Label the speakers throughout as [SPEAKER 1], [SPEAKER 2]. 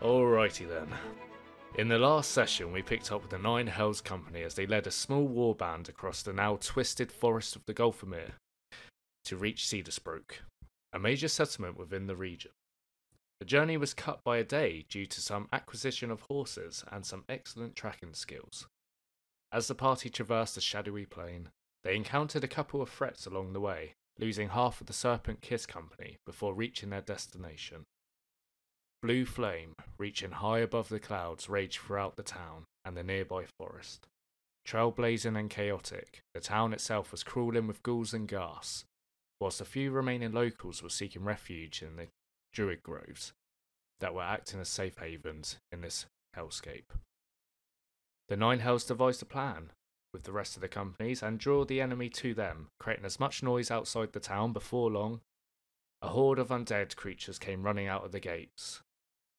[SPEAKER 1] Alrighty then. In the last session, we picked up with the Nine Hells Company as they led a small war band across the now twisted forest of the Gulfamere to reach Cedarsbrook, a major settlement within the region. The journey was cut by a day due to some acquisition of horses and some excellent tracking skills. As the party traversed the shadowy plain, they encountered a couple of threats along the way, losing half of the Serpent Kiss Company before reaching their destination. Blue flame, reaching high above the clouds, raged throughout the town and the nearby forest. Trailblazing and chaotic, the town itself was crawling with ghouls and ghast, whilst the few remaining locals were seeking refuge in the druid groves that were acting as safe havens in this hellscape. The Nine Hells devised a plan with the rest of the companies and draw the enemy to them, creating as much noise outside the town before long. A horde of undead creatures came running out of the gates.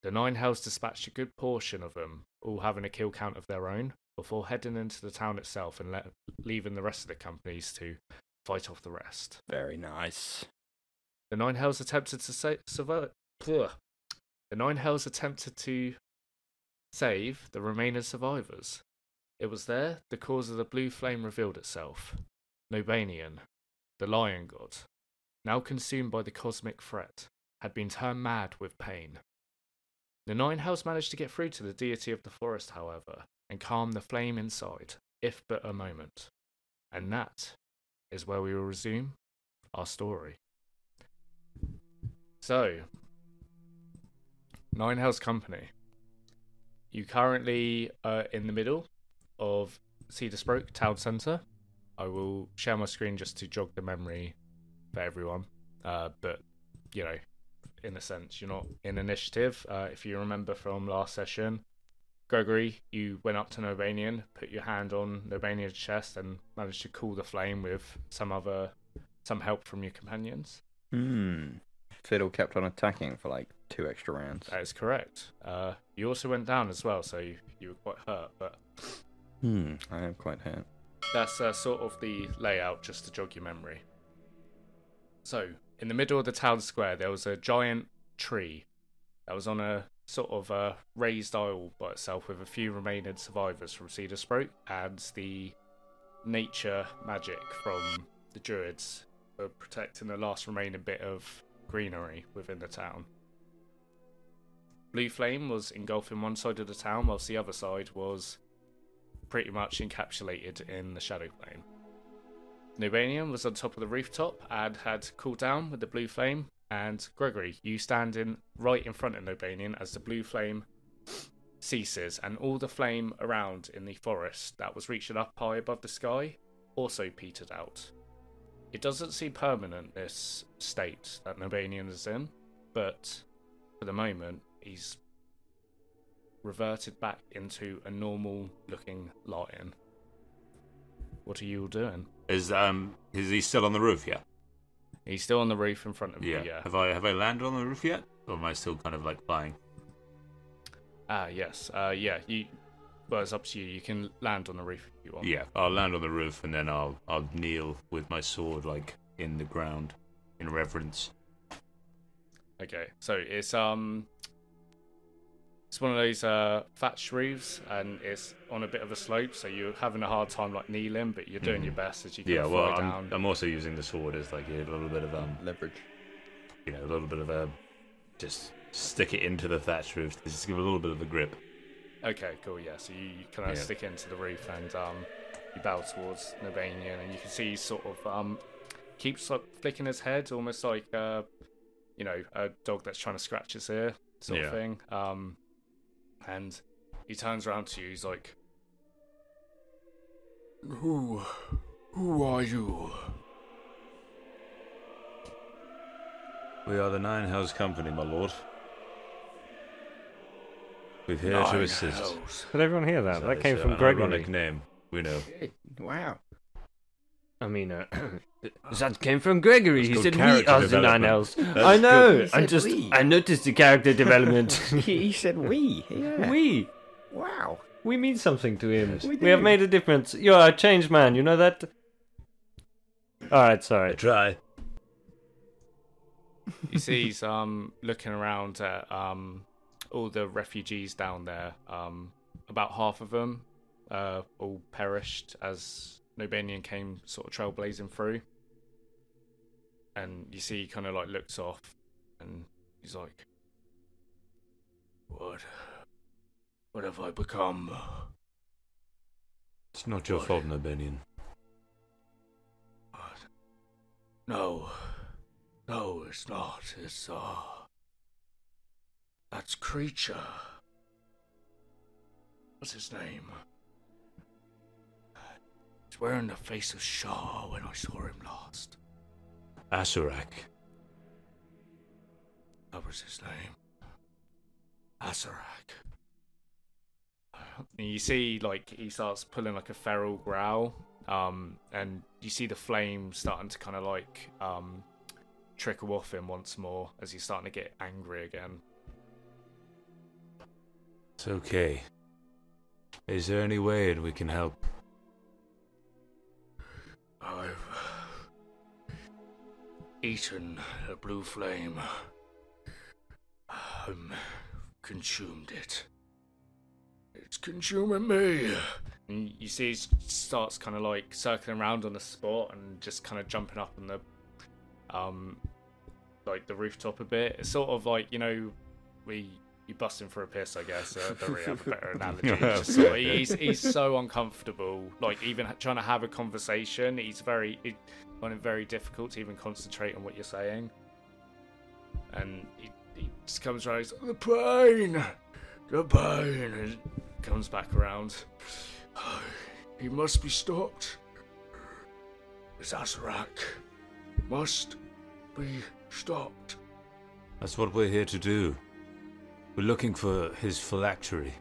[SPEAKER 1] The Nine Hells dispatched a good portion of them, all having a kill count of their own, before heading into the town itself and le- leaving the rest of the companies to fight off the rest.
[SPEAKER 2] Very nice.
[SPEAKER 1] The Nine Hells attempted to sa- survive. The Nine Hells attempted to save the remaining survivors. It was there the cause of the blue flame revealed itself. Nobanian, the lion god, now consumed by the cosmic threat, had been turned mad with pain. The Nine Hells managed to get through to the deity of the forest, however, and calm the flame inside, if but a moment. And that is where we will resume our story. So, Nine Hells Company, you currently are in the middle of Cedar Sproke Town Centre. I will share my screen just to jog the memory for everyone. Uh, but, you know, in a sense, you're not in initiative. Uh, if you remember from last session, Gregory, you went up to Nobanian, put your hand on Nobanian's chest, and managed to cool the flame with some other, some help from your companions.
[SPEAKER 2] Hmm. Fiddle kept on attacking for like two extra rounds.
[SPEAKER 1] That is correct. Uh, you also went down as well, so you, you were quite hurt, but
[SPEAKER 2] Hmm. I am quite hurt.
[SPEAKER 1] that's uh, sort of the layout just to jog your memory. So, in the middle of the town square, there was a giant tree that was on a sort of a raised isle by itself with a few remaining survivors from Cedar Sprout and the nature magic from the druids for protecting the last remaining bit of greenery within the town. Blue flame was engulfing one side of the town, whilst the other side was pretty much encapsulated in the shadow plane. Nubanian was on top of the rooftop and had cooled down with the blue flame, and Gregory, you standing right in front of Nubanian as the blue flame ceases, and all the flame around in the forest that was reaching up high above the sky also petered out. It doesn't seem permanent, this state that Nubanian is in, but for the moment, he's reverted back into a normal looking lion. What are you all doing?
[SPEAKER 3] Is um is he still on the roof yet?
[SPEAKER 1] He's still on the roof in front of
[SPEAKER 3] Yeah.
[SPEAKER 1] you, yeah.
[SPEAKER 3] Have I have I landed on the roof yet? Or am I still kind of like flying?
[SPEAKER 1] Ah, yes. Uh, yeah, you. Well, it's up to you. You can land on the roof if you want.
[SPEAKER 3] Yeah. I'll land on the roof and then I'll I'll kneel with my sword like in the ground in reverence.
[SPEAKER 1] Okay, so it's um, it's one of those uh thatched roofs, and it's on a bit of a slope, so you're having a hard time like kneeling, but you're doing your best as you can
[SPEAKER 3] Mm-hmm. Yeah,
[SPEAKER 1] fly
[SPEAKER 3] well
[SPEAKER 1] down.
[SPEAKER 3] I'm, I'm also using the sword as like a little bit of um
[SPEAKER 2] Leverage.
[SPEAKER 3] you know, a little bit of a just stick it into the thatch roof. Just give it a little bit of a grip.
[SPEAKER 1] Okay, cool. Yeah, so you, you kind of
[SPEAKER 3] Yeah.
[SPEAKER 1] stick into the roof and um, you bow towards Nobanian, and you can see he sort of um, keeps like flicking his head, almost like uh, you know a dog that's trying to scratch its ear, sort
[SPEAKER 3] Yeah.
[SPEAKER 1] of thing. Um, and he turns around to you. He's like, "Who, who are you?"
[SPEAKER 3] We are the Nine Hells Company, my lord. We're here
[SPEAKER 1] Nine
[SPEAKER 3] to assist.
[SPEAKER 1] hells.
[SPEAKER 4] Did everyone hear that?
[SPEAKER 3] So
[SPEAKER 4] that
[SPEAKER 3] it's,
[SPEAKER 4] came
[SPEAKER 3] uh,
[SPEAKER 4] from
[SPEAKER 3] an
[SPEAKER 4] Gregory.
[SPEAKER 3] Ironic name, we know.
[SPEAKER 2] Wow.
[SPEAKER 4] I mean, uh, that came from Gregory.
[SPEAKER 3] It's
[SPEAKER 4] He
[SPEAKER 3] called
[SPEAKER 4] said we
[SPEAKER 3] character
[SPEAKER 4] are the nine
[SPEAKER 3] development.
[SPEAKER 4] elves.
[SPEAKER 3] That's
[SPEAKER 4] I know.
[SPEAKER 2] good. He
[SPEAKER 4] I
[SPEAKER 2] said
[SPEAKER 4] just
[SPEAKER 2] we.
[SPEAKER 4] I noticed the character development.
[SPEAKER 2] he, he said we. Yeah.
[SPEAKER 4] we
[SPEAKER 2] Wow.
[SPEAKER 4] we mean something to him.
[SPEAKER 2] We
[SPEAKER 4] We, have
[SPEAKER 2] do.
[SPEAKER 4] made a difference. You are a changed man. You know that. All right. Sorry.
[SPEAKER 3] try.
[SPEAKER 1] you see he's um looking around at um all the refugees down there. Um, about half of them uh, all perished as Nobanian came sort of trailblazing through. And you see, he kind of like looks off, and he's like, "What? What have I become?"
[SPEAKER 3] It's not your
[SPEAKER 1] What?
[SPEAKER 3] fault, Nobenian.
[SPEAKER 1] No, no, it's not. It's uh, that's creature. What's his name? He's wearing the face of Shah when I saw him last.
[SPEAKER 3] Asarak.
[SPEAKER 1] That was his name. Asarak. You see, like he starts pulling like a feral growl, um, and you see the flame starting to kind of like um, trickle off him once more as he's starting to get angry again.
[SPEAKER 3] It's okay. Is there any way that we can help?
[SPEAKER 1] I've eaten a blue flame. I'm consumed it. It's consuming me. And you see, he s- starts kind of like circling around on the spot and just kind of jumping up on the, um, like the rooftop a bit. It's sort of like you know, we you busting for a piss, I guess. I don't really have a better analogy. It's just sort of- he's he's so uncomfortable. Like even ha- trying to have a conversation, he's very it, finding it very difficult to even concentrate on what you're saying. And he, he just comes around. He's the pain, the pain, and comes back around. He must be stopped. This Asarak must be stopped.
[SPEAKER 3] That's what we're here to do. We're looking for his phylactery.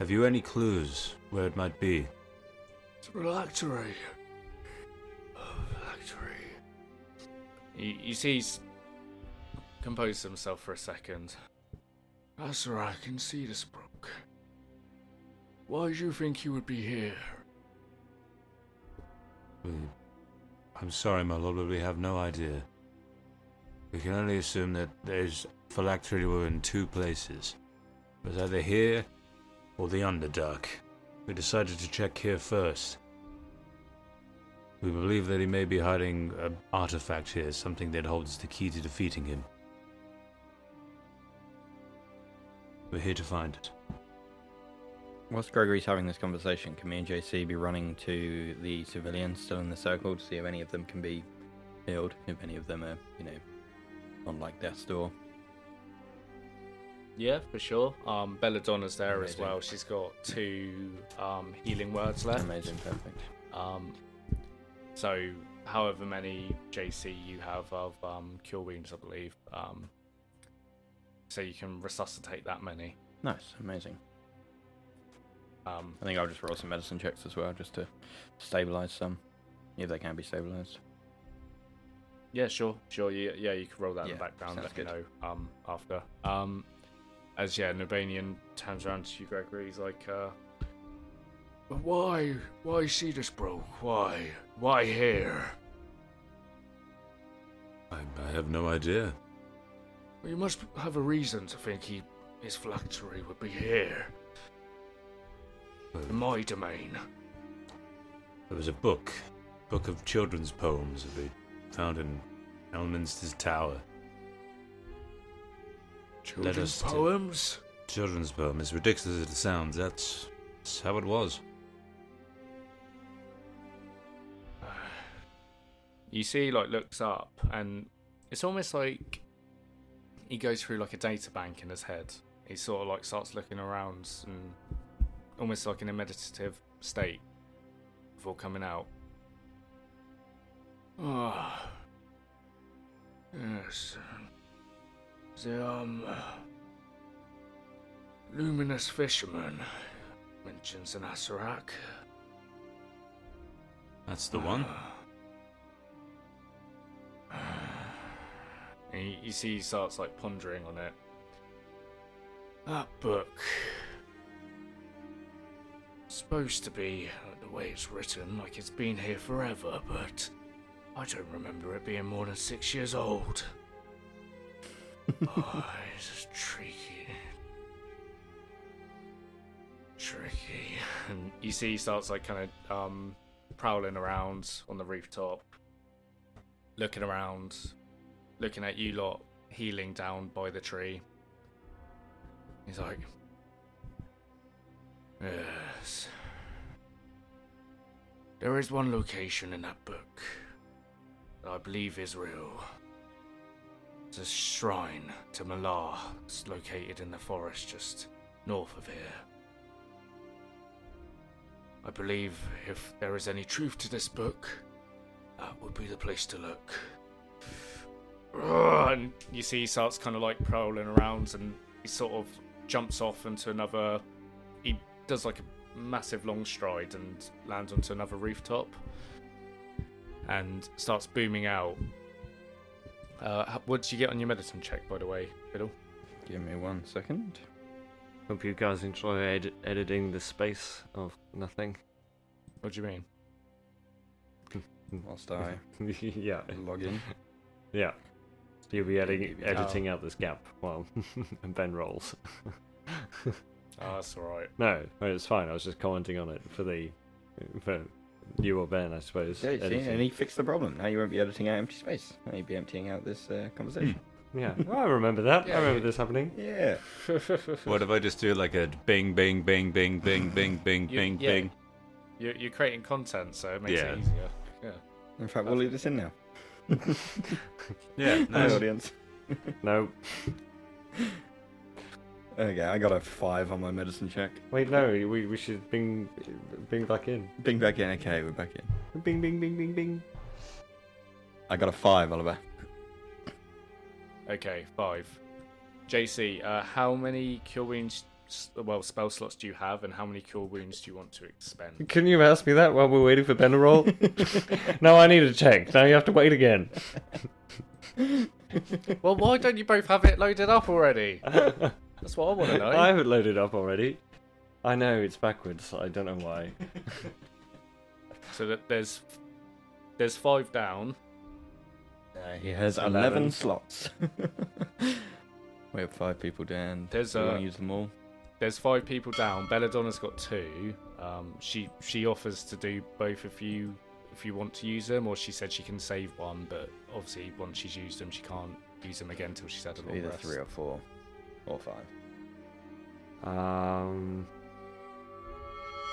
[SPEAKER 3] Have you any clues where it might be?
[SPEAKER 1] It's a phylactery. Oh, phylactery. You, you see, he's composed himself for a second. Asarak in Cedarbrook. Why do you think he would be here?
[SPEAKER 3] We... I'm sorry, my lord, but we have no idea. We can only assume that there's phylactery were in two places. It was either here or the Underdark. We decided to check here first. We believe that he may be hiding an artifact here, something that holds the key to defeating him. We're here to find it.
[SPEAKER 2] Whilst Gregory's having this conversation, can me and JC be running to the civilians still in the circle to see if any of them can be healed? If any of them are, you know, on like death's door?
[SPEAKER 1] Yeah, for sure. Um, Belladonna's there
[SPEAKER 2] as Amazing. well.
[SPEAKER 1] She's got two um, healing words
[SPEAKER 2] Amazing, perfect.
[SPEAKER 1] Um, so, however many JC you have of um, cure wounds, I believe. Um, so you can resuscitate that many.
[SPEAKER 2] Nice, amazing.
[SPEAKER 1] Um,
[SPEAKER 2] I think I'll just roll some medicine checks as well, just to stabilize some, if they can be stabilized.
[SPEAKER 1] yeah, sure, sure. You, yeah, you can roll that in the
[SPEAKER 2] Yeah,
[SPEAKER 1] background.
[SPEAKER 2] sounds
[SPEAKER 1] Let me know
[SPEAKER 2] good.
[SPEAKER 1] um, after. Um, as yeah, Nobanian turns around to you, Gregory. He's like, uh, "But why, why Cedarsbrook? Why, why here?
[SPEAKER 3] I, I have no idea.
[SPEAKER 1] Well, you must have a reason to think he, his phylactery would be here in my domain."
[SPEAKER 3] There was a book, book of children's poems that they found in Elminster's Tower.
[SPEAKER 1] Children's
[SPEAKER 3] us to-
[SPEAKER 1] poems?
[SPEAKER 3] Children's poem, as ridiculous as it sounds, that's, that's how it was.
[SPEAKER 1] You see, like, looks up, and it's almost like he goes through like a data bank in his head. He sort of like starts looking around and almost like in a meditative state before coming out. Ah, yes. The um, luminous fisherman mentions an Asarak.
[SPEAKER 3] That's the one.
[SPEAKER 1] And you, you see he starts like pondering on it. That book supposed to be like, the way it's written, like it's been here forever, but I don't remember it being more than six years old. oh, it's just tricky, tricky. And you see, he starts like kind of um, prowling around on the rooftop, looking around, looking at you lot healing down by the tree. He's like, Yes. There is one location in that book that I believe is real. It's a shrine to Malar. It's located in the forest just north of here. I believe if there is any truth to this book, that would be the place to look. Ugh, And you see, he starts kind of like prowling around and he sort of jumps off into another. He does like a massive long stride and lands onto another rooftop and starts booming out. Uh, h- what did you get on your medicine check, by the way, Fiddle?
[SPEAKER 2] Give me one second.
[SPEAKER 4] Hope you guys enjoy ed- editing the space of nothing.
[SPEAKER 1] What do you mean?
[SPEAKER 2] Whilst I
[SPEAKER 4] yeah,
[SPEAKER 2] log in.
[SPEAKER 4] yeah. You'll be
[SPEAKER 2] editing-
[SPEAKER 4] editing,
[SPEAKER 2] editing
[SPEAKER 4] out this gap while Ben rolls.
[SPEAKER 1] Ah, that's alright.
[SPEAKER 4] No, it's fine. I was just commenting on it for the for you or Ben, I suppose.
[SPEAKER 2] Yeah, you see,
[SPEAKER 4] editing.
[SPEAKER 2] and he fixed the problem. Now you won't be editing out empty space. Now you'll be emptying out this uh, conversation.
[SPEAKER 4] Yeah, oh, I remember that.
[SPEAKER 1] Yeah,
[SPEAKER 4] I remember
[SPEAKER 1] yeah.
[SPEAKER 4] this happening.
[SPEAKER 2] Yeah.
[SPEAKER 3] What if I just do like a bing, bing, bing, bing, bing, bing, bing,
[SPEAKER 1] You-
[SPEAKER 3] bing,
[SPEAKER 1] yeah.
[SPEAKER 3] bing?
[SPEAKER 1] You're, you're creating content, so it makes
[SPEAKER 3] Yeah.
[SPEAKER 1] it easier. Yeah.
[SPEAKER 2] In fact, we'll leave this in now.
[SPEAKER 3] Yeah,
[SPEAKER 2] Hi,
[SPEAKER 3] nice.
[SPEAKER 2] audience.
[SPEAKER 4] No,
[SPEAKER 2] Okay, I got a five on my medicine check.
[SPEAKER 4] wait, no. We we should bing bing back in.
[SPEAKER 2] Bing back in. Okay, we're back in.
[SPEAKER 4] Bing bing bing bing bing.
[SPEAKER 2] I got a five, Oliver.
[SPEAKER 1] Okay, five. JC, uh, how many cure wounds, s- well, spell slots do you have, and how many cure wounds do you want to expend?
[SPEAKER 4] Couldn't you have asked me that while we're waiting for Ben to roll? no, I need a check. Now you have to wait again.
[SPEAKER 1] well, why don't you both have it loaded up already? That's what I want to know.
[SPEAKER 4] I have it loaded up already. I know it's backwards. I don't know why.
[SPEAKER 1] So that there's there's five down.
[SPEAKER 2] he has 11,
[SPEAKER 4] 11
[SPEAKER 2] slots. we have five people down.
[SPEAKER 1] There's,
[SPEAKER 2] Do you
[SPEAKER 1] uh,
[SPEAKER 2] want to use them all?
[SPEAKER 1] There's five people down. Belladonna's got two. Um, she she offers to do both if you if you want to use them, or she said she can save one, but obviously once she's used them, she can't use them again until she's had a long
[SPEAKER 2] Either
[SPEAKER 1] rest.
[SPEAKER 2] three or four. Or five.
[SPEAKER 4] Um,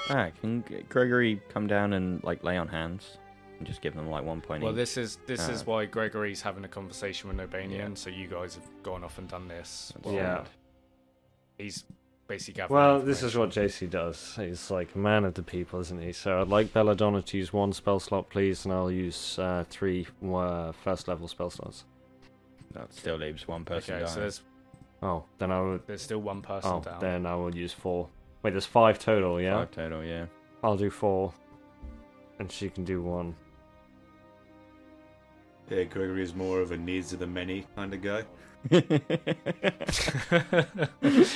[SPEAKER 2] Ah, can G- Gregory come down and like lay on hands and just give them like one point
[SPEAKER 1] Well,
[SPEAKER 2] each?
[SPEAKER 1] this is this
[SPEAKER 2] Uh,
[SPEAKER 1] is why Gregory's having a conversation with Nobanian.
[SPEAKER 2] Yeah.
[SPEAKER 1] So you guys have gone off and done this.
[SPEAKER 2] That's
[SPEAKER 1] Well,
[SPEAKER 4] yeah.
[SPEAKER 2] right.
[SPEAKER 1] he's basically gathering.
[SPEAKER 4] Well, this is
[SPEAKER 1] information.
[SPEAKER 4] what JC does. He's like a man of the people, isn't he? So I'd like Belladonna to use one spell slot, please, and I'll use uh, three uh, first level spell slots.
[SPEAKER 2] That still leaves one person
[SPEAKER 1] okay.
[SPEAKER 2] down.
[SPEAKER 1] So there's
[SPEAKER 4] Oh, then I would.
[SPEAKER 1] there's still one person
[SPEAKER 4] Oh,
[SPEAKER 1] down.
[SPEAKER 4] then I will use four. Wait, there's five total. Yeah,
[SPEAKER 2] Five total, yeah.
[SPEAKER 4] I'll do four, and she can do one.
[SPEAKER 3] Yeah, Gregory is more of a needs of the many kind of guy.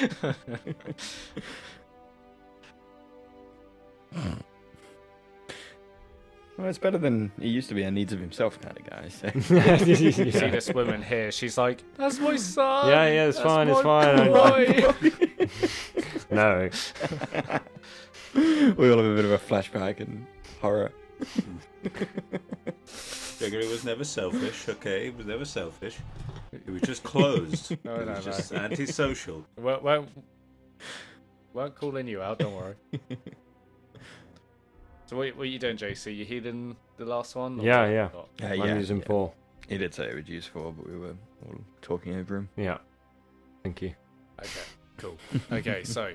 [SPEAKER 2] Well, it's better than he used to be. A needs of himself kind of guy. So.
[SPEAKER 1] you see this woman here? She's like, "That's my son."
[SPEAKER 4] Yeah, yeah, it's
[SPEAKER 1] that's
[SPEAKER 4] fine, it's
[SPEAKER 1] my
[SPEAKER 4] fine, I-
[SPEAKER 1] boy."
[SPEAKER 4] no,
[SPEAKER 2] we all have a bit of a flashback and horror.
[SPEAKER 3] Gregory was never selfish, okay? He was never selfish. He was just closed.
[SPEAKER 1] No,
[SPEAKER 3] he
[SPEAKER 1] no,
[SPEAKER 3] was
[SPEAKER 1] no.
[SPEAKER 3] just antisocial.
[SPEAKER 1] Won't, won't, won't calling you out. Don't worry.
[SPEAKER 2] Uh,
[SPEAKER 1] So what, what are you doing, JC? You healing the last one? or
[SPEAKER 4] Yeah, yeah.
[SPEAKER 1] not?
[SPEAKER 2] Uh,
[SPEAKER 4] I'm using four.
[SPEAKER 2] He did say it would use four, but we were all talking over him.
[SPEAKER 4] Yeah, thank you.
[SPEAKER 1] Okay, cool. Okay, so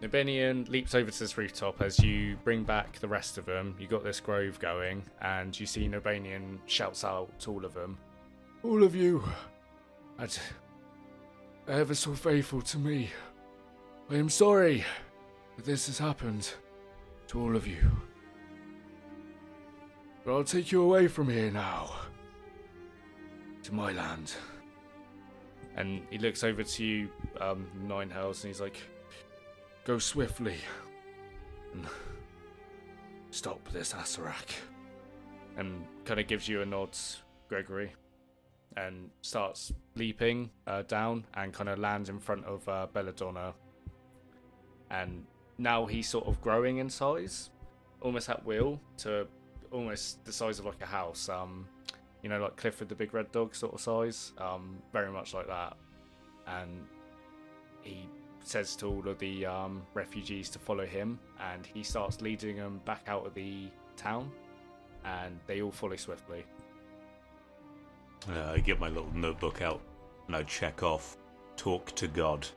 [SPEAKER 1] Nobenian leaps over to this rooftop as you bring back the rest of them. You got this grove going, and you see Nobenian shouts out to all of them, "All of you, and ever so faithful to me, I am sorry that this has happened to all of you. But I'll take you away from here now to my land." And he looks over to you, um, Nine Hells, and he's like, Go swiftly. And stop this Asarak. And kind of gives you a nod, Gregory, and starts leaping uh, down and kind of lands in front of uh, Belladonna. And now he's sort of growing in size, almost at will to almost the size of like a house. Um, you know, like Clifford the Big Red Dog sort of size. Um, very much like that. And he says to all of the um, refugees to follow him, and he starts leading them back out of the town, and they all follow swiftly.
[SPEAKER 3] Uh, I get my little notebook out and I check off talk to God.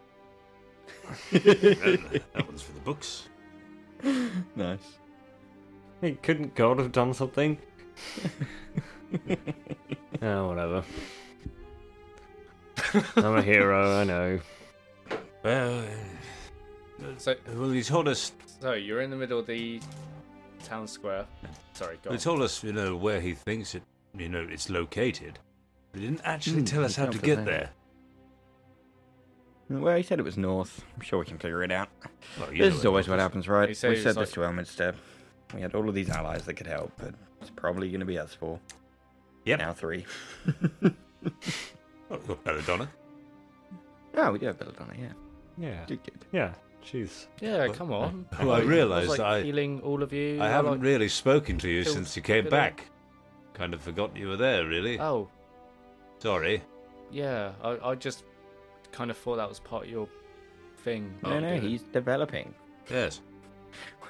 [SPEAKER 3] that, that one's for the books.
[SPEAKER 2] Nice.
[SPEAKER 4] Hey, couldn't God have done something? oh, whatever. I'm a hero, I know.
[SPEAKER 3] Well, uh,
[SPEAKER 1] So,
[SPEAKER 3] well, he told us
[SPEAKER 1] so you're in the middle of the town square. Sorry, go
[SPEAKER 3] they
[SPEAKER 1] on.
[SPEAKER 3] told us you know where he thinks it you know it's located. They didn't actually tell us how to
[SPEAKER 2] Hmm, can't
[SPEAKER 3] get
[SPEAKER 2] put
[SPEAKER 3] there.
[SPEAKER 2] that. Well, he said it was north. I'm sure we can figure it out.
[SPEAKER 3] Well, you know
[SPEAKER 2] This is
[SPEAKER 3] it,
[SPEAKER 2] always what
[SPEAKER 3] Marcus.
[SPEAKER 2] happens, right?
[SPEAKER 1] He
[SPEAKER 2] We
[SPEAKER 1] said
[SPEAKER 2] said
[SPEAKER 1] he was
[SPEAKER 2] this
[SPEAKER 1] like-
[SPEAKER 2] to Elminster. We had all of these allies that could help, but it's probably going to be us four.
[SPEAKER 3] Yep.
[SPEAKER 2] Now three.
[SPEAKER 3] Oh, we've got Belladonna.
[SPEAKER 2] Oh, we do have Belladonna, yeah.
[SPEAKER 4] Yeah.
[SPEAKER 2] Good, good.
[SPEAKER 4] Yeah. Jeez.
[SPEAKER 1] Yeah, come on.
[SPEAKER 3] Well, I
[SPEAKER 1] I
[SPEAKER 3] realised
[SPEAKER 1] was like
[SPEAKER 3] I
[SPEAKER 1] healing all of you.
[SPEAKER 3] I
[SPEAKER 1] I,
[SPEAKER 3] haven't
[SPEAKER 1] like-
[SPEAKER 3] really spoken to you
[SPEAKER 1] killed-
[SPEAKER 3] since you came
[SPEAKER 1] killed
[SPEAKER 3] back. Kind of forgot you were there,
[SPEAKER 2] Uh,
[SPEAKER 3] really.
[SPEAKER 1] Oh,
[SPEAKER 3] Sorry.
[SPEAKER 1] yeah. I, I just kind of thought that was part of your thing. that
[SPEAKER 2] no,
[SPEAKER 1] you
[SPEAKER 2] no,
[SPEAKER 1] do.
[SPEAKER 2] he's developing.
[SPEAKER 3] Yes.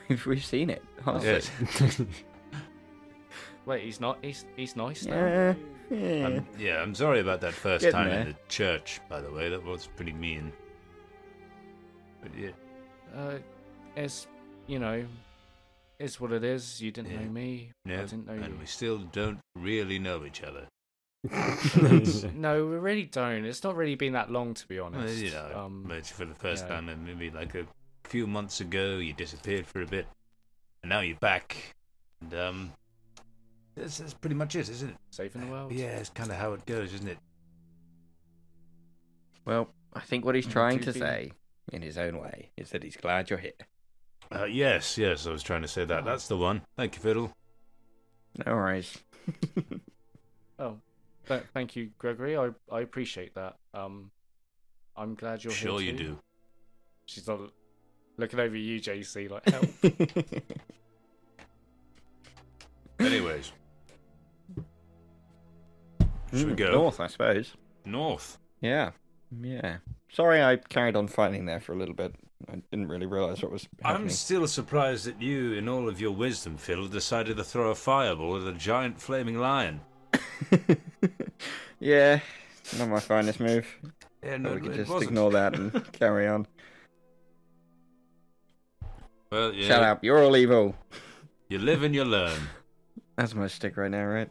[SPEAKER 2] We've, we've seen it. Honestly.
[SPEAKER 3] Yes.
[SPEAKER 1] Wait, he's not. He's he's nice now.
[SPEAKER 2] Yeah. yeah.
[SPEAKER 3] I'm, yeah, I'm sorry about that first
[SPEAKER 2] Getting
[SPEAKER 3] time in
[SPEAKER 2] there.
[SPEAKER 3] the church, by the way. That was pretty mean. But yeah,
[SPEAKER 1] Uh, it's you know, it's what it is. You didn't
[SPEAKER 3] Yeah.
[SPEAKER 1] know me.
[SPEAKER 3] no,
[SPEAKER 1] I didn't know
[SPEAKER 3] and
[SPEAKER 1] you.
[SPEAKER 3] we still don't really know each other.
[SPEAKER 1] No, we really don't. It's not really been that long, to be honest.
[SPEAKER 3] Well, you know,
[SPEAKER 1] um,
[SPEAKER 3] but for the first
[SPEAKER 1] yeah.
[SPEAKER 3] time, and maybe like a few months ago, you disappeared for a bit, and now you're back. And um, that's, that's pretty much it, isn't it?
[SPEAKER 1] saving the world.
[SPEAKER 3] Yeah, it's kind of how it goes, isn't it?
[SPEAKER 2] Well, I think what he's trying
[SPEAKER 1] do
[SPEAKER 2] to
[SPEAKER 1] feel-
[SPEAKER 2] say, in his own way, is that he's glad you're here.
[SPEAKER 3] Uh, yes, yes, I was trying to say that. That's the one. Thank you, Fiddle.
[SPEAKER 2] No worries.
[SPEAKER 1] Oh, th- thank you, Gregory. I I appreciate that. Um, I'm glad you're
[SPEAKER 3] sure
[SPEAKER 1] here.
[SPEAKER 3] you
[SPEAKER 1] too.
[SPEAKER 3] do.
[SPEAKER 1] She's not looking over you, JC. Like, help.
[SPEAKER 3] Anyways, should we
[SPEAKER 2] Mm,
[SPEAKER 3] go
[SPEAKER 2] north, I suppose.
[SPEAKER 3] north?
[SPEAKER 2] Yeah, yeah. Sorry, I carried on fighting there for a little bit. I didn't really realize what was happening.
[SPEAKER 3] I'm still surprised that you, in all of your wisdom, Phil, decided to throw a fireball at a giant flaming lion.
[SPEAKER 2] yeah, not my finest move.
[SPEAKER 3] And
[SPEAKER 2] But we
[SPEAKER 3] it-
[SPEAKER 2] could
[SPEAKER 3] it
[SPEAKER 2] just
[SPEAKER 3] wasn't.
[SPEAKER 2] ignore that and carry on.
[SPEAKER 3] Well, yeah,
[SPEAKER 2] Shut up! You're all evil.
[SPEAKER 3] You live and you learn.
[SPEAKER 2] That's my stick right now, right?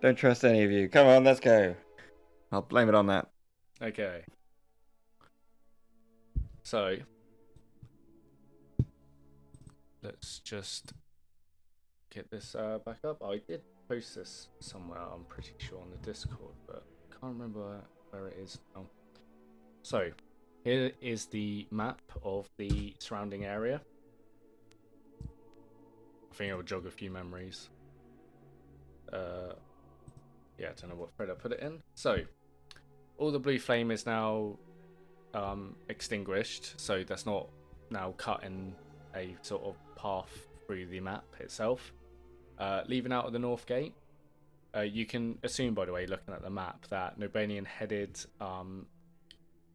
[SPEAKER 2] Don't trust any of you. Come on, let's go. I'll blame it on that.
[SPEAKER 1] okay. So, let's just get this uh, back up. I did post this somewhere. I'm pretty sure on the Discord, but can't remember where it is now. So, here is the map of the surrounding area. I think it will jog a few memories. Uh, yeah, I don't know what thread I put it in. So, all the blue flame is now um, extinguished, so that's not now cutting a sort of path through the map itself. Uh, leaving out of the north gate, uh, you can assume, by the way, looking at the map, that Nobanian headed um,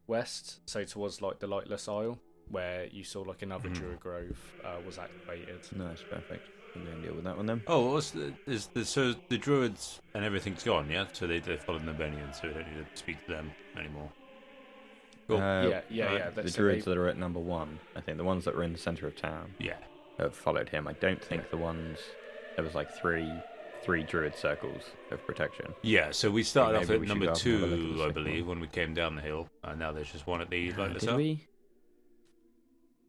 [SPEAKER 1] west, so towards like the Lightless Isle, where you saw like another
[SPEAKER 3] Mhm.
[SPEAKER 1] Druid Grove uh, was activated.
[SPEAKER 2] Nice, perfect. I'm gonna deal with that one then.
[SPEAKER 3] Oh, what's the, is the, so the druids and everything's gone, yeah? So they, they followed the Benians, so we don't need to speak to them anymore. Cool.
[SPEAKER 2] Uh,
[SPEAKER 1] yeah, yeah,
[SPEAKER 3] right.
[SPEAKER 1] yeah.
[SPEAKER 2] The
[SPEAKER 1] that's- so
[SPEAKER 2] druids
[SPEAKER 1] they-
[SPEAKER 2] that are at number one, I think the ones that were in the center of town
[SPEAKER 3] Yeah.
[SPEAKER 2] have followed him. I don't think the ones there was like three, three druid circles of protection.
[SPEAKER 3] Yeah, so we started
[SPEAKER 2] Maybe
[SPEAKER 3] off at
[SPEAKER 2] we should
[SPEAKER 3] number
[SPEAKER 2] go up and have a look at the
[SPEAKER 3] two, I
[SPEAKER 2] second one.
[SPEAKER 3] believe, when we came down the hill, and now there's just one at the
[SPEAKER 2] Uh,
[SPEAKER 3] lightless
[SPEAKER 2] did
[SPEAKER 3] up.
[SPEAKER 2] we?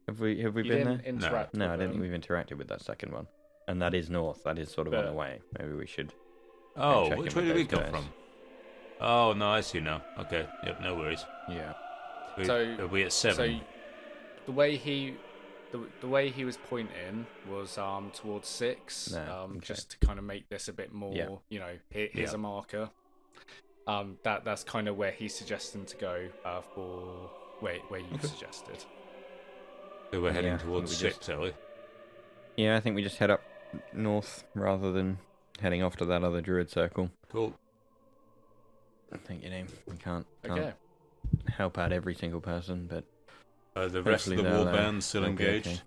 [SPEAKER 2] Have we? Have we
[SPEAKER 1] you
[SPEAKER 2] been
[SPEAKER 1] didn't
[SPEAKER 2] there?
[SPEAKER 1] interact.
[SPEAKER 2] No,
[SPEAKER 1] with
[SPEAKER 2] I don't
[SPEAKER 1] them.
[SPEAKER 2] think we've interacted with that second one. And that is north. That is sort of on the
[SPEAKER 1] But-
[SPEAKER 2] way. Maybe we should.
[SPEAKER 3] Oh,
[SPEAKER 2] check
[SPEAKER 3] which
[SPEAKER 2] in
[SPEAKER 3] way
[SPEAKER 2] with
[SPEAKER 3] did we
[SPEAKER 2] those
[SPEAKER 3] come
[SPEAKER 2] guys.
[SPEAKER 3] from? Oh, no, I see now. Okay, yep, no worries.
[SPEAKER 2] Yeah.
[SPEAKER 3] We,
[SPEAKER 1] So-
[SPEAKER 3] are we at seven?
[SPEAKER 1] So the way he, the, the way he was pointing was um towards six,
[SPEAKER 2] No,
[SPEAKER 1] um
[SPEAKER 2] okay.
[SPEAKER 1] just to kind of make this a bit more,
[SPEAKER 2] Yeah.
[SPEAKER 1] you know, here, here's
[SPEAKER 3] Yeah.
[SPEAKER 1] a marker. Um, that that's kind of where he's suggesting to go uh, for where where you suggested.
[SPEAKER 3] So we're
[SPEAKER 2] Yeah,
[SPEAKER 3] heading
[SPEAKER 2] I think
[SPEAKER 3] towards
[SPEAKER 2] we
[SPEAKER 3] six,
[SPEAKER 2] just-
[SPEAKER 3] are we?
[SPEAKER 2] Yeah, I think we just head up north rather than heading off to that other druid circle.
[SPEAKER 3] Cool.
[SPEAKER 2] I think you know we can't, can't
[SPEAKER 1] Okay.
[SPEAKER 2] help out every single person, but
[SPEAKER 3] Uh, the rest of
[SPEAKER 2] Hopefully
[SPEAKER 3] the
[SPEAKER 2] they'll,
[SPEAKER 3] war
[SPEAKER 2] uh,
[SPEAKER 3] band still
[SPEAKER 2] they'll be okay.
[SPEAKER 3] engaged.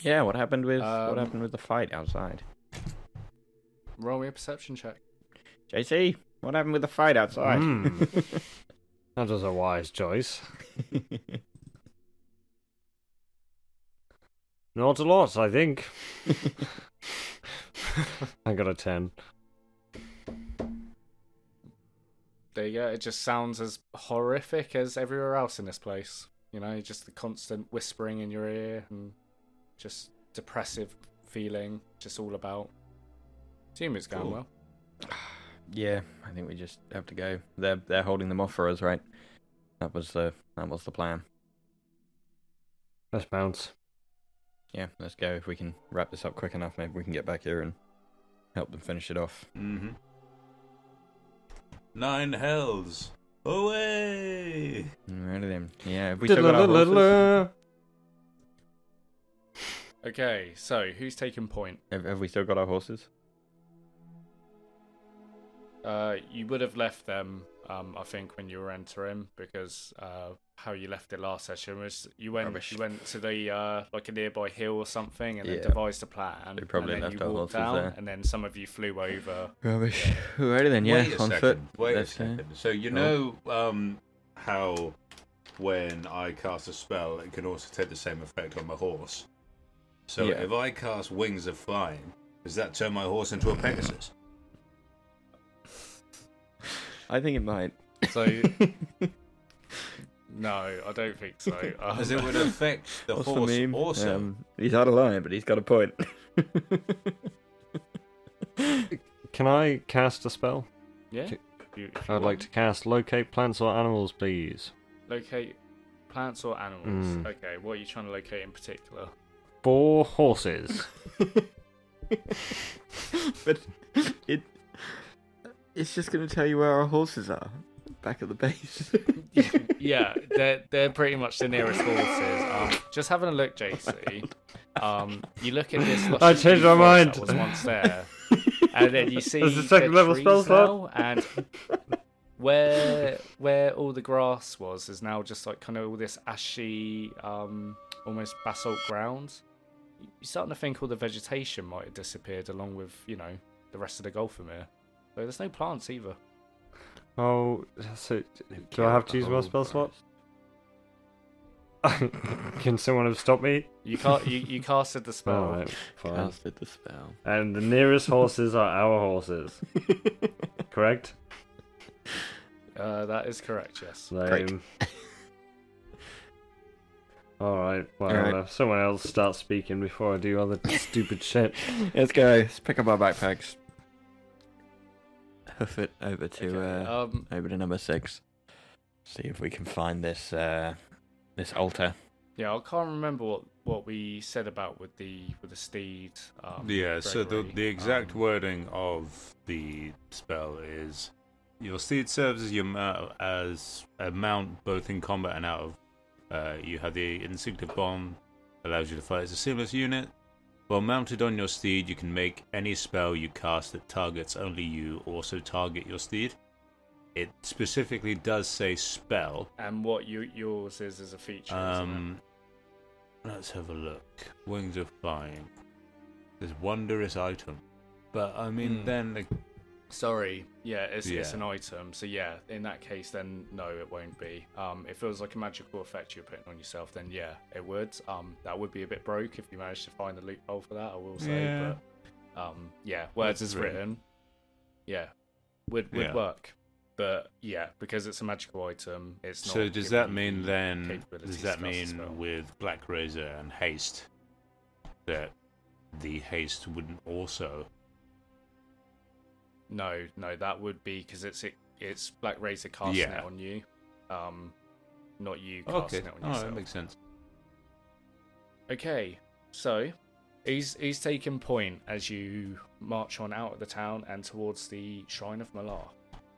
[SPEAKER 2] yeah, what happened with what
[SPEAKER 1] Um,
[SPEAKER 2] happened with the fight outside?
[SPEAKER 1] Roll me a perception check.
[SPEAKER 2] JC, what happened with the fight outside?
[SPEAKER 4] Hmm. That was a wise choice. Not a lot, I think. I got a 10.
[SPEAKER 1] There you go. It just sounds as horrific as everywhere else in this place. You know, just the constant whispering in your ear and just depressive feeling, just all about. Team is going
[SPEAKER 3] Cool.
[SPEAKER 1] well.
[SPEAKER 2] yeah, I think we just have to go. They're they're holding them off for us, right? That was the that was the plan.
[SPEAKER 4] Let's bounce.
[SPEAKER 2] Yeah, let's go. If we can wrap this up quick enough, maybe we can get back here and help them finish it off.
[SPEAKER 3] Mm-hmm. Nine hells away.
[SPEAKER 2] Ready them? Yeah, have we still got our horses?
[SPEAKER 4] Da-la-la-la-la.
[SPEAKER 1] Okay, so who's taking point?
[SPEAKER 2] Have, have we still got our horses?
[SPEAKER 1] Uh, you would have left them, um, I think, when you were entering because uh, how you left it last session was you went
[SPEAKER 2] Rubbish.
[SPEAKER 1] you went to the uh, like a nearby hill or something and
[SPEAKER 2] Yeah.
[SPEAKER 1] then devised a plan.
[SPEAKER 2] They probably
[SPEAKER 1] and then
[SPEAKER 2] left
[SPEAKER 1] you
[SPEAKER 2] our
[SPEAKER 1] walked
[SPEAKER 2] horses
[SPEAKER 1] down,
[SPEAKER 2] there.
[SPEAKER 1] and then some of you flew over.
[SPEAKER 2] Rubbish. Alrighty then, yeah,
[SPEAKER 3] Wait a
[SPEAKER 2] on
[SPEAKER 3] second.
[SPEAKER 2] foot.
[SPEAKER 3] Wait
[SPEAKER 2] Let's
[SPEAKER 3] a
[SPEAKER 2] go.
[SPEAKER 3] second. So you know
[SPEAKER 2] Oh.
[SPEAKER 3] um, how when I cast a spell, it can also take the same effect on my horse. So
[SPEAKER 2] Yeah.
[SPEAKER 3] if I cast Wings of Flying, does that turn my horse into a Pegasus?
[SPEAKER 2] I think it might.
[SPEAKER 1] So no, I don't think so. Um,
[SPEAKER 3] Because it would affect the
[SPEAKER 2] What's
[SPEAKER 3] horse
[SPEAKER 2] the meme?
[SPEAKER 3] also.
[SPEAKER 2] Um, he's out of line, but he's got a point.
[SPEAKER 4] Can I cast a spell?
[SPEAKER 1] yeah,
[SPEAKER 4] Okay.
[SPEAKER 1] You- if you
[SPEAKER 4] I'd like
[SPEAKER 1] want.
[SPEAKER 4] to cast locate plants or animals, please.
[SPEAKER 1] locate plants or animals.
[SPEAKER 4] Mm.
[SPEAKER 1] Okay, what are you trying to locate in particular?
[SPEAKER 4] Four horses.
[SPEAKER 2] but it it's just going to tell you where our horses are back at the base.
[SPEAKER 1] yeah, they're they're pretty much the nearest horses. Um, just having a look, JC. Um, you look at this. lush
[SPEAKER 4] I changed my
[SPEAKER 1] green
[SPEAKER 4] mind.
[SPEAKER 1] forest That was once there, and then you see
[SPEAKER 4] That's the second level
[SPEAKER 1] trees
[SPEAKER 4] spell slot.
[SPEAKER 1] now, and where where all the grass was is now just like kind of all this ashy, um, almost basalt ground. You're starting to think all the vegetation might have disappeared along with you know the rest of the Gulfamere. So there's no plants either.
[SPEAKER 4] Oh, so do I have to use my spell slot? Can someone have stopped me?
[SPEAKER 1] You can't. You, you casted the spell.
[SPEAKER 4] Alright, fine.
[SPEAKER 2] Casted the spell.
[SPEAKER 4] And the nearest horses are our horses, correct?
[SPEAKER 1] Uh, that is correct. Yes.
[SPEAKER 2] Correct.
[SPEAKER 4] Lame. Alright, well,
[SPEAKER 2] Alright.
[SPEAKER 4] uh, someone else start speaking before I do other stupid shit.
[SPEAKER 2] Let's go. Let's pick up our backpacks. Hoof it over to
[SPEAKER 1] Okay,
[SPEAKER 3] Oh.
[SPEAKER 2] uh,
[SPEAKER 1] um,
[SPEAKER 2] over to number six. See if we can find this uh, this altar.
[SPEAKER 1] yeah, I can't remember what, what we said about with the with the steed. Um,
[SPEAKER 3] Yeah, so the,
[SPEAKER 1] Gregory,
[SPEAKER 3] the exact
[SPEAKER 1] um,
[SPEAKER 3] wording of the spell is your steed serves as your mou- as a mount both in combat and out of. Uh, you have the instinctive bomb, allows you to fight as a seamless unit. While mounted on your steed, you can make any spell you cast that targets only you also target your steed. It specifically does say spell.
[SPEAKER 1] and what you, yours is as a feature.
[SPEAKER 3] Um, let's have a look. Wings of flying. This wondrous item. But I mean,
[SPEAKER 1] Hmm.
[SPEAKER 3] then like,
[SPEAKER 1] Sorry, yeah, it's it's
[SPEAKER 3] Yeah.
[SPEAKER 1] an item. So yeah, in that case, then no, it won't be. Um, if it was like a magical effect you're putting on yourself, then yeah, it would. Um, that would be a bit broke if you managed to find a loophole for that. I will say,
[SPEAKER 3] Yeah.
[SPEAKER 1] but um, yeah, words
[SPEAKER 3] That's
[SPEAKER 1] is
[SPEAKER 3] written.
[SPEAKER 1] written. Yeah, would would
[SPEAKER 3] Yeah.
[SPEAKER 1] work, but yeah, because it's a magical item, it's not.
[SPEAKER 3] so does
[SPEAKER 1] giving
[SPEAKER 3] that
[SPEAKER 1] you
[SPEAKER 3] mean
[SPEAKER 1] the
[SPEAKER 3] then?
[SPEAKER 1] capability
[SPEAKER 3] Does
[SPEAKER 1] to
[SPEAKER 3] that
[SPEAKER 1] cast a
[SPEAKER 3] mean
[SPEAKER 1] spell.
[SPEAKER 3] with Black Razor and haste that the haste wouldn't also?
[SPEAKER 1] No, no, that would be because it's it, it's Black Razor casting
[SPEAKER 3] Yeah.
[SPEAKER 1] it on you, um, not you
[SPEAKER 3] Okay,
[SPEAKER 1] casting it on
[SPEAKER 3] oh,
[SPEAKER 1] yourself.
[SPEAKER 3] that makes sense.
[SPEAKER 1] Okay, so he's he's taking point as you march on out of the town and towards the Shrine of Malar.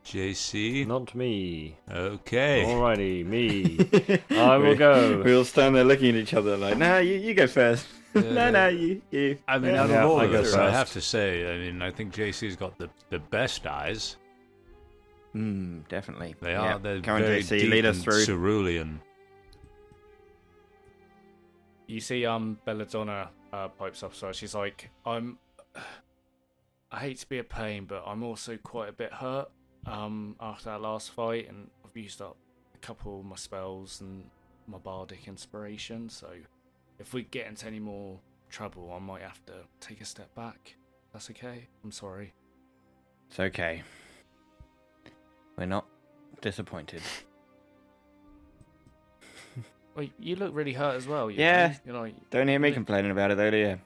[SPEAKER 3] JC.
[SPEAKER 4] Not me.
[SPEAKER 3] Okay.
[SPEAKER 4] Alrighty, me. I will go.
[SPEAKER 2] We all stand there looking at each other like, nah, you, you go first. no,
[SPEAKER 3] Yeah.
[SPEAKER 2] no, you, you.
[SPEAKER 3] Uh, I mean,
[SPEAKER 2] Yeah.
[SPEAKER 3] out of
[SPEAKER 4] Yeah,
[SPEAKER 3] all
[SPEAKER 4] I
[SPEAKER 3] of
[SPEAKER 4] go
[SPEAKER 3] us, I
[SPEAKER 4] first.
[SPEAKER 3] have to say, I mean, I think JC's got the, the best eyes.
[SPEAKER 2] Mm, definitely.
[SPEAKER 3] They
[SPEAKER 2] Yeah.
[SPEAKER 3] are. They're
[SPEAKER 2] Come on,
[SPEAKER 3] very
[SPEAKER 2] JC,
[SPEAKER 3] deep
[SPEAKER 2] lead us
[SPEAKER 3] and
[SPEAKER 2] through.
[SPEAKER 3] cerulean.
[SPEAKER 1] you see um belladonna uh, pipes up so she's like i'm i hate to be a pain but i'm also quite a bit hurt um after our last fight and i've used up a couple of my spells and my bardic inspiration so if we get into any more trouble i might have to take a step back that's okay i'm sorry
[SPEAKER 2] It's okay. We're not disappointed.
[SPEAKER 1] Wait, you look really hurt as well you
[SPEAKER 2] Yeah.
[SPEAKER 1] know? you're like
[SPEAKER 2] Don't hear me complaining about it though, do you?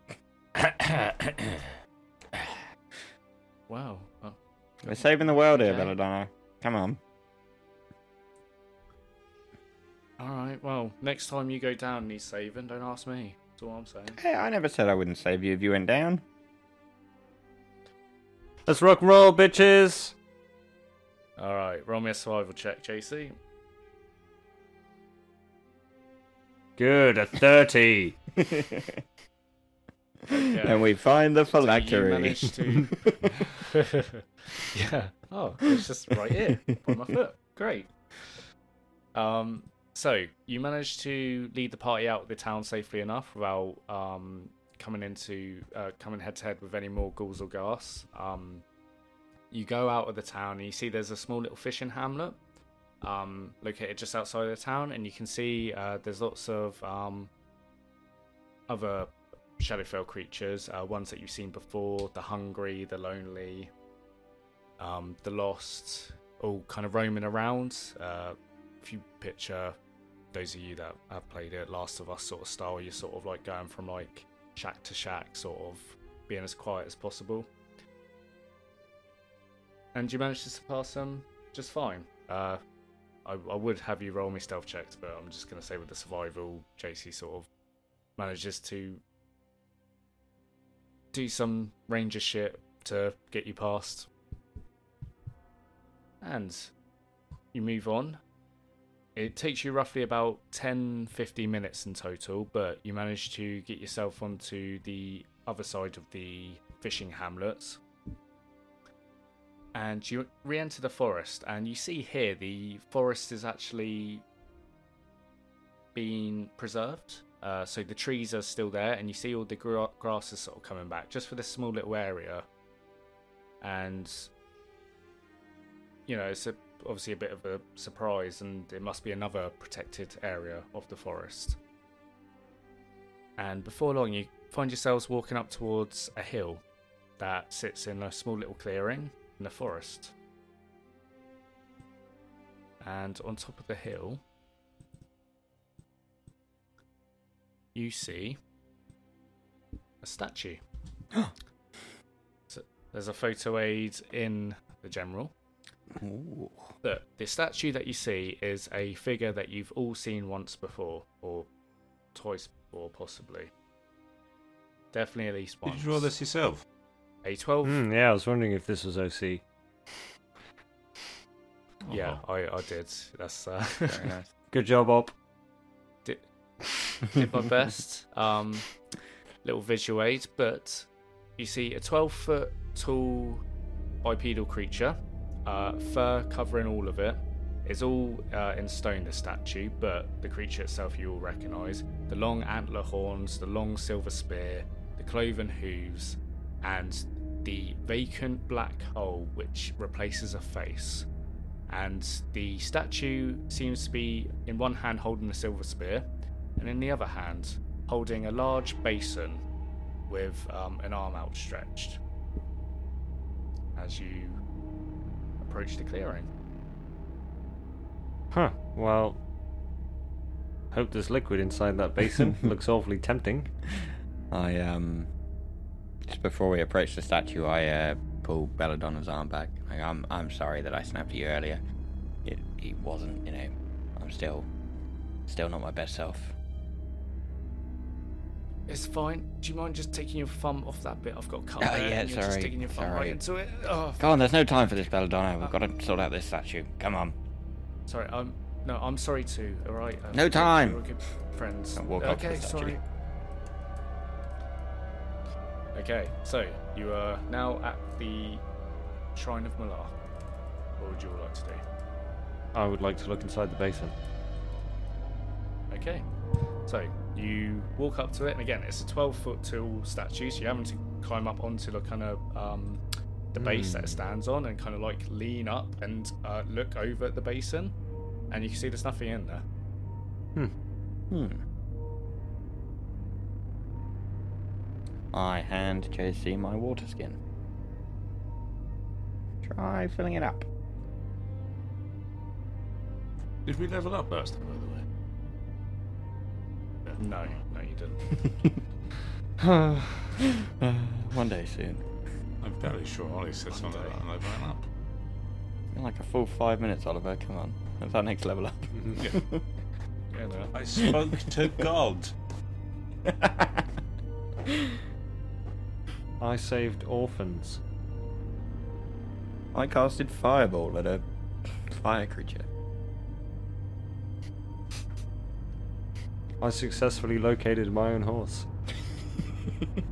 [SPEAKER 1] wow uh,
[SPEAKER 2] We're saving the world here,
[SPEAKER 1] Okay.
[SPEAKER 2] Belladonna. Come on.
[SPEAKER 1] all right well next time you go down and he's saving don't ask me that's all i'm saying
[SPEAKER 2] Hey, I never said I wouldn't save you if you went down.
[SPEAKER 4] Let's rock and roll, bitches.
[SPEAKER 1] All right, roll me a survival check, JC.
[SPEAKER 4] Good, a 30.
[SPEAKER 2] And we find the
[SPEAKER 1] You
[SPEAKER 2] phylactery.
[SPEAKER 1] managed to. yeah. Oh, it's just right here on my foot. Great. Um. So you managed to lead the party out of the town safely enough without um coming into uh, coming head to head with any more ghouls or gas. Um, you go out of the town and you see there's a small little fishing hamlet. Um, located just outside of the town, and you can see uh, there's lots of um, other Shadowfell creatures, uh, ones that you've seen before, the hungry, the lonely, um, the lost, all kind of roaming around. Uh, if you picture those of you that have played it, Last of Us sort of style, you're sort of like going from like shack to shack, sort of being as quiet as possible. And you managed to surpass them just fine. Uh, I, I would have you roll me stealth checks, but I'm just going to say with the survival, JC sort of manages to do some ranger shit to get you past. And you move on. It takes you roughly about 10 15 minutes in total, but you manage to get yourself onto the other side of the fishing hamlets. And you re enter the forest, and you see here the forest is actually been preserved. Uh, so the trees are still there, and you see all the gra- grass is sort of coming back just for this small little area. And you know, it's a, obviously a bit of a surprise, and it must be another protected area of the forest. And before long, you find yourselves walking up towards a hill that sits in a small little clearing in the forest. And on top of the hill, you see a statue. so there's a photo aid in the general.
[SPEAKER 2] Ooh.
[SPEAKER 1] Look, the statue that you see is a figure that you've all seen once before, or twice before, possibly. Definitely at least
[SPEAKER 3] Did
[SPEAKER 1] once.
[SPEAKER 3] you draw this yourself?
[SPEAKER 1] A 12?
[SPEAKER 4] Hmm, yeah, I was wondering if this was OC.
[SPEAKER 1] Yeah,
[SPEAKER 3] Uh-huh.
[SPEAKER 1] I, I did. That's uh,
[SPEAKER 2] Very nice.
[SPEAKER 4] Good job, Op.
[SPEAKER 1] did my best. Um, little visual aid, but you see a 12 foot tall bipedal creature, uh, fur covering all of it. It's all uh, in stone, the statue, but the creature itself you all recognize. The long antler horns, the long silver spear, the cloven hooves, and the vacant black hole which replaces a face. And the statue seems to be in one hand holding a silver spear, and in the other hand holding a large basin with um, an arm outstretched as you approach the clearing.
[SPEAKER 4] Huh, well. Hope there's liquid inside that basin. Looks awfully tempting.
[SPEAKER 2] I um just before we approach the statue, I uh, pull Belladonna's arm back. Like, I'm I'm sorry that I snapped at you earlier. It it wasn't, you know. I'm still still not my best self.
[SPEAKER 1] It's fine. Do you mind just taking your thumb off that bit? I've got cut
[SPEAKER 2] Ah,
[SPEAKER 1] there.
[SPEAKER 2] yeah,
[SPEAKER 1] and you're just
[SPEAKER 2] sorry,
[SPEAKER 1] sticking your thumb right
[SPEAKER 2] sorry.
[SPEAKER 1] into it. Oh,
[SPEAKER 2] Come on, there's no time for this, Belladonna. We've got to sort out this statue. Come on.
[SPEAKER 1] sorry. I'm no. I'm sorry too. All right. Um,
[SPEAKER 2] No
[SPEAKER 1] we-
[SPEAKER 2] time.
[SPEAKER 1] We were good friends.
[SPEAKER 2] Don't walk up to
[SPEAKER 1] okay.
[SPEAKER 2] the statue.
[SPEAKER 1] sorry. Okay. So you are now at the shrine of Malar. What would you all like to do?
[SPEAKER 4] I would like to look inside the basin.
[SPEAKER 1] Okay. So you walk up to it, and again, it's a 12 foot tall statue, so you're having to climb up onto the kind of um, the base
[SPEAKER 2] Hmm.
[SPEAKER 1] that it stands on, and kind of like lean up and uh, look over at the basin, and you can see there's nothing in there.
[SPEAKER 2] Hmm. I hand JC my water skin. Try filling it up.
[SPEAKER 3] Did we level up last time, by the way?
[SPEAKER 1] No, no, you didn't.
[SPEAKER 2] One day soon.
[SPEAKER 3] I'm fairly sure Ollie said something
[SPEAKER 1] day.
[SPEAKER 3] about leveling up.
[SPEAKER 2] In like a full five minutes, Oliver. Come on. That's our next level up.
[SPEAKER 3] Yeah.
[SPEAKER 1] Yeah, no.
[SPEAKER 3] I spoke to God.
[SPEAKER 4] I saved orphans.
[SPEAKER 2] I casted Fireball at a fire creature.
[SPEAKER 4] I successfully located my own horse.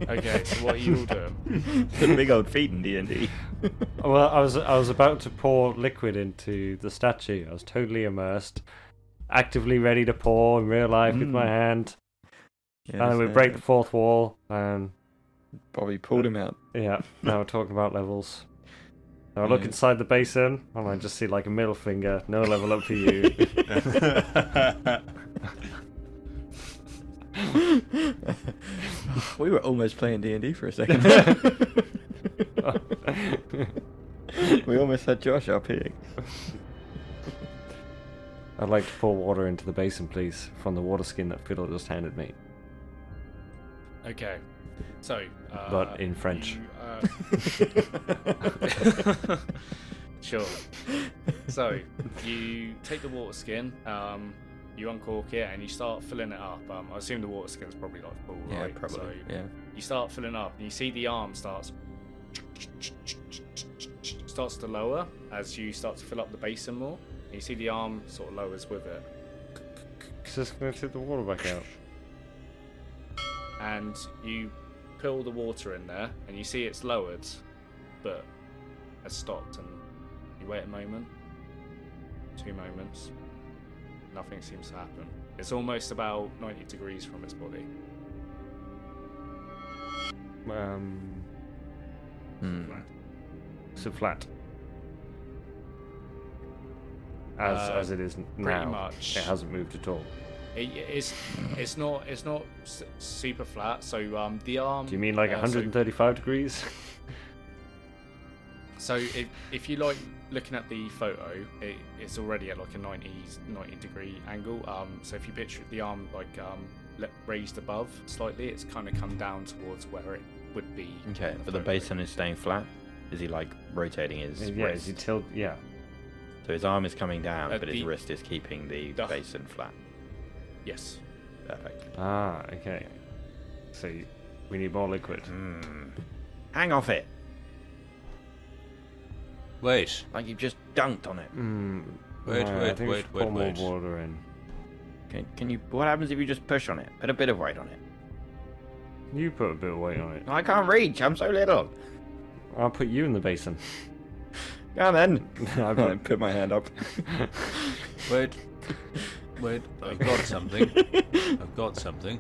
[SPEAKER 1] Okay, so what are you all doing?
[SPEAKER 2] the big old feet in D&D.
[SPEAKER 4] Well, I was I was about to pour liquid into the statue. I was totally immersed, actively ready to pour in real life with my
[SPEAKER 2] Mm.
[SPEAKER 4] hand,
[SPEAKER 2] Yes,
[SPEAKER 4] and we
[SPEAKER 2] uh,
[SPEAKER 4] break the fourth wall. And
[SPEAKER 2] Bobby pulled him out.
[SPEAKER 4] yeah, now we're talking about levels. Now I look
[SPEAKER 2] Yeah.
[SPEAKER 4] inside the basin, and I just see like a middle finger. No level up for you.
[SPEAKER 2] we were almost playing D&D for a second. we almost had Josh up here.
[SPEAKER 4] I'd like to pour water into the basin, please, from the water skin that Fiddle just handed me.
[SPEAKER 1] Okay, so. Uh,
[SPEAKER 4] But in French.
[SPEAKER 1] you, uh, sure. So you take the water skin, um, you uncork it, and you start filling it up. Um, I assume the water skin's probably like full,
[SPEAKER 2] yeah,
[SPEAKER 1] right?
[SPEAKER 2] probably.
[SPEAKER 1] So
[SPEAKER 2] yeah.
[SPEAKER 1] you start filling up, and you see the arm starts starts to lower as you start to fill up the basin more. And you see the arm sort of lowers with it,
[SPEAKER 4] It's just gonna take the water back out.
[SPEAKER 1] and you pull the water in there, and you see it's lowered, but has stopped. And you wait a moment, two moments, nothing seems to happen. It's almost about 90 degrees from its body.
[SPEAKER 4] Um,
[SPEAKER 2] Hmm.
[SPEAKER 4] so flat. As
[SPEAKER 1] Uh,
[SPEAKER 4] as it is now,
[SPEAKER 1] much.
[SPEAKER 4] it hasn't moved at all.
[SPEAKER 1] It, it's it's not it's not s- super flat. So um, the arm.
[SPEAKER 4] Do you mean like
[SPEAKER 1] uh, so-
[SPEAKER 4] 135 degrees?
[SPEAKER 1] So if if you like looking at the photo, it, it's already at like a 90, 90 degree angle. Um, so if you picture the arm like um le- raised above slightly, it's kind of come down towards where it would be.
[SPEAKER 2] Okay,
[SPEAKER 1] in
[SPEAKER 2] but the
[SPEAKER 1] photo.
[SPEAKER 2] basin is staying flat. Is he like rotating his
[SPEAKER 4] yeah,
[SPEAKER 2] wrist?
[SPEAKER 4] is it tilt? Yeah.
[SPEAKER 2] So his arm is coming down,
[SPEAKER 1] Uh,
[SPEAKER 2] but his
[SPEAKER 1] the-
[SPEAKER 2] wrist is keeping the
[SPEAKER 1] the-
[SPEAKER 2] basin flat.
[SPEAKER 1] Yes.
[SPEAKER 2] Perfect.
[SPEAKER 4] Ah, okay. So you- we need more liquid.
[SPEAKER 2] Hmm. Hang off it,
[SPEAKER 3] Wait.
[SPEAKER 2] like you've just dunked on it.
[SPEAKER 4] Mm,
[SPEAKER 3] Wait,
[SPEAKER 4] no, I
[SPEAKER 3] wait,
[SPEAKER 4] think we
[SPEAKER 3] wait,
[SPEAKER 4] should
[SPEAKER 3] wait,
[SPEAKER 4] pour more
[SPEAKER 3] wait.
[SPEAKER 4] water in.
[SPEAKER 2] Can, can you? What happens if you just push on it? Put a bit of weight on it.
[SPEAKER 4] You put a bit of weight on it.
[SPEAKER 2] I can't reach. I'm so little.
[SPEAKER 4] I'll put you in the basin.
[SPEAKER 2] Come then.
[SPEAKER 4] I put-
[SPEAKER 2] put my hand up.
[SPEAKER 3] Wait. Wait. I've got something. I've got something.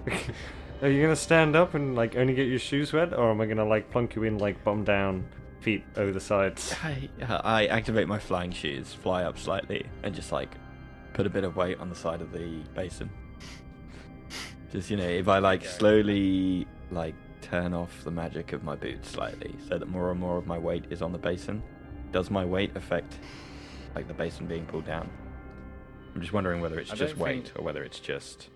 [SPEAKER 4] Are you gonna stand up and like only get your shoes wet, or am I gonna like plunk you in like bum down, feet over the sides?
[SPEAKER 2] I, uh, I activate my flying shoes, fly up slightly, and just like put a bit of weight on the side of the basin. Just you know, if I like
[SPEAKER 1] Okay.
[SPEAKER 2] slowly like turn off the magic of my boots slightly, so that more and more of my weight is on the basin. Does my weight affect like the basin being pulled down? I'm just wondering whether it's
[SPEAKER 1] I don't
[SPEAKER 2] just weight
[SPEAKER 1] think-
[SPEAKER 2] or whether it's just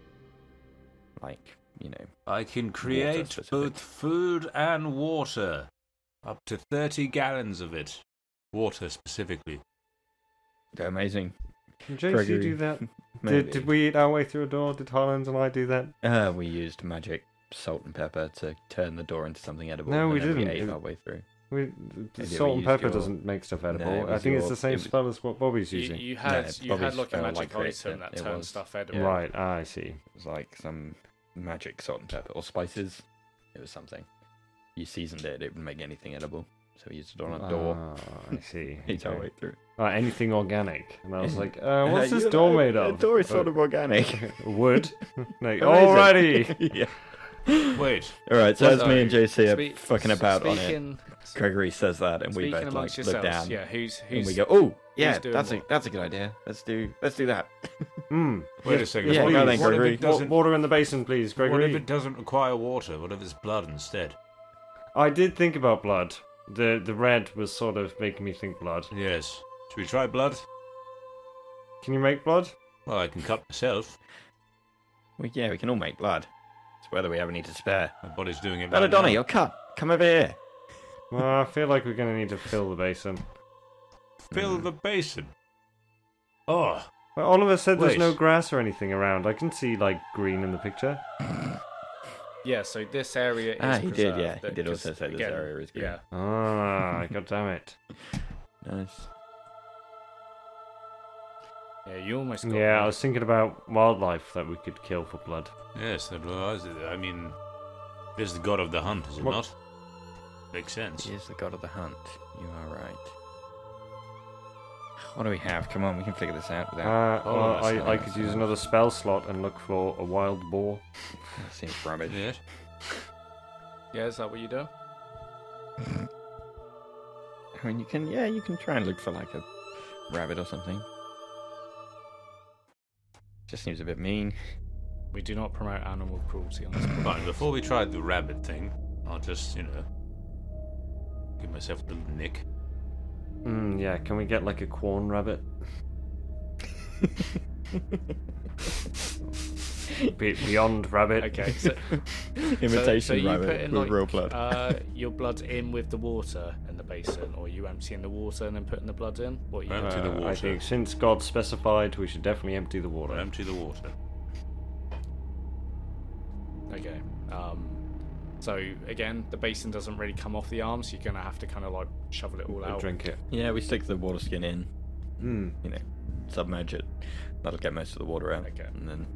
[SPEAKER 2] like you know.
[SPEAKER 3] I can create
[SPEAKER 2] specific.
[SPEAKER 3] both food and water. Up to 30 gallons of it. Water specifically.
[SPEAKER 2] Amazing.
[SPEAKER 4] Did JC
[SPEAKER 2] Gregory,
[SPEAKER 4] do that?
[SPEAKER 2] Maybe.
[SPEAKER 4] Did, did we eat our way through a door? Did Harland and I do that?
[SPEAKER 2] Uh, we used magic salt and pepper to turn the door into something edible.
[SPEAKER 4] No,
[SPEAKER 2] and
[SPEAKER 4] we
[SPEAKER 2] then
[SPEAKER 4] didn't.
[SPEAKER 2] We ate
[SPEAKER 4] It-
[SPEAKER 2] our way through.
[SPEAKER 4] We,
[SPEAKER 2] we
[SPEAKER 4] the salt and
[SPEAKER 2] used
[SPEAKER 4] pepper
[SPEAKER 2] your-
[SPEAKER 4] doesn't make stuff edible.
[SPEAKER 2] it
[SPEAKER 4] I
[SPEAKER 2] was
[SPEAKER 4] think it's
[SPEAKER 2] your-
[SPEAKER 4] the same
[SPEAKER 2] it was-
[SPEAKER 4] spell as what Bobby's
[SPEAKER 1] You,
[SPEAKER 4] using.
[SPEAKER 1] you had
[SPEAKER 2] it's
[SPEAKER 1] you had
[SPEAKER 2] Bobby's
[SPEAKER 1] like a
[SPEAKER 2] spell,
[SPEAKER 1] magic
[SPEAKER 2] like, creates
[SPEAKER 1] item
[SPEAKER 2] it.
[SPEAKER 1] that
[SPEAKER 2] It
[SPEAKER 1] turned
[SPEAKER 2] was.
[SPEAKER 1] stuff edible.
[SPEAKER 2] yeah.
[SPEAKER 4] Right, ah, I see.
[SPEAKER 2] It was like some magic salt and pepper or spices. It was something. You seasoned it; it would make anything edible. So we used it on a door.
[SPEAKER 4] Ah, I see.
[SPEAKER 2] Ate our
[SPEAKER 4] okay.
[SPEAKER 2] way through.
[SPEAKER 4] Ah, anything organic. And I was like, uh,
[SPEAKER 2] Uh,
[SPEAKER 4] what's this
[SPEAKER 2] you're
[SPEAKER 4] door
[SPEAKER 2] right,
[SPEAKER 4] made of?
[SPEAKER 2] The door is sort
[SPEAKER 4] But-
[SPEAKER 2] of organic.
[SPEAKER 4] Wood? like,
[SPEAKER 2] Amazing.
[SPEAKER 4] alrighty!
[SPEAKER 2] yeah.
[SPEAKER 3] Wait,
[SPEAKER 2] All right. So that's
[SPEAKER 1] So,
[SPEAKER 2] me and JC are
[SPEAKER 1] Spe-
[SPEAKER 2] fucking about on it.
[SPEAKER 1] speaking,
[SPEAKER 2] Gregory says that, and we
[SPEAKER 1] speaking
[SPEAKER 2] both like
[SPEAKER 1] amongst
[SPEAKER 2] look
[SPEAKER 1] yourselves,
[SPEAKER 2] down.
[SPEAKER 1] yeah, who's
[SPEAKER 2] And
[SPEAKER 1] who's
[SPEAKER 2] we go, oh, yeah,
[SPEAKER 1] doing
[SPEAKER 2] that's a
[SPEAKER 1] what?
[SPEAKER 2] that's a good idea. Let's do let's do that.
[SPEAKER 4] Mm.
[SPEAKER 3] wait a second.
[SPEAKER 2] Yeah,
[SPEAKER 3] what,
[SPEAKER 2] go
[SPEAKER 3] if-
[SPEAKER 2] then,
[SPEAKER 3] what if
[SPEAKER 2] Gregory.
[SPEAKER 3] it doesn't?
[SPEAKER 4] Water in the basin, please,
[SPEAKER 3] What if
[SPEAKER 4] Gregory.
[SPEAKER 3] it doesn't require water? What if it's blood instead?
[SPEAKER 4] I did think about blood. The the red was sort of making me think blood.
[SPEAKER 3] Yes. Should we try blood?
[SPEAKER 4] Can you make blood?
[SPEAKER 3] Well, I can cut myself.
[SPEAKER 2] Well, yeah, we can all make blood. It's whether we have any to spare.
[SPEAKER 3] My body's doing it. Right
[SPEAKER 2] Belladonna,
[SPEAKER 3] now.
[SPEAKER 2] you're cut. Come over here.
[SPEAKER 4] Well, I feel like we're gonna need to fill the basin.
[SPEAKER 3] Fill the basin. Oh,
[SPEAKER 4] Well, Oliver said there's
[SPEAKER 3] Wait.
[SPEAKER 4] no grass or anything around. I can see like green in the picture.
[SPEAKER 1] yeah. So this area is
[SPEAKER 2] Ah, he did,
[SPEAKER 1] preserved,
[SPEAKER 2] yeah, he
[SPEAKER 1] that-
[SPEAKER 2] did
[SPEAKER 1] 'cause
[SPEAKER 2] also say this
[SPEAKER 1] again,
[SPEAKER 2] area is green.
[SPEAKER 1] Yeah,
[SPEAKER 4] Ah, god damn it.
[SPEAKER 2] Nice.
[SPEAKER 1] yeah. You almost got
[SPEAKER 4] Yeah, I
[SPEAKER 1] me.
[SPEAKER 4] was thinking about wildlife that we could kill for blood.
[SPEAKER 3] yes. That was, I mean, this is the god of the hunt, is it
[SPEAKER 4] What-
[SPEAKER 3] not? Makes sense.
[SPEAKER 2] He is the god of the hunt. You are right. What do we have? Come on, we can figure this out without.
[SPEAKER 4] Uh,
[SPEAKER 3] Oh,
[SPEAKER 4] well,
[SPEAKER 3] that's
[SPEAKER 4] I, I
[SPEAKER 2] nice.
[SPEAKER 4] could use another spell slot and look for a wild boar.
[SPEAKER 2] That seems rubbish.
[SPEAKER 3] Yes.
[SPEAKER 1] Yeah, is that what you do?
[SPEAKER 2] I mean, you can, yeah, you can try and look for like a rabbit or something. Just seems a bit mean.
[SPEAKER 1] We do not promote animal cruelty on this. podcast.
[SPEAKER 3] Fine. Before we try the rabbit thing, I'll just you know give myself a little nick.
[SPEAKER 4] Mm, yeah, can we get like a corn rabbit? Be- beyond rabbit.
[SPEAKER 1] Okay, so
[SPEAKER 2] Imitation
[SPEAKER 1] so, so you
[SPEAKER 2] rabbit
[SPEAKER 1] put in,
[SPEAKER 2] with
[SPEAKER 1] like,
[SPEAKER 2] real blood.
[SPEAKER 1] uh, your blood in with the water in the basin, or you emptying the water and then putting the blood in? What you?
[SPEAKER 3] Right. Empty the
[SPEAKER 4] Uh, I
[SPEAKER 3] water.
[SPEAKER 4] think since God specified, we should definitely empty the water.
[SPEAKER 3] Empty the water.
[SPEAKER 1] Okay. Um, so again, the basin doesn't really come off the arms. You're gonna have to kind of like shovel it all
[SPEAKER 4] and
[SPEAKER 1] out.
[SPEAKER 4] drink it.
[SPEAKER 2] yeah, we stick the water skin in.
[SPEAKER 4] Mm.
[SPEAKER 2] you know, submerge it. That'll get most of the water out.
[SPEAKER 1] Okay.
[SPEAKER 2] And then,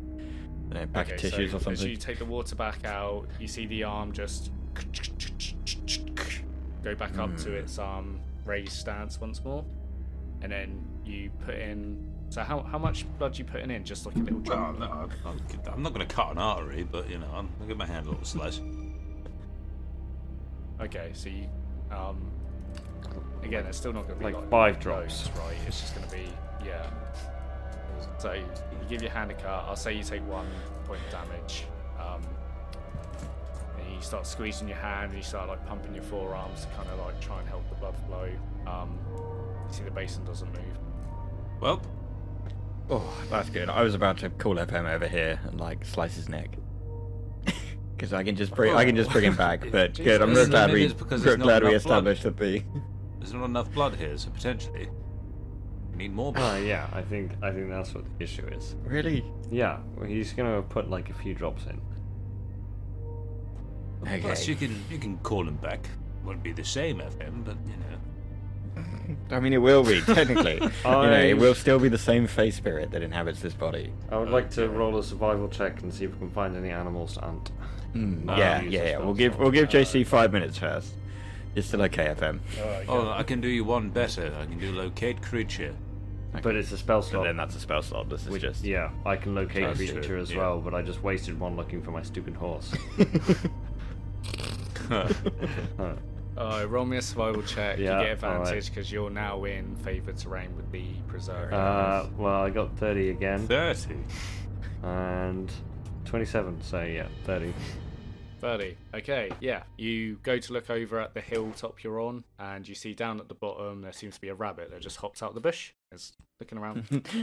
[SPEAKER 2] you know, pack
[SPEAKER 1] Okay,
[SPEAKER 2] of tissues
[SPEAKER 1] so
[SPEAKER 2] or
[SPEAKER 1] As
[SPEAKER 2] something.
[SPEAKER 1] you take the water back out, you see the arm just go back up
[SPEAKER 2] Hmm.
[SPEAKER 1] to its um raised stance once more, and then you put in. So how how much blood you putting in? Just like a little drop.
[SPEAKER 3] Oh, no, I'm- I'm- I'm not going to cut an artery, but you know, I'm going to give my hand a little slice.
[SPEAKER 1] Okay, so you, um, again, it's still not going to be
[SPEAKER 4] Like
[SPEAKER 1] like,
[SPEAKER 4] five drops.
[SPEAKER 1] loads, right? It's just going to be yeah. So you give your hand a cut. I'll say you take one point of damage. Um, and you start squeezing your hand, and you start like pumping your forearms to kind of like try and help the blood flow. Um, you see the basin doesn't move.
[SPEAKER 3] Well,
[SPEAKER 2] Oh, that's good. I was about to call FM over here and like slice his neck. Because I can just bring, I can just bring him back. But good, I'm real
[SPEAKER 3] Jesus.
[SPEAKER 2] glad
[SPEAKER 3] Maybe
[SPEAKER 2] we,
[SPEAKER 3] it's because
[SPEAKER 2] real
[SPEAKER 3] there's not
[SPEAKER 2] glad we
[SPEAKER 3] enough blood.
[SPEAKER 2] established that the.
[SPEAKER 3] there's not enough blood here, so potentially we need more blood.
[SPEAKER 4] Ah, yeah, I think I think that's what the issue is.
[SPEAKER 2] Really?
[SPEAKER 4] Yeah, well, he's gonna put like a few drops in.
[SPEAKER 2] Okay.
[SPEAKER 3] Plus, you can you can call him back. Won't be the same FM, but you know.
[SPEAKER 2] I mean, it will be technically. You know,
[SPEAKER 4] I-
[SPEAKER 2] it will still be the same face spirit that inhabits this body.
[SPEAKER 4] I would like to roll a survival check and see if we can find any animals to hunt.
[SPEAKER 2] Hmm,
[SPEAKER 4] No,
[SPEAKER 2] yeah,
[SPEAKER 4] use
[SPEAKER 2] yeah,
[SPEAKER 4] the
[SPEAKER 2] yeah.
[SPEAKER 4] spell
[SPEAKER 2] We'll give,
[SPEAKER 4] slot.
[SPEAKER 2] we'll give JC five minutes first. You're still okay, FM.
[SPEAKER 3] Oh, I can do you one better. I can do locate creature.
[SPEAKER 4] But it's a spell
[SPEAKER 2] But
[SPEAKER 4] slot.
[SPEAKER 2] then that's a spell slot. This is
[SPEAKER 4] which,
[SPEAKER 2] just
[SPEAKER 4] yeah, I can locate
[SPEAKER 2] That's
[SPEAKER 4] creature
[SPEAKER 2] true,
[SPEAKER 4] as
[SPEAKER 3] yeah.
[SPEAKER 4] well, but I just wasted one looking for my stupid horse. Huh.
[SPEAKER 1] Uh, roll me a survival check.
[SPEAKER 4] Yeah,
[SPEAKER 1] you get
[SPEAKER 4] all right.
[SPEAKER 1] advantage because you're now in favored terrain with the preserve.
[SPEAKER 4] Uh, well, I got 30 again,
[SPEAKER 3] Thirty.
[SPEAKER 4] and 27, so yeah, 30.
[SPEAKER 1] 30. Okay, yeah. You go to look over at the hilltop you're on, and you see down at the bottom there seems to be a rabbit that just hopped out the bush. It's looking around.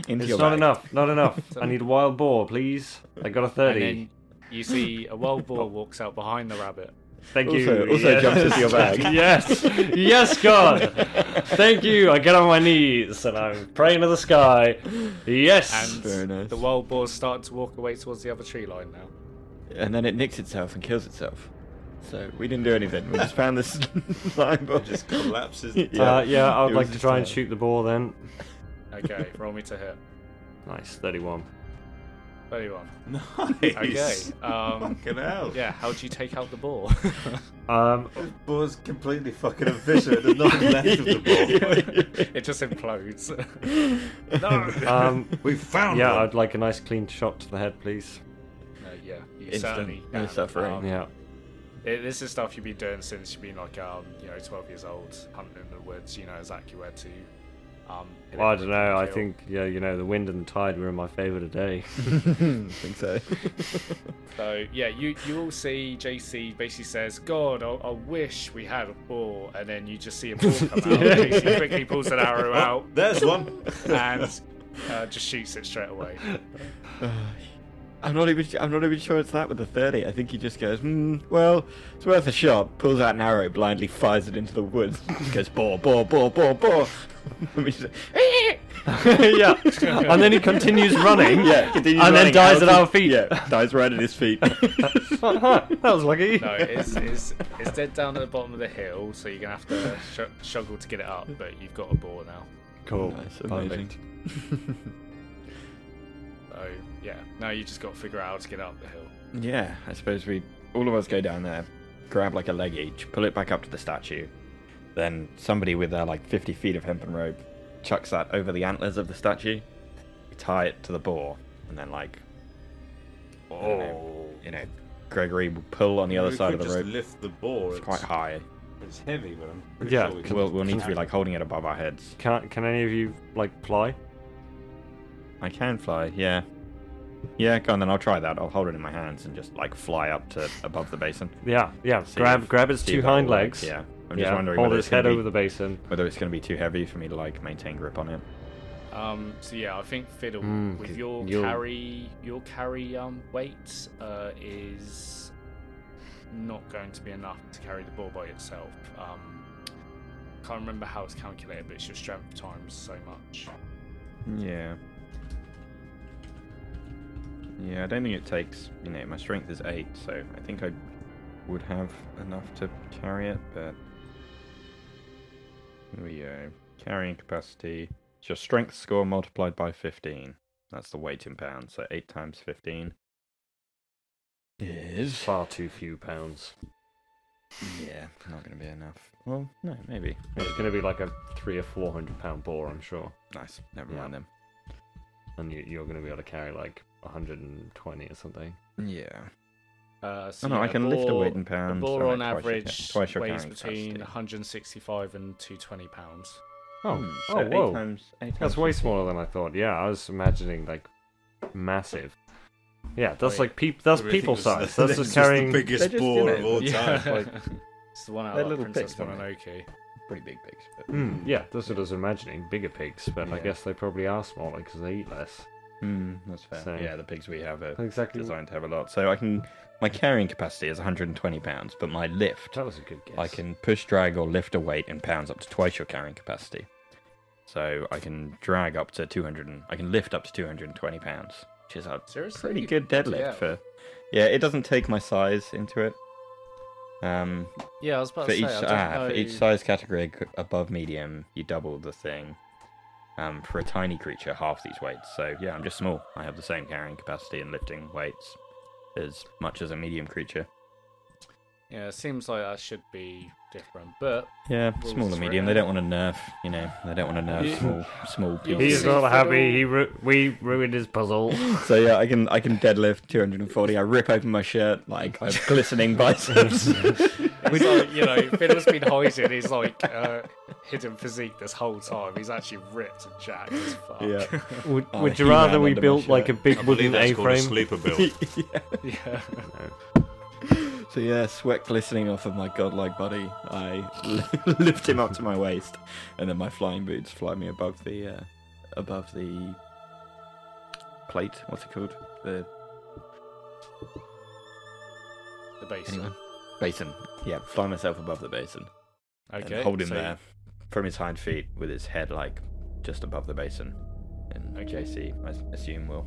[SPEAKER 2] into
[SPEAKER 4] It's
[SPEAKER 2] your
[SPEAKER 4] not
[SPEAKER 2] bag.
[SPEAKER 4] enough, not enough. I need a wild boar, please. I got a 30.
[SPEAKER 1] And then you see a wild boar walks out behind the rabbit.
[SPEAKER 4] Thank
[SPEAKER 2] Also-
[SPEAKER 4] you.
[SPEAKER 2] also jumps into your bag.
[SPEAKER 4] yes, yes, God. Thank you. I get on my knees and I'm praying to the sky. Yes. Uh,
[SPEAKER 1] And
[SPEAKER 2] Very nice.
[SPEAKER 1] the wild boar's starting to walk away towards the other tree line now.
[SPEAKER 2] and then it nicks itself and kills itself. So we didn't do anything. We just found this slime ball.
[SPEAKER 3] It just collapses.
[SPEAKER 4] Yeah, uh, yeah I
[SPEAKER 2] It
[SPEAKER 4] would like
[SPEAKER 2] was
[SPEAKER 4] to try and
[SPEAKER 2] just, uh,
[SPEAKER 4] shoot the ball then.
[SPEAKER 1] Okay, roll me to hit.
[SPEAKER 4] Nice, 31.
[SPEAKER 1] 31. Okay.
[SPEAKER 3] Nice.
[SPEAKER 1] Um,
[SPEAKER 3] Fucking hell.
[SPEAKER 1] yeah, how do you take out the ball?
[SPEAKER 4] Um,
[SPEAKER 3] This ball's completely fucking efficient. There's nothing left of the ball.
[SPEAKER 1] it just implodes.
[SPEAKER 4] um,
[SPEAKER 5] We found
[SPEAKER 4] yeah,
[SPEAKER 5] one.
[SPEAKER 4] I'd like a nice clean shot to the head, please.
[SPEAKER 1] Uh, yeah, you
[SPEAKER 2] Instant-
[SPEAKER 1] certainly.
[SPEAKER 2] no
[SPEAKER 1] can.
[SPEAKER 2] suffering.
[SPEAKER 1] Um,
[SPEAKER 4] Yeah.
[SPEAKER 1] it- this is stuff you've been doing since you've been like, um, you know, 12 years old, hunting in the woods. You know exactly where to. Um, hit
[SPEAKER 4] Well, I
[SPEAKER 1] it
[SPEAKER 4] don't
[SPEAKER 1] with a
[SPEAKER 4] know. I
[SPEAKER 1] kill.
[SPEAKER 4] think, yeah, you know, the wind and the tide were in my favor today.
[SPEAKER 2] I think so.
[SPEAKER 1] So yeah, you you all see JC basically says, "God, I, I wish we had a ball," and then you just see a ball come out. JC quickly pulls an arrow out
[SPEAKER 3] Oh, There's one.
[SPEAKER 1] and uh, just shoots it straight away.
[SPEAKER 2] I'm not even. I'm not even sure it's that with the thirty. I think he just goes, hmm, "Well, it's worth a shot." Pulls out an arrow, blindly fires it into the woods. goes, "Bore, bore, bore, bore, bore." And we just-
[SPEAKER 4] yeah. And then he continues running.
[SPEAKER 2] yeah, continues
[SPEAKER 4] And
[SPEAKER 2] running
[SPEAKER 4] then dies
[SPEAKER 2] out
[SPEAKER 4] at
[SPEAKER 2] of-
[SPEAKER 4] our feet.
[SPEAKER 2] Yeah, dies right at his feet.
[SPEAKER 4] Huh, huh, that was lucky.
[SPEAKER 1] No, it's, it's it's dead down at the bottom of the hill, so you're gonna have to sh- struggle to get it up. But you've got a ball now.
[SPEAKER 4] cool.
[SPEAKER 2] Nice,
[SPEAKER 4] Perfect.
[SPEAKER 1] So yeah, now you just got to figure out how to get up the hill.
[SPEAKER 2] Yeah, I suppose we all of us go down there, grab like a leg each, pull it back up to the statue. Then somebody with their like 50 feet of hempen rope chucks that over the antlers of the statue. We tie it to the boar, and then like, I don't know, you know, Gregory will pull on the other
[SPEAKER 3] Oh. we
[SPEAKER 2] side
[SPEAKER 3] could
[SPEAKER 2] of the
[SPEAKER 3] just
[SPEAKER 2] rope.
[SPEAKER 3] lift the ball.
[SPEAKER 2] It's quite high.
[SPEAKER 3] It's heavy, but I'm pretty
[SPEAKER 4] Yeah,
[SPEAKER 3] sure we can.
[SPEAKER 2] We'll, we'll need to be like holding it above our heads.
[SPEAKER 4] Can, can any of you, like, fly?
[SPEAKER 2] I can fly, yeah. Yeah, go on then. I'll try that. I'll hold it in my hands and just like fly up to above the basin.
[SPEAKER 4] Yeah, yeah.
[SPEAKER 2] See
[SPEAKER 4] Grab
[SPEAKER 2] if-
[SPEAKER 4] grab its
[SPEAKER 2] see
[SPEAKER 4] two
[SPEAKER 2] if that'll
[SPEAKER 4] hind
[SPEAKER 2] work.
[SPEAKER 4] legs.
[SPEAKER 2] Yeah, I'm
[SPEAKER 4] yeah.
[SPEAKER 2] just wondering
[SPEAKER 4] Hold
[SPEAKER 2] whether
[SPEAKER 4] its
[SPEAKER 2] it's gonna
[SPEAKER 4] head
[SPEAKER 2] be-
[SPEAKER 4] over the basin.
[SPEAKER 2] whether it's going to be too heavy for me to like maintain grip on it.
[SPEAKER 1] Um, so yeah, I think fiddle
[SPEAKER 2] Hmm,
[SPEAKER 4] Mm,
[SPEAKER 1] with
[SPEAKER 4] 'cause
[SPEAKER 1] your
[SPEAKER 4] you'll-
[SPEAKER 1] carry your carry um weight uh, is not going to be enough to carry the ball by itself. Um, can't remember how it's calculated, but it's your strength times so much.
[SPEAKER 2] Yeah. Yeah, I don't think it takes. You know, my strength is eight, so I think I would have enough to carry it. But here we go. Carrying capacity. It's your strength score multiplied by fifteen. That's the weight in pounds. So eight times fifteen is
[SPEAKER 4] Far too few pounds.
[SPEAKER 2] yeah, not going to be enough. Well, no, maybe.
[SPEAKER 4] It's going to be like a three or four hundred pound boar, I'm sure.
[SPEAKER 2] Nice. Never
[SPEAKER 4] Yeah.
[SPEAKER 2] mind then.
[SPEAKER 4] And you, you're going to be able to carry like 120 or something.
[SPEAKER 2] Yeah.
[SPEAKER 1] Uh,
[SPEAKER 2] Oh
[SPEAKER 1] so
[SPEAKER 2] no,
[SPEAKER 1] yeah,
[SPEAKER 2] I can lift a
[SPEAKER 1] ball-
[SPEAKER 2] weight in
[SPEAKER 1] The
[SPEAKER 2] pounds.
[SPEAKER 1] ball
[SPEAKER 2] Alright,
[SPEAKER 1] on
[SPEAKER 2] twice your ca-
[SPEAKER 1] average
[SPEAKER 2] twice your
[SPEAKER 1] weighs
[SPEAKER 2] carrying
[SPEAKER 1] between
[SPEAKER 2] capacity.
[SPEAKER 1] 165 and 220 pounds.
[SPEAKER 4] Oh,
[SPEAKER 2] Hmm,
[SPEAKER 4] oh,
[SPEAKER 2] so eight
[SPEAKER 4] whoa.
[SPEAKER 2] times- eight
[SPEAKER 4] That's
[SPEAKER 2] times
[SPEAKER 4] way
[SPEAKER 2] 50.
[SPEAKER 4] smaller than I thought. Yeah, I was imagining like massive. Yeah, that's
[SPEAKER 1] yeah.
[SPEAKER 4] like peop- that's
[SPEAKER 3] Everything
[SPEAKER 4] people
[SPEAKER 3] was-
[SPEAKER 4] size. That's
[SPEAKER 3] it's
[SPEAKER 4] just carrying.
[SPEAKER 3] the
[SPEAKER 2] They're
[SPEAKER 3] biggest
[SPEAKER 2] just, you
[SPEAKER 3] ball
[SPEAKER 2] know,
[SPEAKER 3] of all time.
[SPEAKER 1] Yeah.
[SPEAKER 2] like-
[SPEAKER 1] it's the one out
[SPEAKER 2] They're
[SPEAKER 1] of like,
[SPEAKER 2] little
[SPEAKER 1] Princess
[SPEAKER 2] pigs, aren't they?
[SPEAKER 1] Mononoke.
[SPEAKER 2] Pretty big pigs, but
[SPEAKER 4] Hmm, yeah, that's what I was imagining. Bigger pigs, but I
[SPEAKER 2] Yeah.
[SPEAKER 4] guess they probably are smaller because they eat less.
[SPEAKER 2] Hmm, that's fair.
[SPEAKER 4] So-
[SPEAKER 2] Yeah, the pigs we have are
[SPEAKER 4] Exactly.
[SPEAKER 2] designed to have a lot. So I can my carrying capacity is 120 pounds, but my lift
[SPEAKER 4] That was a good guess.
[SPEAKER 2] I can push, drag, or lift a weight in pounds up to twice your carrying capacity. So I can drag up to 200. And, I can lift up to 220 pounds, which is a
[SPEAKER 1] Seriously?
[SPEAKER 2] pretty good deadlift
[SPEAKER 1] Yeah.
[SPEAKER 2] for. Yeah, it doesn't take my size into it. Um,
[SPEAKER 1] Yeah, I was about
[SPEAKER 2] for
[SPEAKER 1] to
[SPEAKER 2] each
[SPEAKER 1] say. I don't
[SPEAKER 2] ah, for each
[SPEAKER 1] know-
[SPEAKER 2] size category c- above medium, you double the thing. Um, for a tiny creature, half these weights. So yeah, I'm just small. I have the same carrying capacity and lifting weights as much as a medium creature.
[SPEAKER 1] Yeah, it seems like that should be different, but
[SPEAKER 2] Yeah,
[SPEAKER 1] Rules
[SPEAKER 2] small and
[SPEAKER 1] for
[SPEAKER 2] medium.
[SPEAKER 1] it.
[SPEAKER 2] They don't want to nerf. You know, they don't want to nerf
[SPEAKER 1] You-
[SPEAKER 2] small small
[SPEAKER 1] you
[SPEAKER 2] people.
[SPEAKER 1] He's
[SPEAKER 4] He's
[SPEAKER 1] obviously- not
[SPEAKER 4] not
[SPEAKER 1] happy,
[SPEAKER 4] happy.
[SPEAKER 1] fiddle-
[SPEAKER 4] He
[SPEAKER 1] he
[SPEAKER 4] we ruined his puzzle.
[SPEAKER 1] Oh,
[SPEAKER 2] So yeah, I can I can deadlift 240. I rip open my shirt like I have glistening biceps.
[SPEAKER 1] It's like, you know, Fiddler's been hiding his like uh, hidden physique this whole time. He's actually ripped and jacked as fuck.
[SPEAKER 2] yeah.
[SPEAKER 4] Would,
[SPEAKER 2] Oh,
[SPEAKER 4] would you
[SPEAKER 2] he
[SPEAKER 4] rather
[SPEAKER 2] ran
[SPEAKER 4] we
[SPEAKER 2] under my
[SPEAKER 4] built like a
[SPEAKER 2] shirt.
[SPEAKER 4] big
[SPEAKER 5] I believe
[SPEAKER 4] wooden
[SPEAKER 5] that's called a
[SPEAKER 4] A-frame?
[SPEAKER 5] sleeper build.
[SPEAKER 1] yeah.
[SPEAKER 2] So yeah, sweat glistening off of my godlike body, I lift him up to my waist, and then my flying boots fly me above the uh, above the plate. What's it called? The
[SPEAKER 1] The base.
[SPEAKER 2] Anyone? basin. Yeah, fly myself above the basin
[SPEAKER 1] Okay.
[SPEAKER 2] and hold him
[SPEAKER 1] so-
[SPEAKER 2] there from his hind feet with his head like just above the basin. And
[SPEAKER 1] Okay.
[SPEAKER 2] JC, I s- assume, will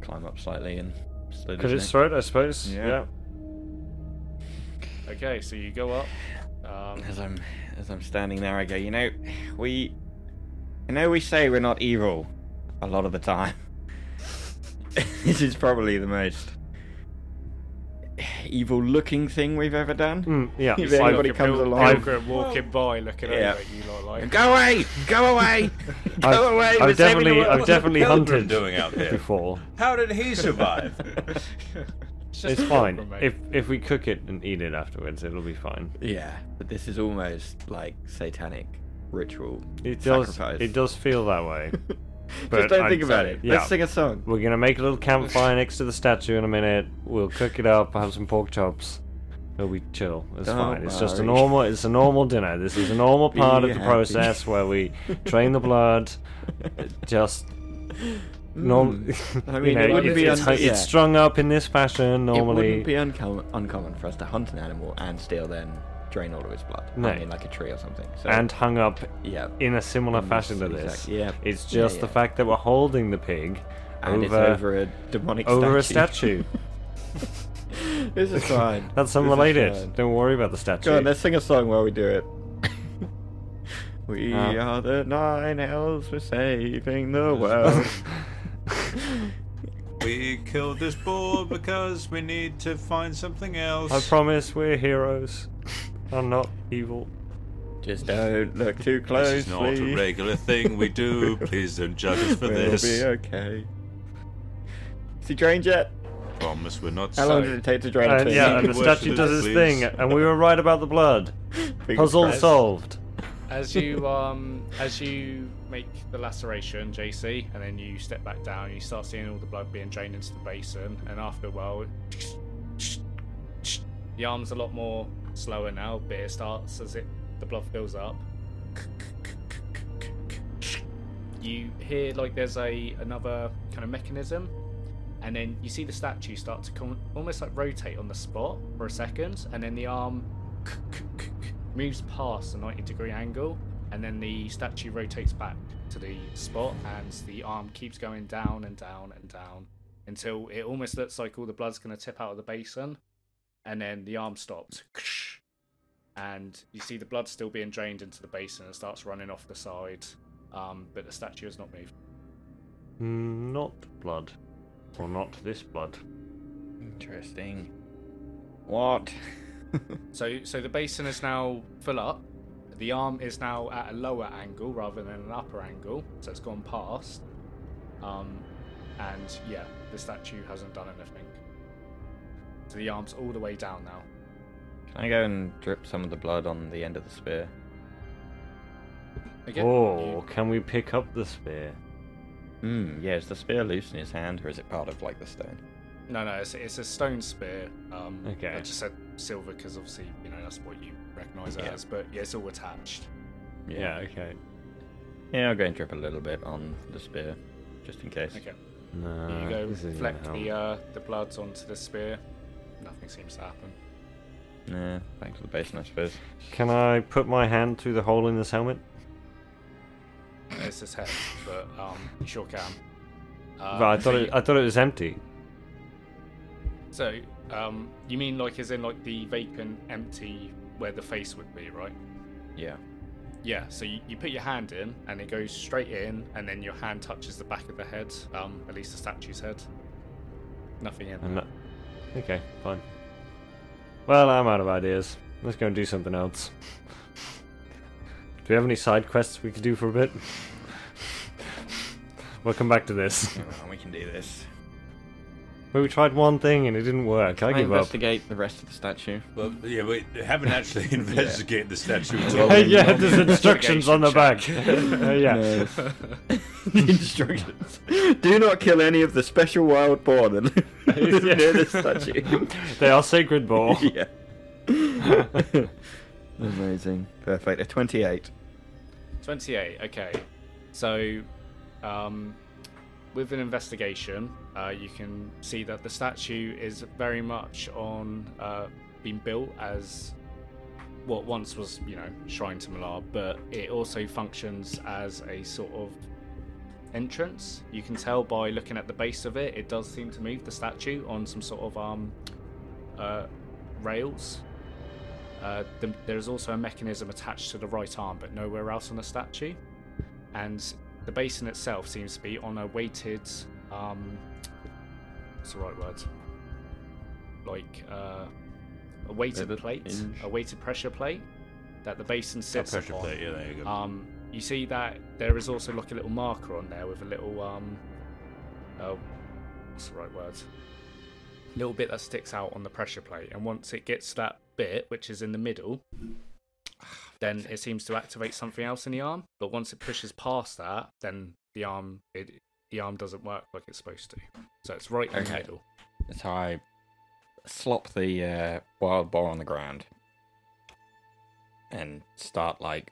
[SPEAKER 2] climb up slightly and
[SPEAKER 6] Slit
[SPEAKER 4] Cut
[SPEAKER 6] his
[SPEAKER 4] its
[SPEAKER 6] neck.
[SPEAKER 4] throat, I suppose.
[SPEAKER 2] Yeah.
[SPEAKER 4] Yeah.
[SPEAKER 1] Okay, so you go up. Um,
[SPEAKER 2] As I'm as I'm standing there, I go, you know, we, I know we say we're not evil, a lot of the time. this is probably the most evil-looking thing we've ever done.
[SPEAKER 4] Mm, yeah.
[SPEAKER 2] If
[SPEAKER 4] I-
[SPEAKER 1] like
[SPEAKER 2] anybody
[SPEAKER 1] a
[SPEAKER 2] comes
[SPEAKER 1] pil-
[SPEAKER 2] along,
[SPEAKER 1] pilgrim walking by, looking
[SPEAKER 2] Yeah.
[SPEAKER 1] over at you lot like.
[SPEAKER 2] Mm. go away, go away, go
[SPEAKER 4] I've,
[SPEAKER 2] away.
[SPEAKER 4] I've
[SPEAKER 2] we're saving the
[SPEAKER 4] definitely,
[SPEAKER 2] world."
[SPEAKER 4] I've definitely hunted
[SPEAKER 3] doing out there?
[SPEAKER 4] before.
[SPEAKER 3] How did he survive?
[SPEAKER 1] It's, just
[SPEAKER 4] It's
[SPEAKER 1] a
[SPEAKER 4] fine.
[SPEAKER 1] pilgrim, mate.
[SPEAKER 4] If if we cook it and eat it afterwards, it'll be fine.
[SPEAKER 2] Yeah, but this is almost like satanic ritual.
[SPEAKER 4] It does.
[SPEAKER 2] Sacrifice.
[SPEAKER 4] It does feel that way. But
[SPEAKER 2] Just don't
[SPEAKER 4] I'm
[SPEAKER 2] think about
[SPEAKER 4] sorry.
[SPEAKER 2] it.
[SPEAKER 4] Yeah.
[SPEAKER 2] Let's sing a song.
[SPEAKER 4] We're gonna make a little campfire next to the statue in a minute. We'll cook it up, have some pork chops. It'll be chill. It's
[SPEAKER 2] Don't
[SPEAKER 4] fine. It's just a
[SPEAKER 2] worry.
[SPEAKER 4] normal. It's a normal dinner. This is a normal
[SPEAKER 2] Be
[SPEAKER 4] part of the
[SPEAKER 2] happy.
[SPEAKER 4] process where we train the blood. Just norm.
[SPEAKER 2] Hmm. I
[SPEAKER 4] you
[SPEAKER 2] mean, it
[SPEAKER 4] know,
[SPEAKER 2] wouldn't
[SPEAKER 4] it's,
[SPEAKER 2] be
[SPEAKER 4] it's,
[SPEAKER 2] un-
[SPEAKER 4] it's
[SPEAKER 2] yeah.
[SPEAKER 4] strung up in this fashion
[SPEAKER 2] It
[SPEAKER 4] normally.
[SPEAKER 2] wouldn't be uncom- uncommon for us to hunt an animal and still then drain all of its blood.
[SPEAKER 4] No.
[SPEAKER 2] I mean, like a tree or something. So,
[SPEAKER 4] and hung up
[SPEAKER 2] yeah,
[SPEAKER 4] in a similar
[SPEAKER 2] In this
[SPEAKER 4] fashion to
[SPEAKER 2] Mm, exact-
[SPEAKER 4] this.
[SPEAKER 2] yeah.
[SPEAKER 4] It's
[SPEAKER 2] Yeah,
[SPEAKER 4] just the
[SPEAKER 2] yeah.
[SPEAKER 4] fact that we're holding the pig
[SPEAKER 2] and
[SPEAKER 4] over,
[SPEAKER 2] it's over a demonic
[SPEAKER 4] over
[SPEAKER 2] statue. a statue. this is fine.
[SPEAKER 4] That's
[SPEAKER 2] This is
[SPEAKER 4] unrelated.
[SPEAKER 2] fine.
[SPEAKER 4] Don't worry about the statue.
[SPEAKER 2] Go on, let's sing a song while we do it. we
[SPEAKER 4] Uh.
[SPEAKER 2] are the nine elves. We're saving the world.
[SPEAKER 3] we killed this boar because we need to find something else.
[SPEAKER 4] I promise we're heroes. I'm not evil.
[SPEAKER 2] Just don't look too closely.
[SPEAKER 3] This is not a regular thing we do. Please don't judge us for
[SPEAKER 2] we'll
[SPEAKER 3] this.
[SPEAKER 2] be okay. Is he drained yet?
[SPEAKER 3] Promise we're not
[SPEAKER 2] How long
[SPEAKER 3] psych.
[SPEAKER 2] did it take to drain a
[SPEAKER 4] And,
[SPEAKER 2] pig?
[SPEAKER 4] yeah, and the
[SPEAKER 3] Worse
[SPEAKER 4] statue
[SPEAKER 3] than
[SPEAKER 4] does
[SPEAKER 3] this,
[SPEAKER 4] its
[SPEAKER 3] please.
[SPEAKER 4] thing, and we were right about the blood.
[SPEAKER 2] Fingers
[SPEAKER 4] Puzzle
[SPEAKER 2] crossed.
[SPEAKER 4] solved.
[SPEAKER 1] As you um, as you make the laceration, JC, and then you step back down, you start seeing all the blood being drained into the basin, and after a while, the arm's a lot more slower now. Beer starts as it the blood fills up. You hear like there's a another kind of mechanism, and then you see the statue start to come, almost like rotate on the spot for a second, and then the arm moves past the 90 degree angle, and then the statue rotates back to the spot, and the arm keeps going down and down and down until it almost looks like all the blood's going to tip out of the basin, and then the arm stops. And you see the blood still being drained into the basin and starts running off the side, um, but the statue has not moved.
[SPEAKER 4] Mm, Not blood. Or not this blood.
[SPEAKER 2] Interesting. What?
[SPEAKER 1] So, so the basin is now full up. The arm is now at a lower angle rather than an upper angle, so it's gone past. Um, and yeah, the statue hasn't done anything. So the arm's all the way down now.
[SPEAKER 2] Can I go and drip some of the blood on the end of the spear?
[SPEAKER 1] Again,
[SPEAKER 4] oh,
[SPEAKER 1] you-
[SPEAKER 4] can we pick up the spear?
[SPEAKER 2] Hmm, yeah, is the spear loose in his hand or is it part of like the stone?
[SPEAKER 1] no, no, it's, it's a stone spear. Um,
[SPEAKER 4] Okay.
[SPEAKER 1] I just said silver because obviously you know that's what you recognise it
[SPEAKER 2] Yeah.
[SPEAKER 1] as, but yeah, it's all attached.
[SPEAKER 4] Yeah, okay.
[SPEAKER 2] Yeah, I'll go and drip a little bit on the spear, just in case.
[SPEAKER 1] Okay.
[SPEAKER 4] No,
[SPEAKER 1] you go
[SPEAKER 4] Uh, this isn't
[SPEAKER 1] fleck
[SPEAKER 4] gonna
[SPEAKER 1] the
[SPEAKER 4] help.
[SPEAKER 1] uh, the bloods onto the spear. Nothing seems to happen.
[SPEAKER 2] Yeah, back to the basin, I suppose.
[SPEAKER 1] uh,
[SPEAKER 4] Can I put my hand through the hole in this helmet?
[SPEAKER 1] It's his head, but um, you sure can. Uh,
[SPEAKER 4] but I thought
[SPEAKER 1] so
[SPEAKER 4] it, I thought it was empty.
[SPEAKER 1] So, um, you mean like as in like the vacant, empty, where the face would be, right?
[SPEAKER 2] Yeah.
[SPEAKER 1] Yeah. So you, you put your hand in, and it goes straight in, and then your hand touches the back of the head, um, at least the statue's head. Nothing in.
[SPEAKER 4] And
[SPEAKER 1] there.
[SPEAKER 4] that... Okay, fine. Well, I'm out of ideas. Let's go and do something else. do we have any side quests we could do for a bit? we'll come back to this.
[SPEAKER 2] we can do this.
[SPEAKER 4] We tried one thing and it didn't work. I
[SPEAKER 2] I
[SPEAKER 4] give up.
[SPEAKER 2] investigate the rest of the statue.
[SPEAKER 3] Well, yeah, we haven't actually investigated the statue at
[SPEAKER 2] Oh,
[SPEAKER 3] all.
[SPEAKER 4] Hey, yeah, there's instructions on the back. Uh, yeah.
[SPEAKER 2] Instructions. Do not kill any of the special wild boar that live
[SPEAKER 4] Yeah.
[SPEAKER 2] near the statue.
[SPEAKER 4] They are sacred
[SPEAKER 1] Oh.
[SPEAKER 4] ball.
[SPEAKER 2] yeah. Amazing. Perfect. A 28.
[SPEAKER 1] 28 okay so um, with an investigation uh, you can see that the statue is very much on uh, been built as what once was you know shrine to malar but it also functions as a sort of entrance. You can tell by looking at the base of it, it does seem to move the statue on some sort of um, uh, rails. Uh, the, there's also a mechanism attached to the right arm, but nowhere else on the statue. And the basin itself seems to be on a weighted, um, what's the right word? Like uh, a weighted
[SPEAKER 7] Rivet
[SPEAKER 1] plate,
[SPEAKER 7] hinge?
[SPEAKER 1] a weighted pressure plate that the basin
[SPEAKER 3] A
[SPEAKER 1] sits
[SPEAKER 3] pressure
[SPEAKER 1] upon.
[SPEAKER 3] plate, yeah, there you go.
[SPEAKER 1] Um, you see that there is also like a little marker on there with a little um, uh, what's the right word? Little bit that sticks out on the pressure plate, and once it gets to that bit, which is in the middle, then it seems to activate something else in the arm. But once it pushes past that, then the arm it the arm doesn't work like it's supposed to. So it's right in the
[SPEAKER 2] Okay.
[SPEAKER 1] middle.
[SPEAKER 2] That's how I slop the uh, wild boar on the ground and start like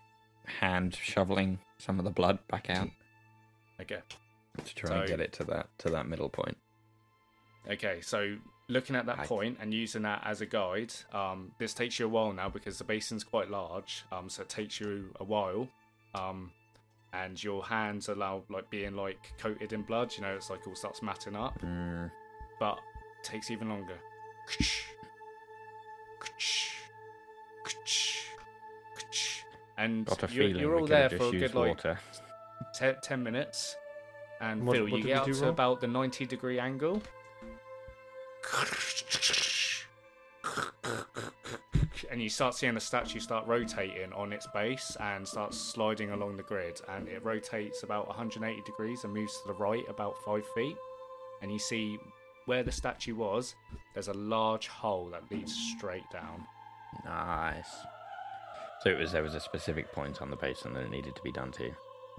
[SPEAKER 2] hand shoveling some of the blood back out
[SPEAKER 1] Okay.
[SPEAKER 2] to try and
[SPEAKER 1] So-
[SPEAKER 2] get it to that to that middle point.
[SPEAKER 1] Okay, so looking at that
[SPEAKER 2] I-
[SPEAKER 1] point and using that as a guide, um, this takes you a while now because the basin's quite large, um, so it takes you a while, um, and your hands are now like being like coated in blood. You know, it's like all starts matting up,
[SPEAKER 2] Mm,
[SPEAKER 1] but it takes even longer. And
[SPEAKER 2] got a
[SPEAKER 1] you're,
[SPEAKER 2] feeling
[SPEAKER 1] you're all
[SPEAKER 2] we
[SPEAKER 1] there
[SPEAKER 2] could
[SPEAKER 1] for a
[SPEAKER 2] just use
[SPEAKER 1] good like
[SPEAKER 2] water.
[SPEAKER 1] te- 10 minutes and
[SPEAKER 4] What-
[SPEAKER 1] Phil,
[SPEAKER 4] what
[SPEAKER 1] you
[SPEAKER 4] did
[SPEAKER 1] get
[SPEAKER 4] we
[SPEAKER 1] up
[SPEAKER 4] do
[SPEAKER 1] to
[SPEAKER 4] wrong?
[SPEAKER 1] about the 90 degree angle. And you start seeing the statue start rotating on its base and starts sliding along the grid. And it rotates about 180 degrees and moves to the right about five feet. And you see where the statue was, there's a large hole that leads straight down.
[SPEAKER 2] Nice. So it was there was a specific point on the basin that it needed to be done to,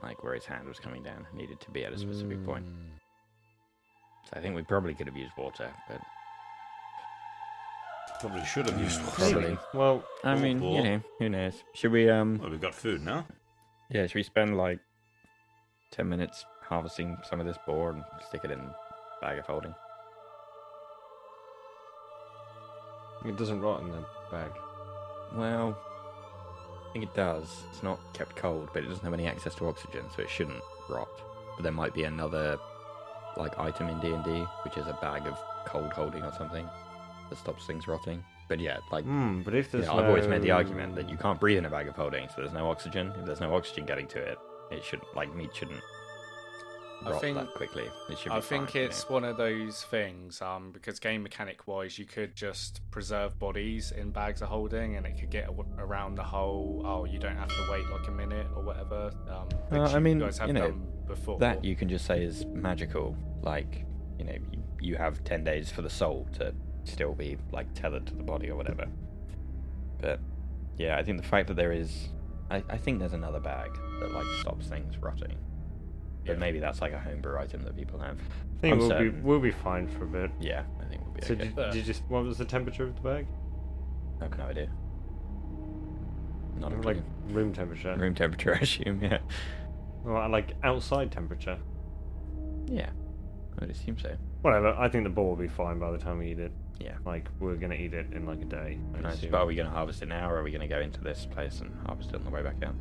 [SPEAKER 2] like where his hand was coming down, it needed to be at a specific point. So I think we probably could have used water, but
[SPEAKER 3] Probably should have used water.
[SPEAKER 2] probably.
[SPEAKER 4] Well,
[SPEAKER 2] I
[SPEAKER 3] Or
[SPEAKER 2] mean, you
[SPEAKER 3] war.
[SPEAKER 2] know, who knows? Should we um?
[SPEAKER 3] Well, we've got food now.
[SPEAKER 2] Yeah, should we spend like ten minutes harvesting some of this boar and stick it in bag of holding?
[SPEAKER 4] it doesn't rot in the bag.
[SPEAKER 2] Well, I think it does. It's not kept cold, but it doesn't have any access to oxygen, so it shouldn't rot. But there might be another like item in D and D, which is a bag of cold holding or something that stops things rotting. But yeah, like
[SPEAKER 4] Hmm, but if
[SPEAKER 2] you
[SPEAKER 4] there's
[SPEAKER 2] know, I've always made the
[SPEAKER 4] no-
[SPEAKER 2] argument that you can't breathe in a bag of holding, so there's no oxygen. If there's no oxygen getting to it, it should like meat shouldn't
[SPEAKER 1] I
[SPEAKER 2] rot
[SPEAKER 1] think-
[SPEAKER 2] that quickly. It should. Be
[SPEAKER 1] I
[SPEAKER 2] fine,
[SPEAKER 1] think
[SPEAKER 2] you know.
[SPEAKER 1] it's one of those things um, because game mechanic wise, you could just preserve bodies in bags of holding, and it could get aw- around the whole. Oh, you don't have to wait like a minute or whatever. Um,
[SPEAKER 2] Uh,
[SPEAKER 1] which
[SPEAKER 2] I mean,
[SPEAKER 1] you guys have
[SPEAKER 2] you know,
[SPEAKER 1] done before.
[SPEAKER 2] that you can just say is magical. Like, you know, you, you have 10 days for the soul to still be, like, tethered to the body or whatever. But, yeah, I think the fact that there is. I, I think there's another bag that, like, stops things rotting. But
[SPEAKER 1] Yeah.
[SPEAKER 2] maybe that's, like, a homebrew item that people have.
[SPEAKER 4] I think
[SPEAKER 2] I'm
[SPEAKER 4] we'll be,
[SPEAKER 2] certain.
[SPEAKER 4] we'll be fine for a bit.
[SPEAKER 2] Yeah, I think we'll be
[SPEAKER 4] So
[SPEAKER 2] okay.
[SPEAKER 4] did, did you just what was the temperature of the bag?
[SPEAKER 2] I have no idea. Not a
[SPEAKER 4] Like
[SPEAKER 2] clue.
[SPEAKER 4] room temperature.
[SPEAKER 2] room temperature, I assume, yeah.
[SPEAKER 4] Well, like outside temperature.
[SPEAKER 2] Yeah, I would assume so.
[SPEAKER 4] Whatever. I think the boar will be fine by the time we eat it.
[SPEAKER 2] Yeah.
[SPEAKER 4] Like we're gonna eat it in like a day. I
[SPEAKER 2] Nice.
[SPEAKER 4] assume.
[SPEAKER 2] But are we going to harvest it now, or are we going to go into this place and harvest it on the way back out?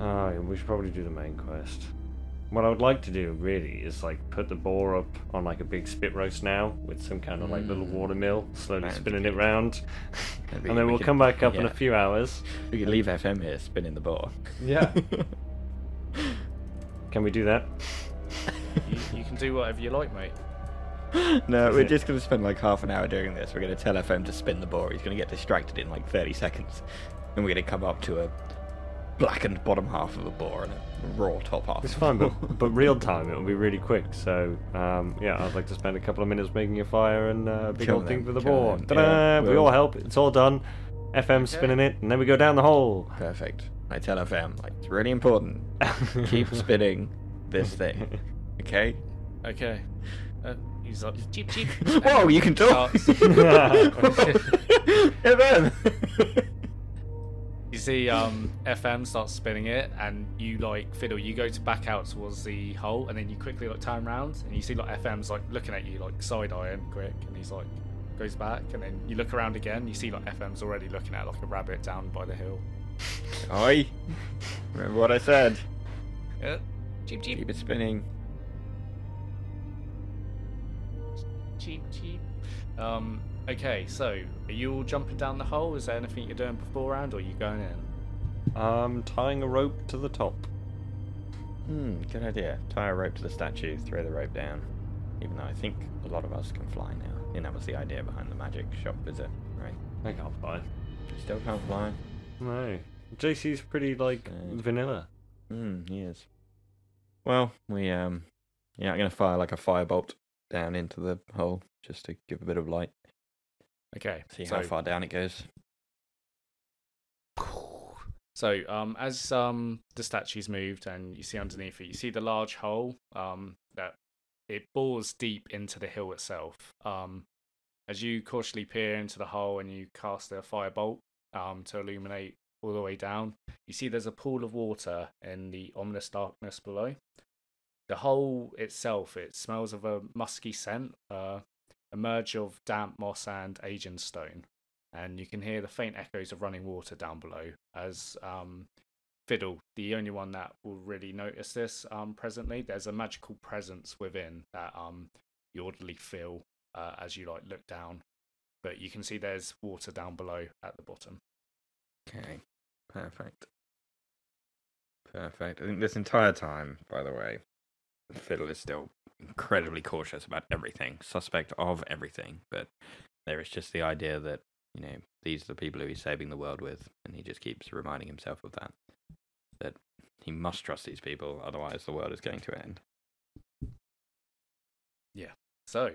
[SPEAKER 4] Ah, yeah, we should probably do the main quest. What I would like to do really is like put the boar up on like a big spit roast now with some kind of like little
[SPEAKER 2] Mm.
[SPEAKER 4] water mill, slowly
[SPEAKER 2] That'd be
[SPEAKER 4] spinning it
[SPEAKER 2] good.
[SPEAKER 4] round,
[SPEAKER 2] That'd be-
[SPEAKER 4] and then
[SPEAKER 2] we
[SPEAKER 4] we'll
[SPEAKER 2] could-
[SPEAKER 4] come back up in a
[SPEAKER 2] yeah.
[SPEAKER 4] few hours.
[SPEAKER 2] We could leave FM here spinning the ball.
[SPEAKER 4] Yeah. Can we do that?
[SPEAKER 1] you, you can do whatever you like, mate.
[SPEAKER 2] no, we're just going to spend like half an hour doing this. We're going to tell FM to spin the ball. He's going to get distracted in like 30 seconds. And we're going to come up to a blackened bottom half of a ball and a raw top half.
[SPEAKER 4] It's fine, but but real time it'll be really quick. So um, yeah, I'd like to spend a couple of minutes making a fire and uh, a big
[SPEAKER 2] Kill
[SPEAKER 4] old thing
[SPEAKER 2] them,
[SPEAKER 4] for the
[SPEAKER 2] kill
[SPEAKER 4] boar.
[SPEAKER 2] them,
[SPEAKER 4] Ta-da!
[SPEAKER 2] yeah,
[SPEAKER 4] we
[SPEAKER 2] we'll-
[SPEAKER 4] all help. It's all done. FM spinning it, and then we go down the hole.
[SPEAKER 2] Perfect. I tell FM, like, it's really important. Keep spinning this thing. Okay?
[SPEAKER 1] Okay. Uh, he's like cheep cheep.
[SPEAKER 2] Whoa, you can talk!
[SPEAKER 1] Starts-
[SPEAKER 2] FM!
[SPEAKER 1] You see, um, FM starts spinning it, and you like fiddle. You go to back out towards the hole, and then you quickly like turn round, and you see like FM's like looking at you like side eyeing quick, and he's like goes back, and then you look around again. You see like FM's already looking at like a rabbit down by the hill.
[SPEAKER 2] Oi! Remember what I said?
[SPEAKER 1] Yeah.
[SPEAKER 8] Cheep, cheep,
[SPEAKER 2] Keep it spinning.
[SPEAKER 1] cheep, cheep. Um, okay, so are you all jumping down the hole? Is there anything you're doing beforehand, or are you going in?
[SPEAKER 4] Um, tying a rope to the top.
[SPEAKER 2] Hmm, good idea. Tie a rope to the statue, throw the rope down. Even though I think a lot of us can fly now. And that was the idea behind the magic shop visit, right?
[SPEAKER 4] I can't fly.
[SPEAKER 2] Still can't fly.
[SPEAKER 4] No. JC's pretty like
[SPEAKER 2] Sad.
[SPEAKER 4] vanilla.
[SPEAKER 2] Hmm, he is. Well, we um yeah, I'm gonna fire like a firebolt down into the hole just to give a bit of light.
[SPEAKER 1] Okay,
[SPEAKER 2] See
[SPEAKER 1] so
[SPEAKER 2] how far down it goes.
[SPEAKER 1] So, um, as um, the statue's moved and you see underneath it, you see the large hole um, that it bores deep into the hill itself. Um, as you cautiously peer into the hole and you cast a firebolt um, to illuminate all the way down, you see there's a pool of water in the ominous darkness below. The hole itself, it smells of a musky scent, uh, a merge of damp moss and Asian stone and you can hear the faint echoes of running water down below as um, Fiddle, the only one that will really notice this um, presently, there's a magical presence within that um, you audibly feel uh, as you like look down. But you can see there's water down below at the bottom.
[SPEAKER 2] Okay. Perfect. Perfect. I think this entire time, by the way, Fiddle is still incredibly cautious about everything, suspect of everything, but there is just the idea that, you know, these are the people who he's saving the world with, and he just keeps reminding himself of that. That he must trust these people, otherwise the world is going to end.
[SPEAKER 1] So,